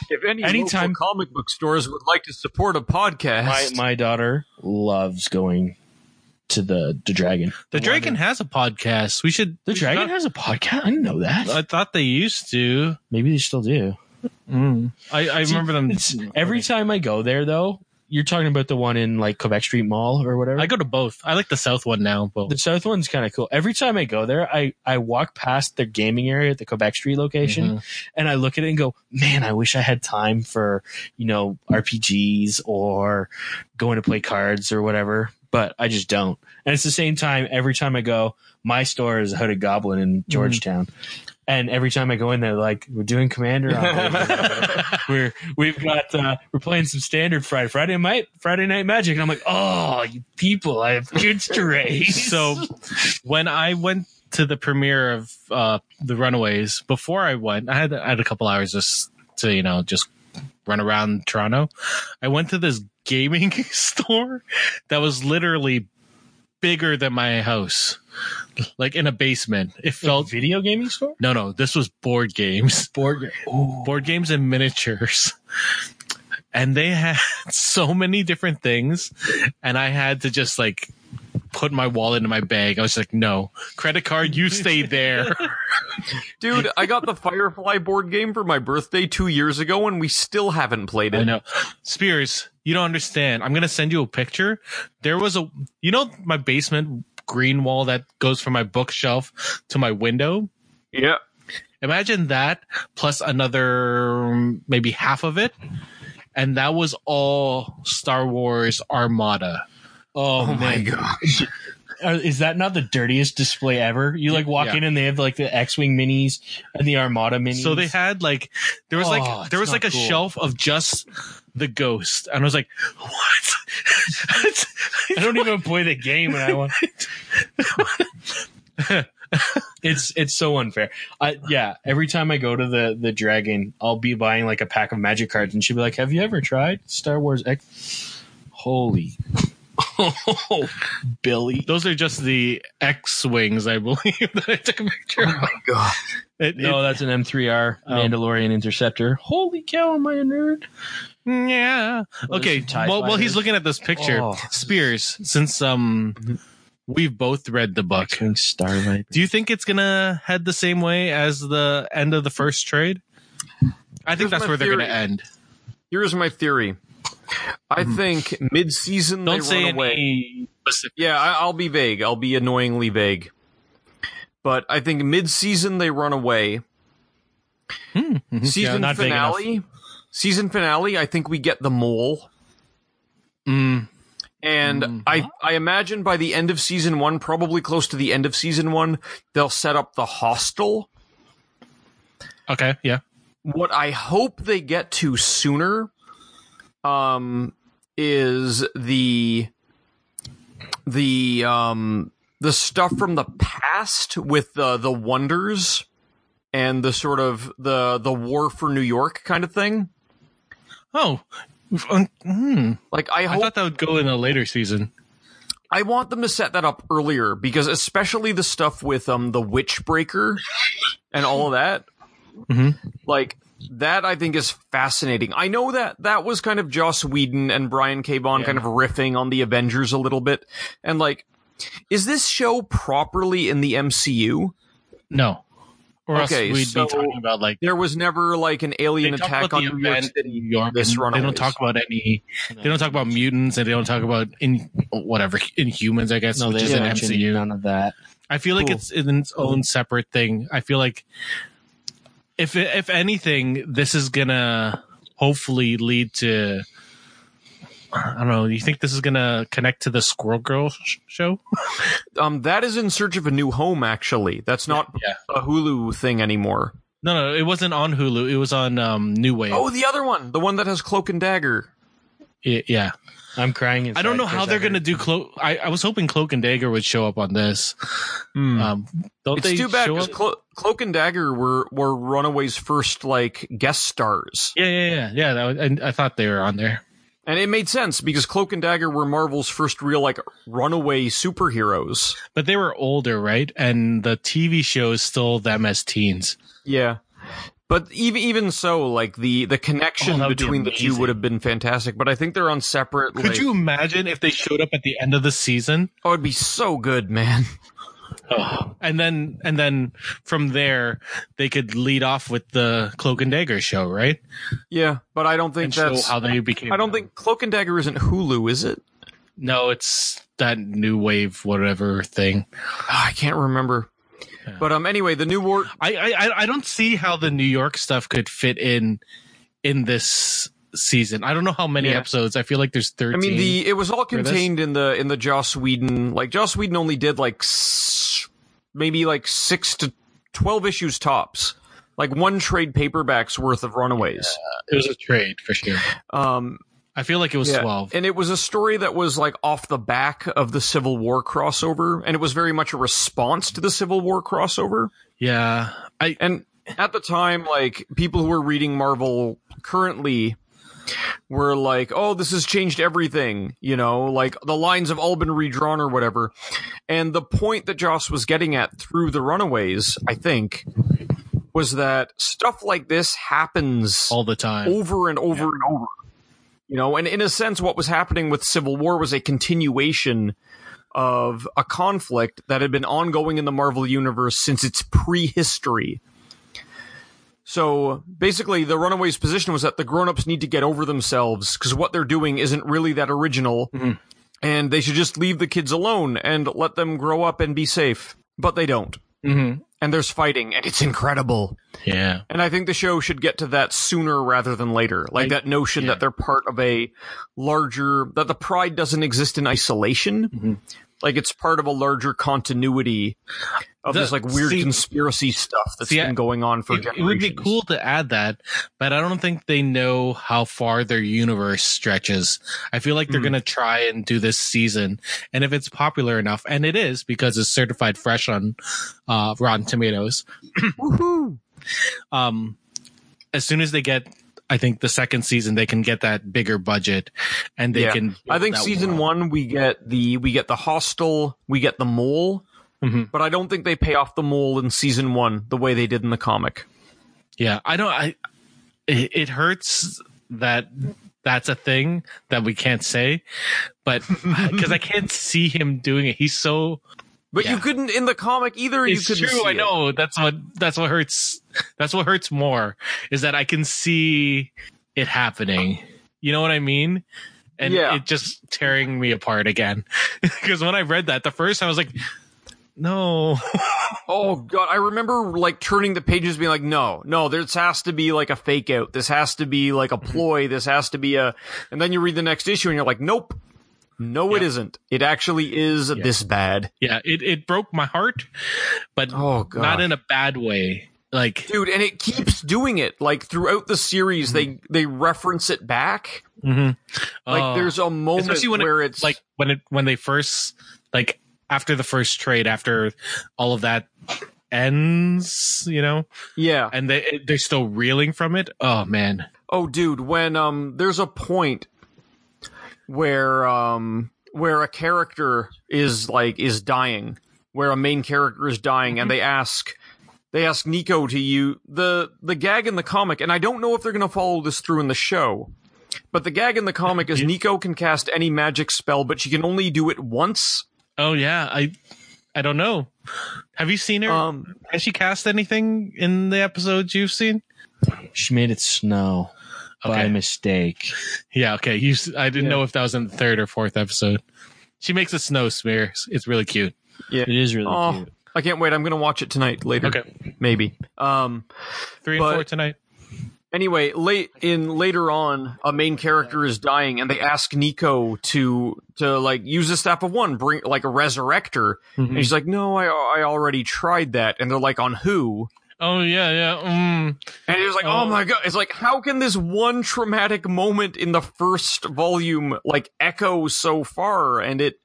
S3: If any
S5: Anytime-
S3: local comic book stores would like to support a podcast,
S5: my my daughter loves going to the the dragon.
S4: The dragon has a podcast. We should.
S5: The
S4: we should
S5: dragon
S4: talk-
S5: has a podcast. I didn't know that.
S4: I thought they used to.
S5: Maybe they still do.
S4: I, I remember them.
S5: Mm. It's, every time I go there, though, you're talking about the one in like Quebec Street Mall or whatever.
S4: I go to both. I like the south one now, but
S5: the south one's kind of cool. Every time I go there, I I walk past their gaming area at the Quebec Street location,
S4: Mm-hmm.
S5: and I look at it and go, "Man, I wish I had time for you know RPGs or going to play cards or whatever." But I just don't. And it's the same time every time I go. My store is a hooded goblin in Georgetown, and every time I go in there, like we're doing Commander. on we're we've got uh, we're playing some standard Friday Friday night Friday night Magic, and I'm like, oh, you people, I have kids to raise.
S4: so when I went to the premiere of uh, the Runaways, before I went, I had I had a couple hours just to you know just run around Toronto. I went to this gaming store that was literally bigger than my house, like in a basement. It felt
S5: video gaming store.
S4: no, no. This was board games.
S5: Board game. Ooh.
S4: board games and miniatures. And they had so many different things. And I had to just like put my wallet in my bag. I was like, no, credit card, you stay there.
S3: dude, I got the Firefly board game for my birthday two years ago, and we still haven't played
S4: I
S3: it.
S4: know. Spears, you don't understand. I'm going to send you a picture. There was a, you know, my basement green wall that goes from my bookshelf to my window.
S3: Yeah,
S4: Imagine that plus another um, maybe half of it. And that was all Star Wars Armada.
S5: Oh, my
S3: god,
S5: god! Is that not the dirtiest display ever? You like walk
S4: Yeah.
S5: in and they have like the X-wing minis and the Armada minis.
S4: So they had like there was
S5: Oh,
S4: like
S5: it's
S4: there was
S5: not
S4: like a
S5: cool.
S4: shelf of just the ghost, and I was like, what?
S5: I don't even play the game, and I want. it's it's so unfair. I yeah. Every time I go to the the dragon, I'll be buying like a pack of magic cards, and she'll be like, "Have you ever tried Star Wars X?" Holy, oh, Billy!
S4: Those are just the X wings, I believe that I took a picture. of.
S3: god.
S4: It,
S5: No, that's an M3R Mandalorian Interceptor. Holy cow, am I a nerd?
S4: it- yeah. Okay.
S5: some TIE
S4: Well, well,
S5: fighters.
S4: he's looking at this picture.
S5: Oh. Mm-hmm.
S4: Spears, since um, we've both read the book.
S5: Starlight.
S4: Do you think it's gonna head the same way as the end of the first trade? I think
S3: Here's
S4: that's
S3: my
S4: where they're gonna
S3: theory.
S4: end.
S3: Here's my theory. I think mid-season
S4: Don't
S3: they
S4: say
S3: run away.
S4: any specific.
S3: Yeah, I, I'll be vague. I'll be annoyingly vague. But I think mid-season they run away.
S4: Hmm,
S3: Season
S5: not vague enough.
S3: finale. Season finale. I think we get the mole.
S4: Hmm,
S3: And I, I imagine by the end of season one, probably close to the end of season one, they'll set up the hostel.
S4: Okay. Yeah.
S3: What I hope they get to sooner, um, is the the um the stuff from the past with the the wonders and the sort of the the war for New York kind of thing.
S4: Oh, um, hmm.
S3: Like I
S4: I
S3: hope
S4: thought that would go in a later season.
S3: I want them to set that up earlier because especially the stuff with um the Witchbreaker and all of that.
S4: Mhm.
S3: Like that I think is fascinating. I know that that was kind of Joss Whedon and Brian K. Vaughan kind of riffing on the Avengers a little bit. And like is this show properly in the MCU?
S4: No, or
S3: Okay,
S4: else we'd
S3: so
S4: be talking about like
S3: There was never like an
S4: they
S3: alien
S4: talk
S3: attack
S4: about
S3: on
S4: the
S3: New York
S4: event
S3: City.
S4: in New York.
S3: this
S4: and They don't
S3: Runaways.
S4: talk about any. They don't talk about mutants, and they don't talk about in whatever Inhumans. I guess
S5: No,
S4: which
S5: they
S4: is
S5: didn't
S4: an
S5: mention
S4: MCU.
S5: none of that.
S4: I feel like
S3: Cool.
S4: it's in its own separate thing. I feel like if if anything, this is gonna hopefully lead to. I don't know. You think this is gonna connect to the Squirrel Girl sh- show?
S3: Um that is in search of a new home actually. That's not
S4: Yeah.
S3: a Hulu thing anymore.
S4: No, no, it wasn't on Hulu. It was on um, New Wave.
S3: Oh, the other one, the one that has cloak and dagger.
S4: it, yeah.
S5: I'm crying. Inside
S4: I don't know
S5: 'cause
S4: how they're
S5: heard-
S4: going to do cloak. I, I was hoping Cloak and Dagger would show up on this. Um, don't
S3: Hmm. It's
S4: they
S3: too bad
S4: show
S3: because
S4: up?
S3: Clo- Cloak and Dagger were were Runaway's first like guest stars,
S4: yeah, yeah, yeah, yeah. That was, and I thought they were on there.
S3: and it made sense because Cloak and Dagger were Marvel's first real like Runaway superheroes.
S4: But they were older, right? And the TV show is still them as teens.
S3: Yeah. But even even so, like the the
S4: Oh,
S3: connection
S5: that would be
S3: between the two
S5: amazing.
S3: would have been fantastic. But I think they're on separate.
S4: Could
S3: like-
S4: you imagine if they showed up at the end of the season
S3: Oh, it'd be so good, man.
S4: and then and then from there they could lead off with the Cloak and Dagger show, right?
S3: Yeah, but I don't think
S4: And show
S3: that's.
S4: how they became.
S3: I don't think Cloak and Dagger isn't Hulu, is it?
S4: No, it's that new wave whatever thing.
S3: Ah, I can't remember. But um, anyway, the new war.
S4: I, I I- I don't see how the New York stuff could fit in in this season. I don't know how many
S3: Yeah.
S4: episodes. I feel like there's
S3: I
S4: thirteen.
S3: mean, the it was all
S4: this?
S3: contained in the in the Joss Whedon. Like Joss Whedon only did like s- maybe like six to twelve issues tops, like one trade paperbacks worth of Runaways.
S4: it was a trade for sure.
S3: Um,
S4: I feel like it was
S3: Yeah,
S4: twelve.
S3: And it was a story that was like off the back of the Civil War crossover, and it was very much a response to the Civil War crossover.
S4: yeah, I
S3: And at the time, like people who were reading Marvel currently were like, "Oh, this has changed everything," you know, like the lines have all been redrawn or whatever. And the point that Joss was getting at through the Runaways, I think, was that stuff like this happens
S4: all the time.
S3: over and over and over. You know, and in a sense, what was happening with Civil War was a continuation of a conflict that had been ongoing in the Marvel Universe since its prehistory. So basically, the Runaways' position was that the grown ups need to get over themselves because what they're doing isn't really that original, and they should just leave the kids alone and let them grow up and be safe. But they don't.
S4: hmm
S3: And there's fighting, and it's incredible.
S4: Yeah,
S3: And I think the show should get to that sooner rather than later. Like that notion that they're part of a larger, that the pride doesn't exist in isolation.
S4: Mm-hmm.
S3: Like it's part of a larger continuity of
S4: The-
S3: this like weird
S4: see-
S3: conspiracy stuff that's
S4: See, I-
S3: been going on for
S4: it,
S3: generations.
S4: it would be cool to add that, but I don't think they know how far their universe stretches. I feel like they're
S3: Mhm.
S4: gonna try and do this season, and if it's popular enough, and it is because it's certified fresh on uh, Rotten Tomatoes.
S3: Woohoo!
S4: um as soon as they get I think the second season they can get that bigger budget and they
S3: Yeah.
S4: can
S3: I think
S4: that
S3: season
S4: world.
S3: one we get the we get the hostel, we get the mole,
S4: Mhm.
S3: but I don't think they pay off the mole in season one the way they did in the comic.
S4: Yeah, I don't I it, it hurts that that's a thing that we can't say but cuz I can't see him doing it. He's so
S3: But
S4: Yeah.
S3: you couldn't in the comic either.
S4: it's
S3: you couldn't.
S4: true.
S3: see
S4: I
S3: it.
S4: know that's what that's what hurts that's what hurts more is that I can see it happening. You know what I mean? And
S3: Yeah.
S4: it just tearing me apart again. Because when I read that the first time I was like no.
S3: Oh god, I remember like turning the pages, being like, "No, no, this has to be like a fake out. This has to be like a
S4: Mm-hmm.
S3: ploy. This has to be a." And then you read the next issue, and you're like, "Nope, no, it isn't. It actually is this bad."
S4: Yeah, it it broke my heart, but
S3: Oh god,
S4: not in a bad way. Like
S3: dude, and it keeps doing it. Like throughout the series,
S4: Mm-hmm.
S3: they they reference it back. Like
S4: oh.
S3: there's a moment
S4: especially when it-
S3: where it's
S4: like when it when they first like after the first trade after all of that ends, you know?
S3: yeah,
S4: and they they're still reeling from it. Oh man,
S3: Oh, dude, when um, there's a point where um, where a character is like is dying, where a main character is dying, and they ask they ask Nico to you the the gag in the comic, and I don't know if they're gonna follow this through in the show. But the gag in the comic is Nico can cast any magic spell, but she can only do it once.
S4: oh yeah, I I don't know. Have you seen her?
S3: Um,
S4: Has she cast anything in the episodes you've seen?
S5: She made it snow by
S4: Okay.
S5: mistake.
S4: Yeah, okay. You, s- I didn't know if that was in the third or fourth episode. She makes a snow smear. It's- It's really cute.
S5: It is really
S3: oh,
S5: cute.
S3: I can't wait. I'm gonna watch it tonight later.
S4: Okay.
S3: maybe. Um,
S4: Three
S3: But-
S4: and four tonight.
S3: anyway, late in later on, a main character is dying, and they ask Nico to to like use the staff of one, bring Mm-hmm. like a resurrector, and she's like, "No, I I already tried that," and they're like, "On who?"
S4: Oh yeah, yeah. Mm.
S3: And it was like, oh my god! It's like, how can this one traumatic moment in the first volume like echo so far? And it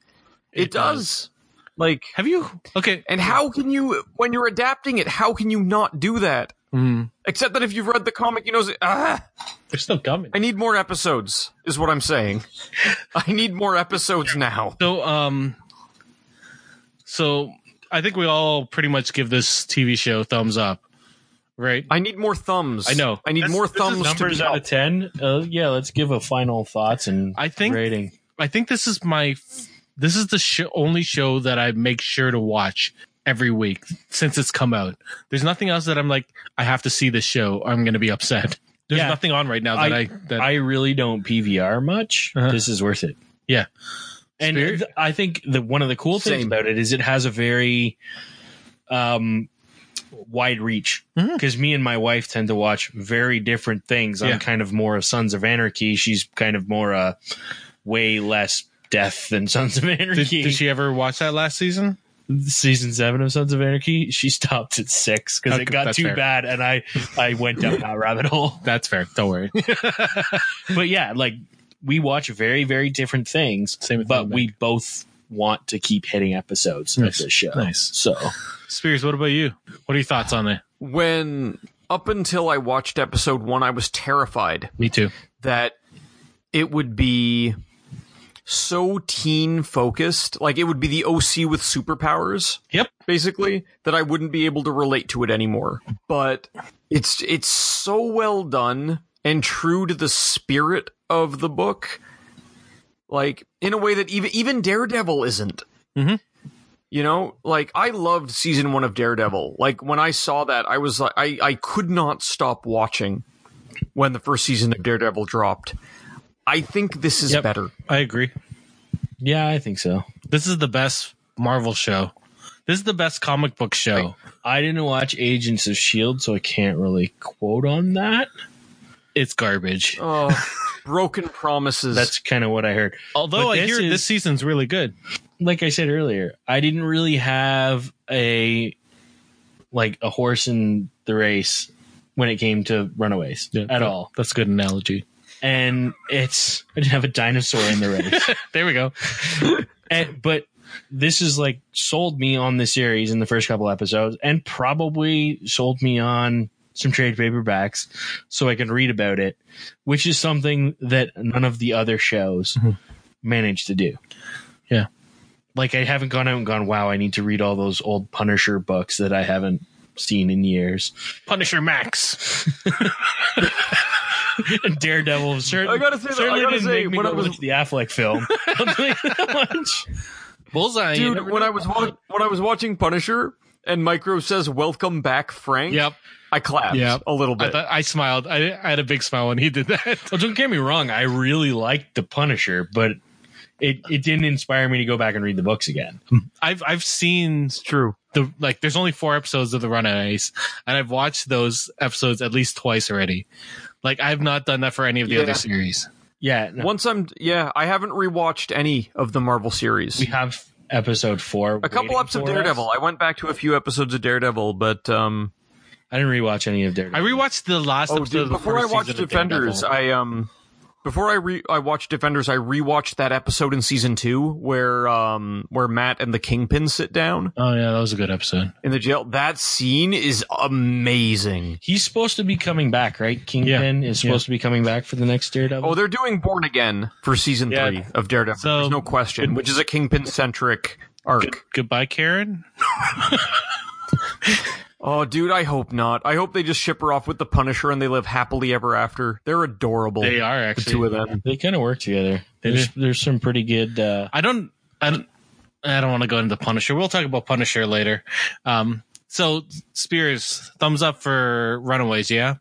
S3: it,
S4: It
S3: does. like.
S4: Have you? Okay.
S3: And how can you, when you're adapting it, how can you not do that?
S4: Mm.
S3: Except that if you've read the comic, you know, ah,
S11: They're still coming.
S3: I need more episodes, is what I'm saying. I need more episodes now.
S4: So um, so I think we all pretty much give this TV show thumbs up, right?
S3: I need more thumbs.
S4: I know.
S3: I need
S4: That's-
S3: more
S4: this is
S3: thumbs to
S5: Numbers
S3: be
S5: out
S3: out.
S5: of ten. Uh, yeah, let's give a final thoughts and
S4: I think-
S5: rating.
S4: I think this is my this is the sh- only show that I make sure to watch every week since it's come out. There's nothing else that I'm like I have to see this show. or I'm going to be upset. There's
S5: Yeah.
S4: nothing on right now that I,
S5: I-
S4: that
S5: I really don't PVR much.
S4: Uh-huh.
S5: This is worth it.
S4: Yeah.
S5: And
S4: Spirit?
S5: th- I think the one of the cool things
S3: Same.
S5: about it is it has a very um wide reach
S4: Mhm.
S5: because me and my wife tend to watch very different things.
S4: Yeah.
S5: I'm kind of more a Sons of Anarchy. She's kind of more a way less death than Sons of
S4: did,
S5: Anarchy.
S4: did she ever watch that last season?
S5: Season seven of Sons of Anarchy, she stopped at six because
S4: Okay,
S5: it got
S4: that's
S5: too
S4: fair.
S5: bad, and I I went down that rabbit hole
S4: That's fair. Don't worry.
S5: but yeah, like we watch very, very different things.
S4: Same with
S5: but
S4: Mad
S5: we both want to keep hitting episodes
S4: Nice,
S5: of this show.
S4: nice.
S5: So
S4: Spears, what about you? What are your thoughts on it?
S3: When, up until I watched episode one, I was terrified
S4: Me too.
S3: that it would be so teen focused. Like, it would be the OC with superpowers.
S4: Yep.
S3: basically that I wouldn't be able to relate to it anymore. But it's it's so well done and true to the spirit of the book, like in a way that even even Daredevil isn't.
S4: Mhm.
S3: You know, like I loved season one of Daredevil. Like when I saw that, I was like, I I could not stop watching when the first season of Daredevil dropped. I think this is
S4: Yep.
S3: better.
S4: I agree.
S5: yeah, I think so.
S4: This is the best Marvel show. This is the best comic book show.
S5: I didn't watch Agents of Shield, so I can't really quote on that.
S4: It's garbage.
S3: Oh, broken promises.
S5: That's kind of what I heard.
S4: Although
S5: But
S4: I
S5: this
S4: hear
S5: is-
S4: this season's really good.
S5: Like I said earlier, I didn't really have a like a horse in the race when it came to Runaways
S4: Yeah,
S5: at
S4: that-
S5: all,
S4: That's a good analogy.
S5: and it's I didn't have a dinosaur in the race.
S4: There we go.
S5: and, but this is like sold me on the series in the first couple episodes and probably sold me on some trade paperbacks so I can read about it, which is something that none of the other shows managed to do.
S4: Mm-hmm. Yeah.
S5: Like I haven't gone out and gone, wow, I need to read all those old Punisher books that I haven't seen in years.
S4: Punisher Max.
S5: And Daredevil certainly,
S3: I gotta say though, I
S5: certainly
S3: gotta
S5: didn't
S3: say,
S5: make me
S3: when
S5: go
S3: I was-
S5: watch the Affleck film. I'll tell you that much.
S4: Bullseye. you
S3: dude
S4: never
S3: when
S4: know.
S3: i was wa- when i was watching punisher and micro says welcome back frank
S4: Yep.
S3: i clapped
S4: Yep.
S3: a little bit
S4: I, thought, I smiled. I, I had a big smile when he did that.
S5: Well, don't get me wrong. I really liked The Punisher, but it, it didn't inspire me to go back and read the books again.
S4: I've I've seen
S3: true
S4: the like. There's only four episodes of the Runaways, and I've watched those episodes at least twice already. Like I've not done that for any of the
S3: Yeah.
S4: other series.
S5: Yeah. no,
S3: once i'm yeah i haven't rewatched any of the marvel series
S5: we have episode four.
S3: a couple
S5: waiting
S3: episodes of
S5: for us.
S3: daredevil i went back to a few episodes of daredevil but um
S5: I didn't rewatch any of
S4: I
S5: Daredevil.
S4: rewatched the last
S3: oh
S4: episode of
S3: dude
S4: the
S3: before i
S4: first
S3: watched
S4: season of
S3: defenders
S4: Daredevil.
S3: i um before I re- I watched Defenders, I rewatched that episode in season two where um where Matt and the Kingpin sit down
S4: oh yeah, that was a good episode.
S3: in the jail. That scene is amazing.
S5: He's supposed to be coming back, right? Kingpin is supposed to be coming back for the next Daredevil.
S3: Oh, they're doing Born Again for season
S4: Yeah.
S3: three of Daredevil.
S4: So-
S3: There's no question, which is a Kingpin centric arc.
S4: Goodbye, Karen.
S3: Oh, dude, I hope not. I hope they just ship her off with the Punisher and they live happily ever after. They're adorable.
S4: They are
S3: the
S4: actually
S3: two of them.
S5: they kind of work together. There's there's some pretty good. Uh,
S4: I don't, I don't, I don't want to go into Punisher. We'll talk about Punisher later. Um, so Spears, thumbs up for Runaways. Yeah,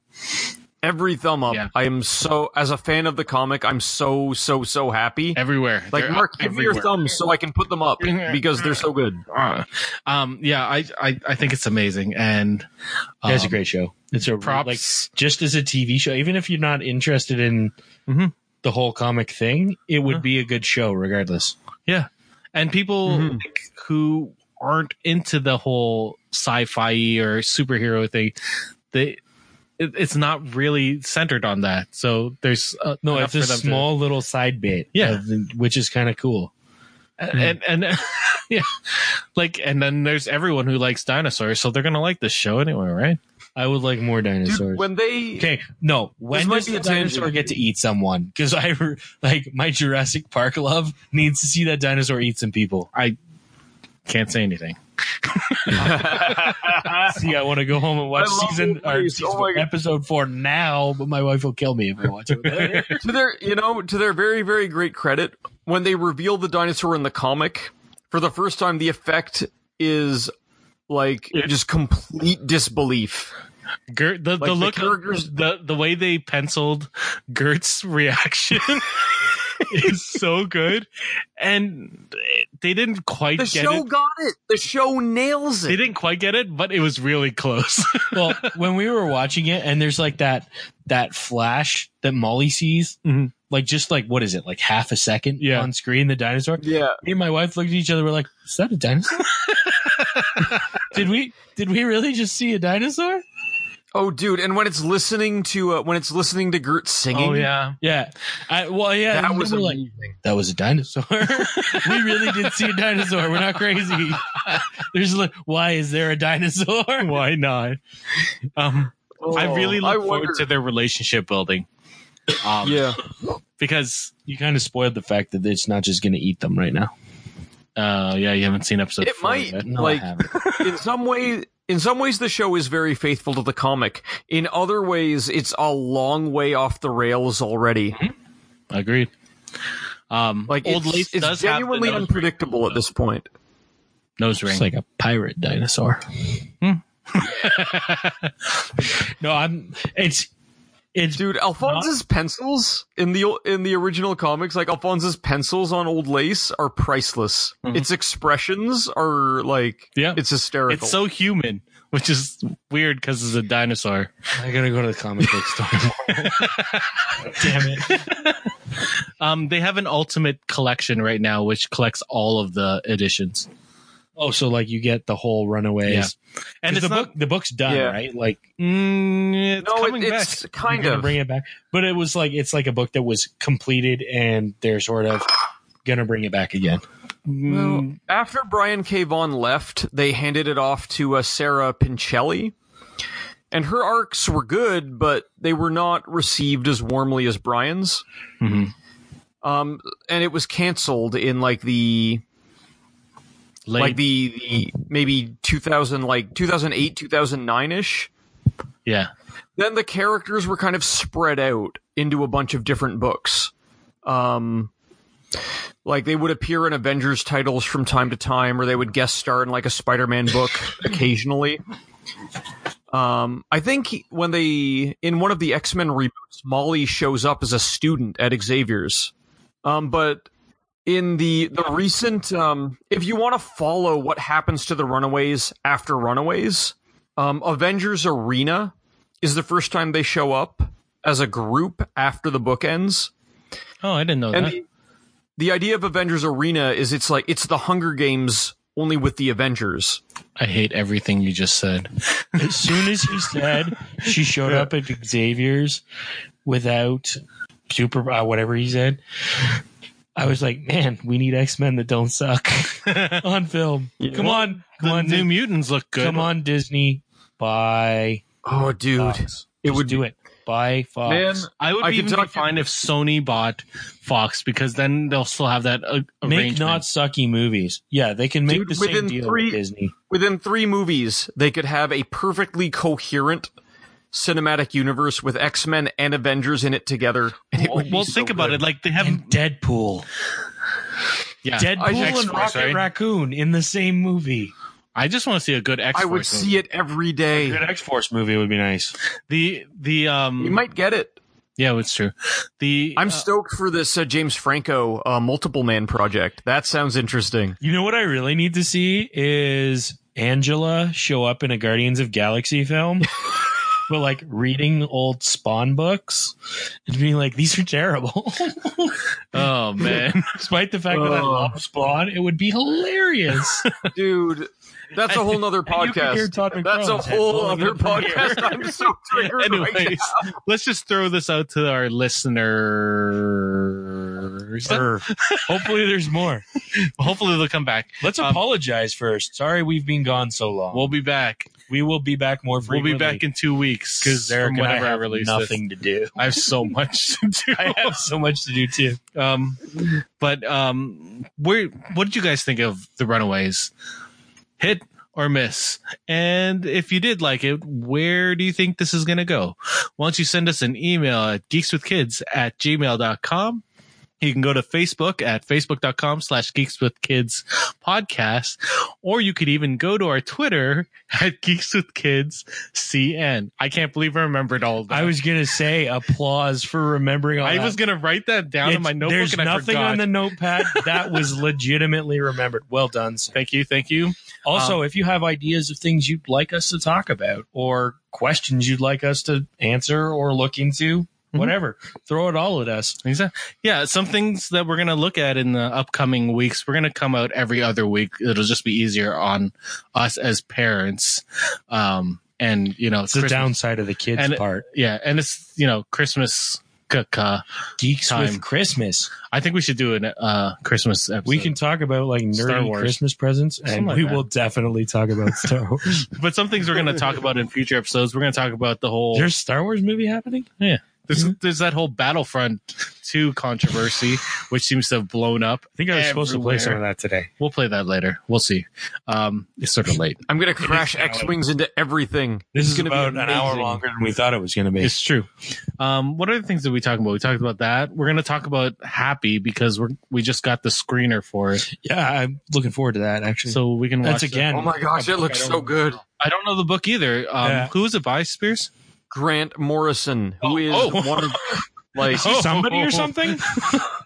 S3: Every thumb up.
S4: Yeah.
S3: I am so, as a fan of the comic, I'm so, so, so happy.
S4: everywhere.
S3: like,
S4: They're
S3: Mark, give me your
S4: everywhere.
S3: thumbs so I can put them up because they're so good.
S4: Uh, Um, yeah, I, I, I think it's amazing, and um,
S5: that's a great show. It's a
S4: props.
S5: like just as a TV show. Even if you're not interested in
S4: Mhm.
S5: the whole comic thing, it would be a good show regardless.
S3: Mm-hmm.
S4: yeah, and people like, who aren't into the whole sci-fi or superhero thing, they it, it's not really centered on that. So there's uh,
S5: No,
S4: enough
S5: it's
S4: for
S5: a
S4: them to-
S5: small little side bit.
S4: Yeah.
S5: of the- which is kind of cool.
S3: Hmm.
S4: and and, and yeah, like and then there's everyone who likes dinosaurs, so they're gonna like this show anyway, right?
S5: I would like more dinosaurs.
S3: Dude, when they
S5: okay, no. When
S3: might
S5: does
S3: be
S5: the
S3: a tangent.
S5: dinosaur get to eat someone? Because I re- like my Jurassic Park love needs to see that dinosaur eat some people.
S4: I can't say anything.
S5: See, I want to go home and watch
S3: I love
S5: season
S3: those
S5: or
S3: movies.
S5: season-
S3: Oh my God.
S5: episode four now, but my wife will kill me if I watch it. with her.
S3: to their you know to their very very great credit when they reveal the dinosaur in the comic for the first time the effect is like just complete disbelief
S4: Gert, the, the
S3: the
S4: look,
S3: characters-
S4: the the way they penciled Gert's reaction is so good, and they didn't quite
S3: the
S4: get
S3: show
S4: it.
S3: got it the show nails
S4: They
S3: it
S4: didn't quite get it, but it was really close.
S5: well, when we were watching it, and there's like that that flash that Molly sees,
S4: Mhm.
S5: like just like what is it, like half a second
S4: Yeah.
S5: on screen, the dinosaur.
S3: yeah
S5: Me and my wife looked at each other. We're like, "Is that a dinosaur? did we did we really just see a dinosaur?"
S3: oh dude and when it's listening to uh, when it's listening to gert singing
S4: yeah,
S5: Yeah. I, well, yeah.
S3: that
S5: and
S3: was
S5: we were like,
S3: amazing
S5: that was a dinosaur. we really did see a dinosaur. We're not crazy. There's like, why is there a dinosaur?
S4: why not? Um, I
S3: Oh,
S4: really look
S3: I
S4: forward
S3: wonder-
S4: to their relationship building. Um,
S3: yeah
S4: because
S5: You kind of spoiled the fact that it's not just going to eat them right now.
S4: uh, yeah, you haven't seen episode.
S3: It
S4: four
S3: might.
S4: yet.
S5: No,
S3: Like-
S5: I haven't.
S3: in some way in some ways the show is very faithful to the comic in other ways it's a long way off the rails already
S4: Agreed. Um,
S3: like
S4: Mm-hmm. old
S3: it's,
S4: Lace
S3: it's
S4: does have the
S3: genuinely
S4: nose-
S3: unpredictable at this point
S4: nose ring.
S5: It's like a pirate dinosaur. Hmm. no, I'm. It's it's
S3: Dude, Alphonse's pencils in the in the original comics, like Alphonse's pencils on old lace, are priceless.
S4: Mm-hmm.
S3: Its expressions are like,
S4: Yeah.
S3: it's hysterical.
S4: It's so human, which is weird because it's a dinosaur.
S5: I gotta go to the comic book store. Damn it!
S4: Um, they have an ultimate collection right now, which collects all of the editions.
S5: Oh, so like you get the whole Runaways,
S4: And
S5: and
S4: it's
S5: the
S4: not,
S5: book the book's done,
S3: Yeah.
S5: right? Like
S4: Mm, it's
S3: no, it-
S4: coming
S3: it's
S4: back.
S3: kind
S5: gonna
S3: of
S5: bring it back, but it was like it's like a book that was completed, and they're sort of gonna bring it back again.
S3: Well, after Brian K. Vaughan left, they handed it off to uh, Sarah Pincelli, and her arcs were good, but they were not received as warmly as Brian's. Um, and it was canceled in like the
S4: Late.
S3: like the, the maybe 2000 like 2008 2009ish
S4: yeah.
S3: then the characters were kind of spread out into a bunch of different books um like they would appear in avengers titles from time to time or they would guest star in like a spider-man book occasionally um i think when they in one of the x-men reboots molly shows up as a student at xavier's um but in the the recent um if you want to follow what happens to the runaways after runaways um avengers arena is the first time they show up as a group after the book ends
S4: Oh, I didn't know
S3: and
S4: that.
S3: the, the idea of avengers arena is it's like it's the hunger games only with the avengers
S4: I hate everything you just said.
S5: As soon as he said she showed up at Xavier's without super uh, whatever he said, I was like, man, we need X Men that don't suck on film. Come on, come
S4: the
S5: on,
S4: New
S5: Dis-
S4: Mutants look good.
S5: come on, Disney, buy,
S3: oh dude
S5: it would do it, buy Fox.
S3: man
S4: I would
S3: I
S4: be
S3: could
S4: even be
S3: talk-
S4: fine if Sony bought Fox because then they'll still have that uh,
S5: Make
S4: arrangement.
S5: not sucky movies. Yeah, they can make
S3: Dude,
S5: the same
S3: within
S5: deal
S3: three-
S5: with Disney.
S3: within three movies they could have a perfectly coherent cinematic universe with x-men and avengers in it together and it
S4: well,
S3: would be
S4: well,
S3: so
S4: think about it.
S3: good.
S4: Like they have,
S5: And Deadpool,
S4: yeah.
S5: Deadpool, and
S4: X-Force,
S5: Rocket
S4: right?
S5: Raccoon in the same movie.
S4: I just want to see a good X.
S3: i would see it every day
S5: X Force movie would be nice.
S4: the the um.
S3: you might get it
S4: yeah, it's true. The
S3: i'm stoked for this uh, james franco uh, multiple man project that sounds interesting
S5: You know what I really need to see is Angela show up in a Guardians of Galaxy film but like reading old Spawn books and being like, these are terrible.
S4: Oh man,
S5: Despite the fact that I love Spawn, it would be hilarious.
S3: dude. That's a whole nother
S5: And you can hear
S3: podcast.
S5: Todd
S3: That's a
S5: McFarlane's head
S3: whole
S5: rolling
S3: other
S5: up in the air.
S3: podcast. I'm so triggered right
S4: Anyways, let's just throw this out to our listeners.
S5: Er, Hopefully, there's more.
S4: Hopefully, they'll come back.
S5: Let's
S4: Um,
S5: apologize first. Sorry, we've been gone so long.
S4: We'll be back.
S5: we will be back more
S4: We'll
S5: frequently.
S4: be back in two weeks
S5: because Eric
S4: from
S5: and I
S4: whenever I,
S5: have
S4: release nothing.
S5: nothing to do.
S4: I have so much to do.
S5: I have so much to do too.
S4: Um, but um, where what did you guys think of the Runaways? Hit or miss? And if you did like it, where do you think this is going to go? Why don't you send us an email at geekswithkids at gmail.com? You can go to Facebook at facebook.com slash geeks with kids podcast, or you could even go to our Twitter at geeks with kids CN. I can't believe I remembered all of that.
S5: I was gonna say applause for remembering. All
S4: I
S5: that.
S4: was going to write that down in
S5: It's-
S4: my notebook
S5: There's
S4: and I
S5: nothing
S4: forgot.
S5: on the notepad that was legitimately remembered. Well done. sir.
S4: Thank you. Thank you. Um,
S5: Also, if you have ideas of things you'd like us to talk about or questions you'd like us to answer or look into,
S4: Mm-hmm.
S5: whatever, throw it all at us.
S4: Exactly. Yeah, some things that we're going to look at in the upcoming weeks. We're going to come out every other week. It'll just be easier on us as parents. Um, and you know,
S5: It's the downside of the kids
S4: And-
S5: part.
S4: yeah, and it's you know Christmas. Cuckah.
S5: Geeks
S4: time.
S5: with Christmas.
S4: I think we should do an uh Christmas episode.
S5: We can talk about like
S4: Star
S5: nerdy
S4: Wars.
S5: Christmas presents, and
S4: Something like
S5: we
S4: that.
S5: will definitely talk about Star Wars.
S4: but some things we're going to talk about in future episodes. We're going to talk about the whole
S5: There's Mm-hmm. a Star Wars movie happening.
S4: there's, there's that whole Battlefront 2 controversy which seems to have blown up.
S5: I think I was supposed to play some of that today.
S4: We'll play that later. We'll see. Um it's sort of late.
S3: I'm gonna crash X wings into everything.
S5: This
S3: It's
S5: is
S3: gonna be
S5: about an hour
S3: amazing.
S5: longer than we thought it was going to be.
S4: It's true. Um, what other things did we talk about? We talked about that. We're going to talk about Happy because we're we just got the screener for it,
S5: Yeah, I'm looking forward to that actually.
S4: so we can watch.
S5: That's
S4: that.
S5: again.
S3: Oh my gosh, it looks so good.
S4: I don't know the book either. Um,
S5: Yeah.
S4: Who is it by Spears?
S3: Grant Morrison, who is
S4: oh.
S3: one of like
S4: Oh.
S5: somebody or something?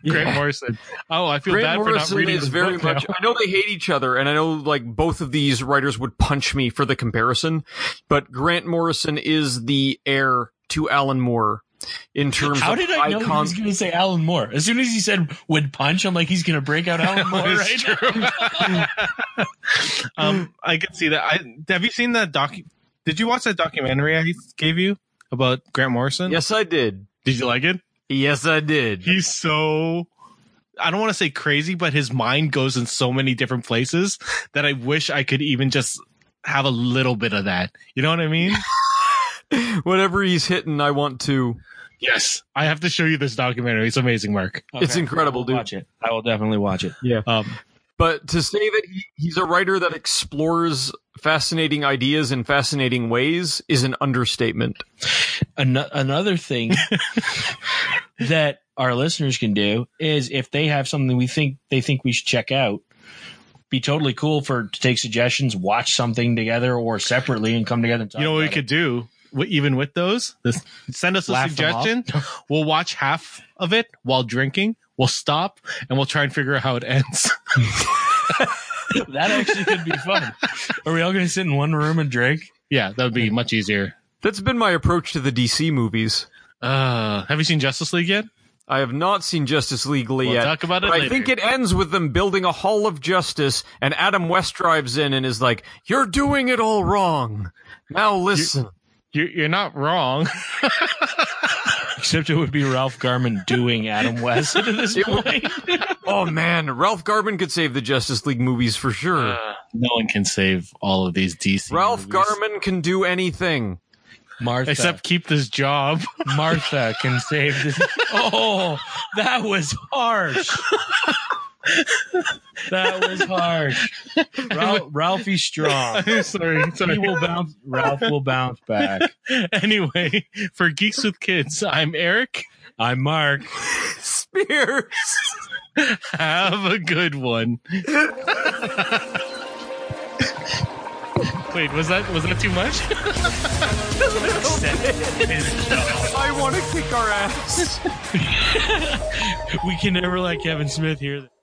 S4: Grant Morrison. Oh, I feel
S3: Grant
S4: bad for not
S3: Morrison
S4: reading
S3: is
S4: the
S3: very
S4: book
S3: much.
S4: now.
S3: I know they hate each other, and I know like both of these writers would punch me for the comparison. But Grant Morrison is the heir to Alan Moore in terms
S5: How
S3: of
S5: did I know he
S3: icon.
S5: was going to say Alan Moore? As soon as he said would punch, I'm like, he's going to break out Alan Moore
S4: It's
S5: right now.
S4: true. um, I could see that. I have you seen that doc? Did you watch that documentary I gave you about Grant Morrison?
S3: yes, I did.
S4: Did you like it?
S3: Yes, I did.
S4: he's so I don't want to say crazy, but his mind goes in so many different places that I wish I could even just have a little bit of that. You know what I mean?
S3: Whatever he's hitting, I want to.
S4: yes. I have to show you this documentary. It's amazing, Mark.
S3: It's incredible, dude.
S5: Watch it. I will definitely watch it.
S4: Um,
S3: But to say that he, he's a writer that explores fascinating ideas in fascinating ways is an understatement.
S5: An- another thing that our listeners can do is if they have something we think they think we should check out, be totally cool for to take suggestions, watch something together or separately, and come together. And talk
S4: you know what we
S5: about
S4: could do? Wh- Even with those, this, send us a
S5: Laugh them off.
S4: suggestion. We'll watch half of it while drinking. We'll stop and we'll try and figure out how it ends.
S5: it. that actually could be fun. Are we all going to sit in one room and drink?
S4: yeah, that would be much easier.
S3: That's been my approach to the DC movies.
S4: Uh, have you seen Justice League yet?
S3: I have not seen Justice League
S4: We'll
S3: yet.
S4: talk about it
S3: but I
S4: later.
S3: think it ends with them building a hall of justice, and Adam West drives in and is like, "You're doing it all wrong." Now listen,
S4: You're, you're not wrong.
S5: Except it would be Ralph Garman doing Adam West at this point.
S3: oh man, Ralph Garman could save the Justice League movies for sure.
S4: no one can save all of these DC.
S3: Ralph
S4: Uh, movies.
S3: Garman can do anything.
S5: Martha.
S4: except keep this job.
S5: Martha can save this. Oh, that was harsh. That was harsh. Ralph, Ralphie's strong.
S4: sorry,
S5: He
S4: sorry.
S5: will bounce. Ralph will bounce back.
S4: Anyway, for Geeks with Kids, I'm Eric.
S5: I'm Mark.
S3: Spears.
S4: Have a good one. Wait, was that was that too much?
S3: I want to kick our ass.
S5: We can never let Kevin Smith hear this.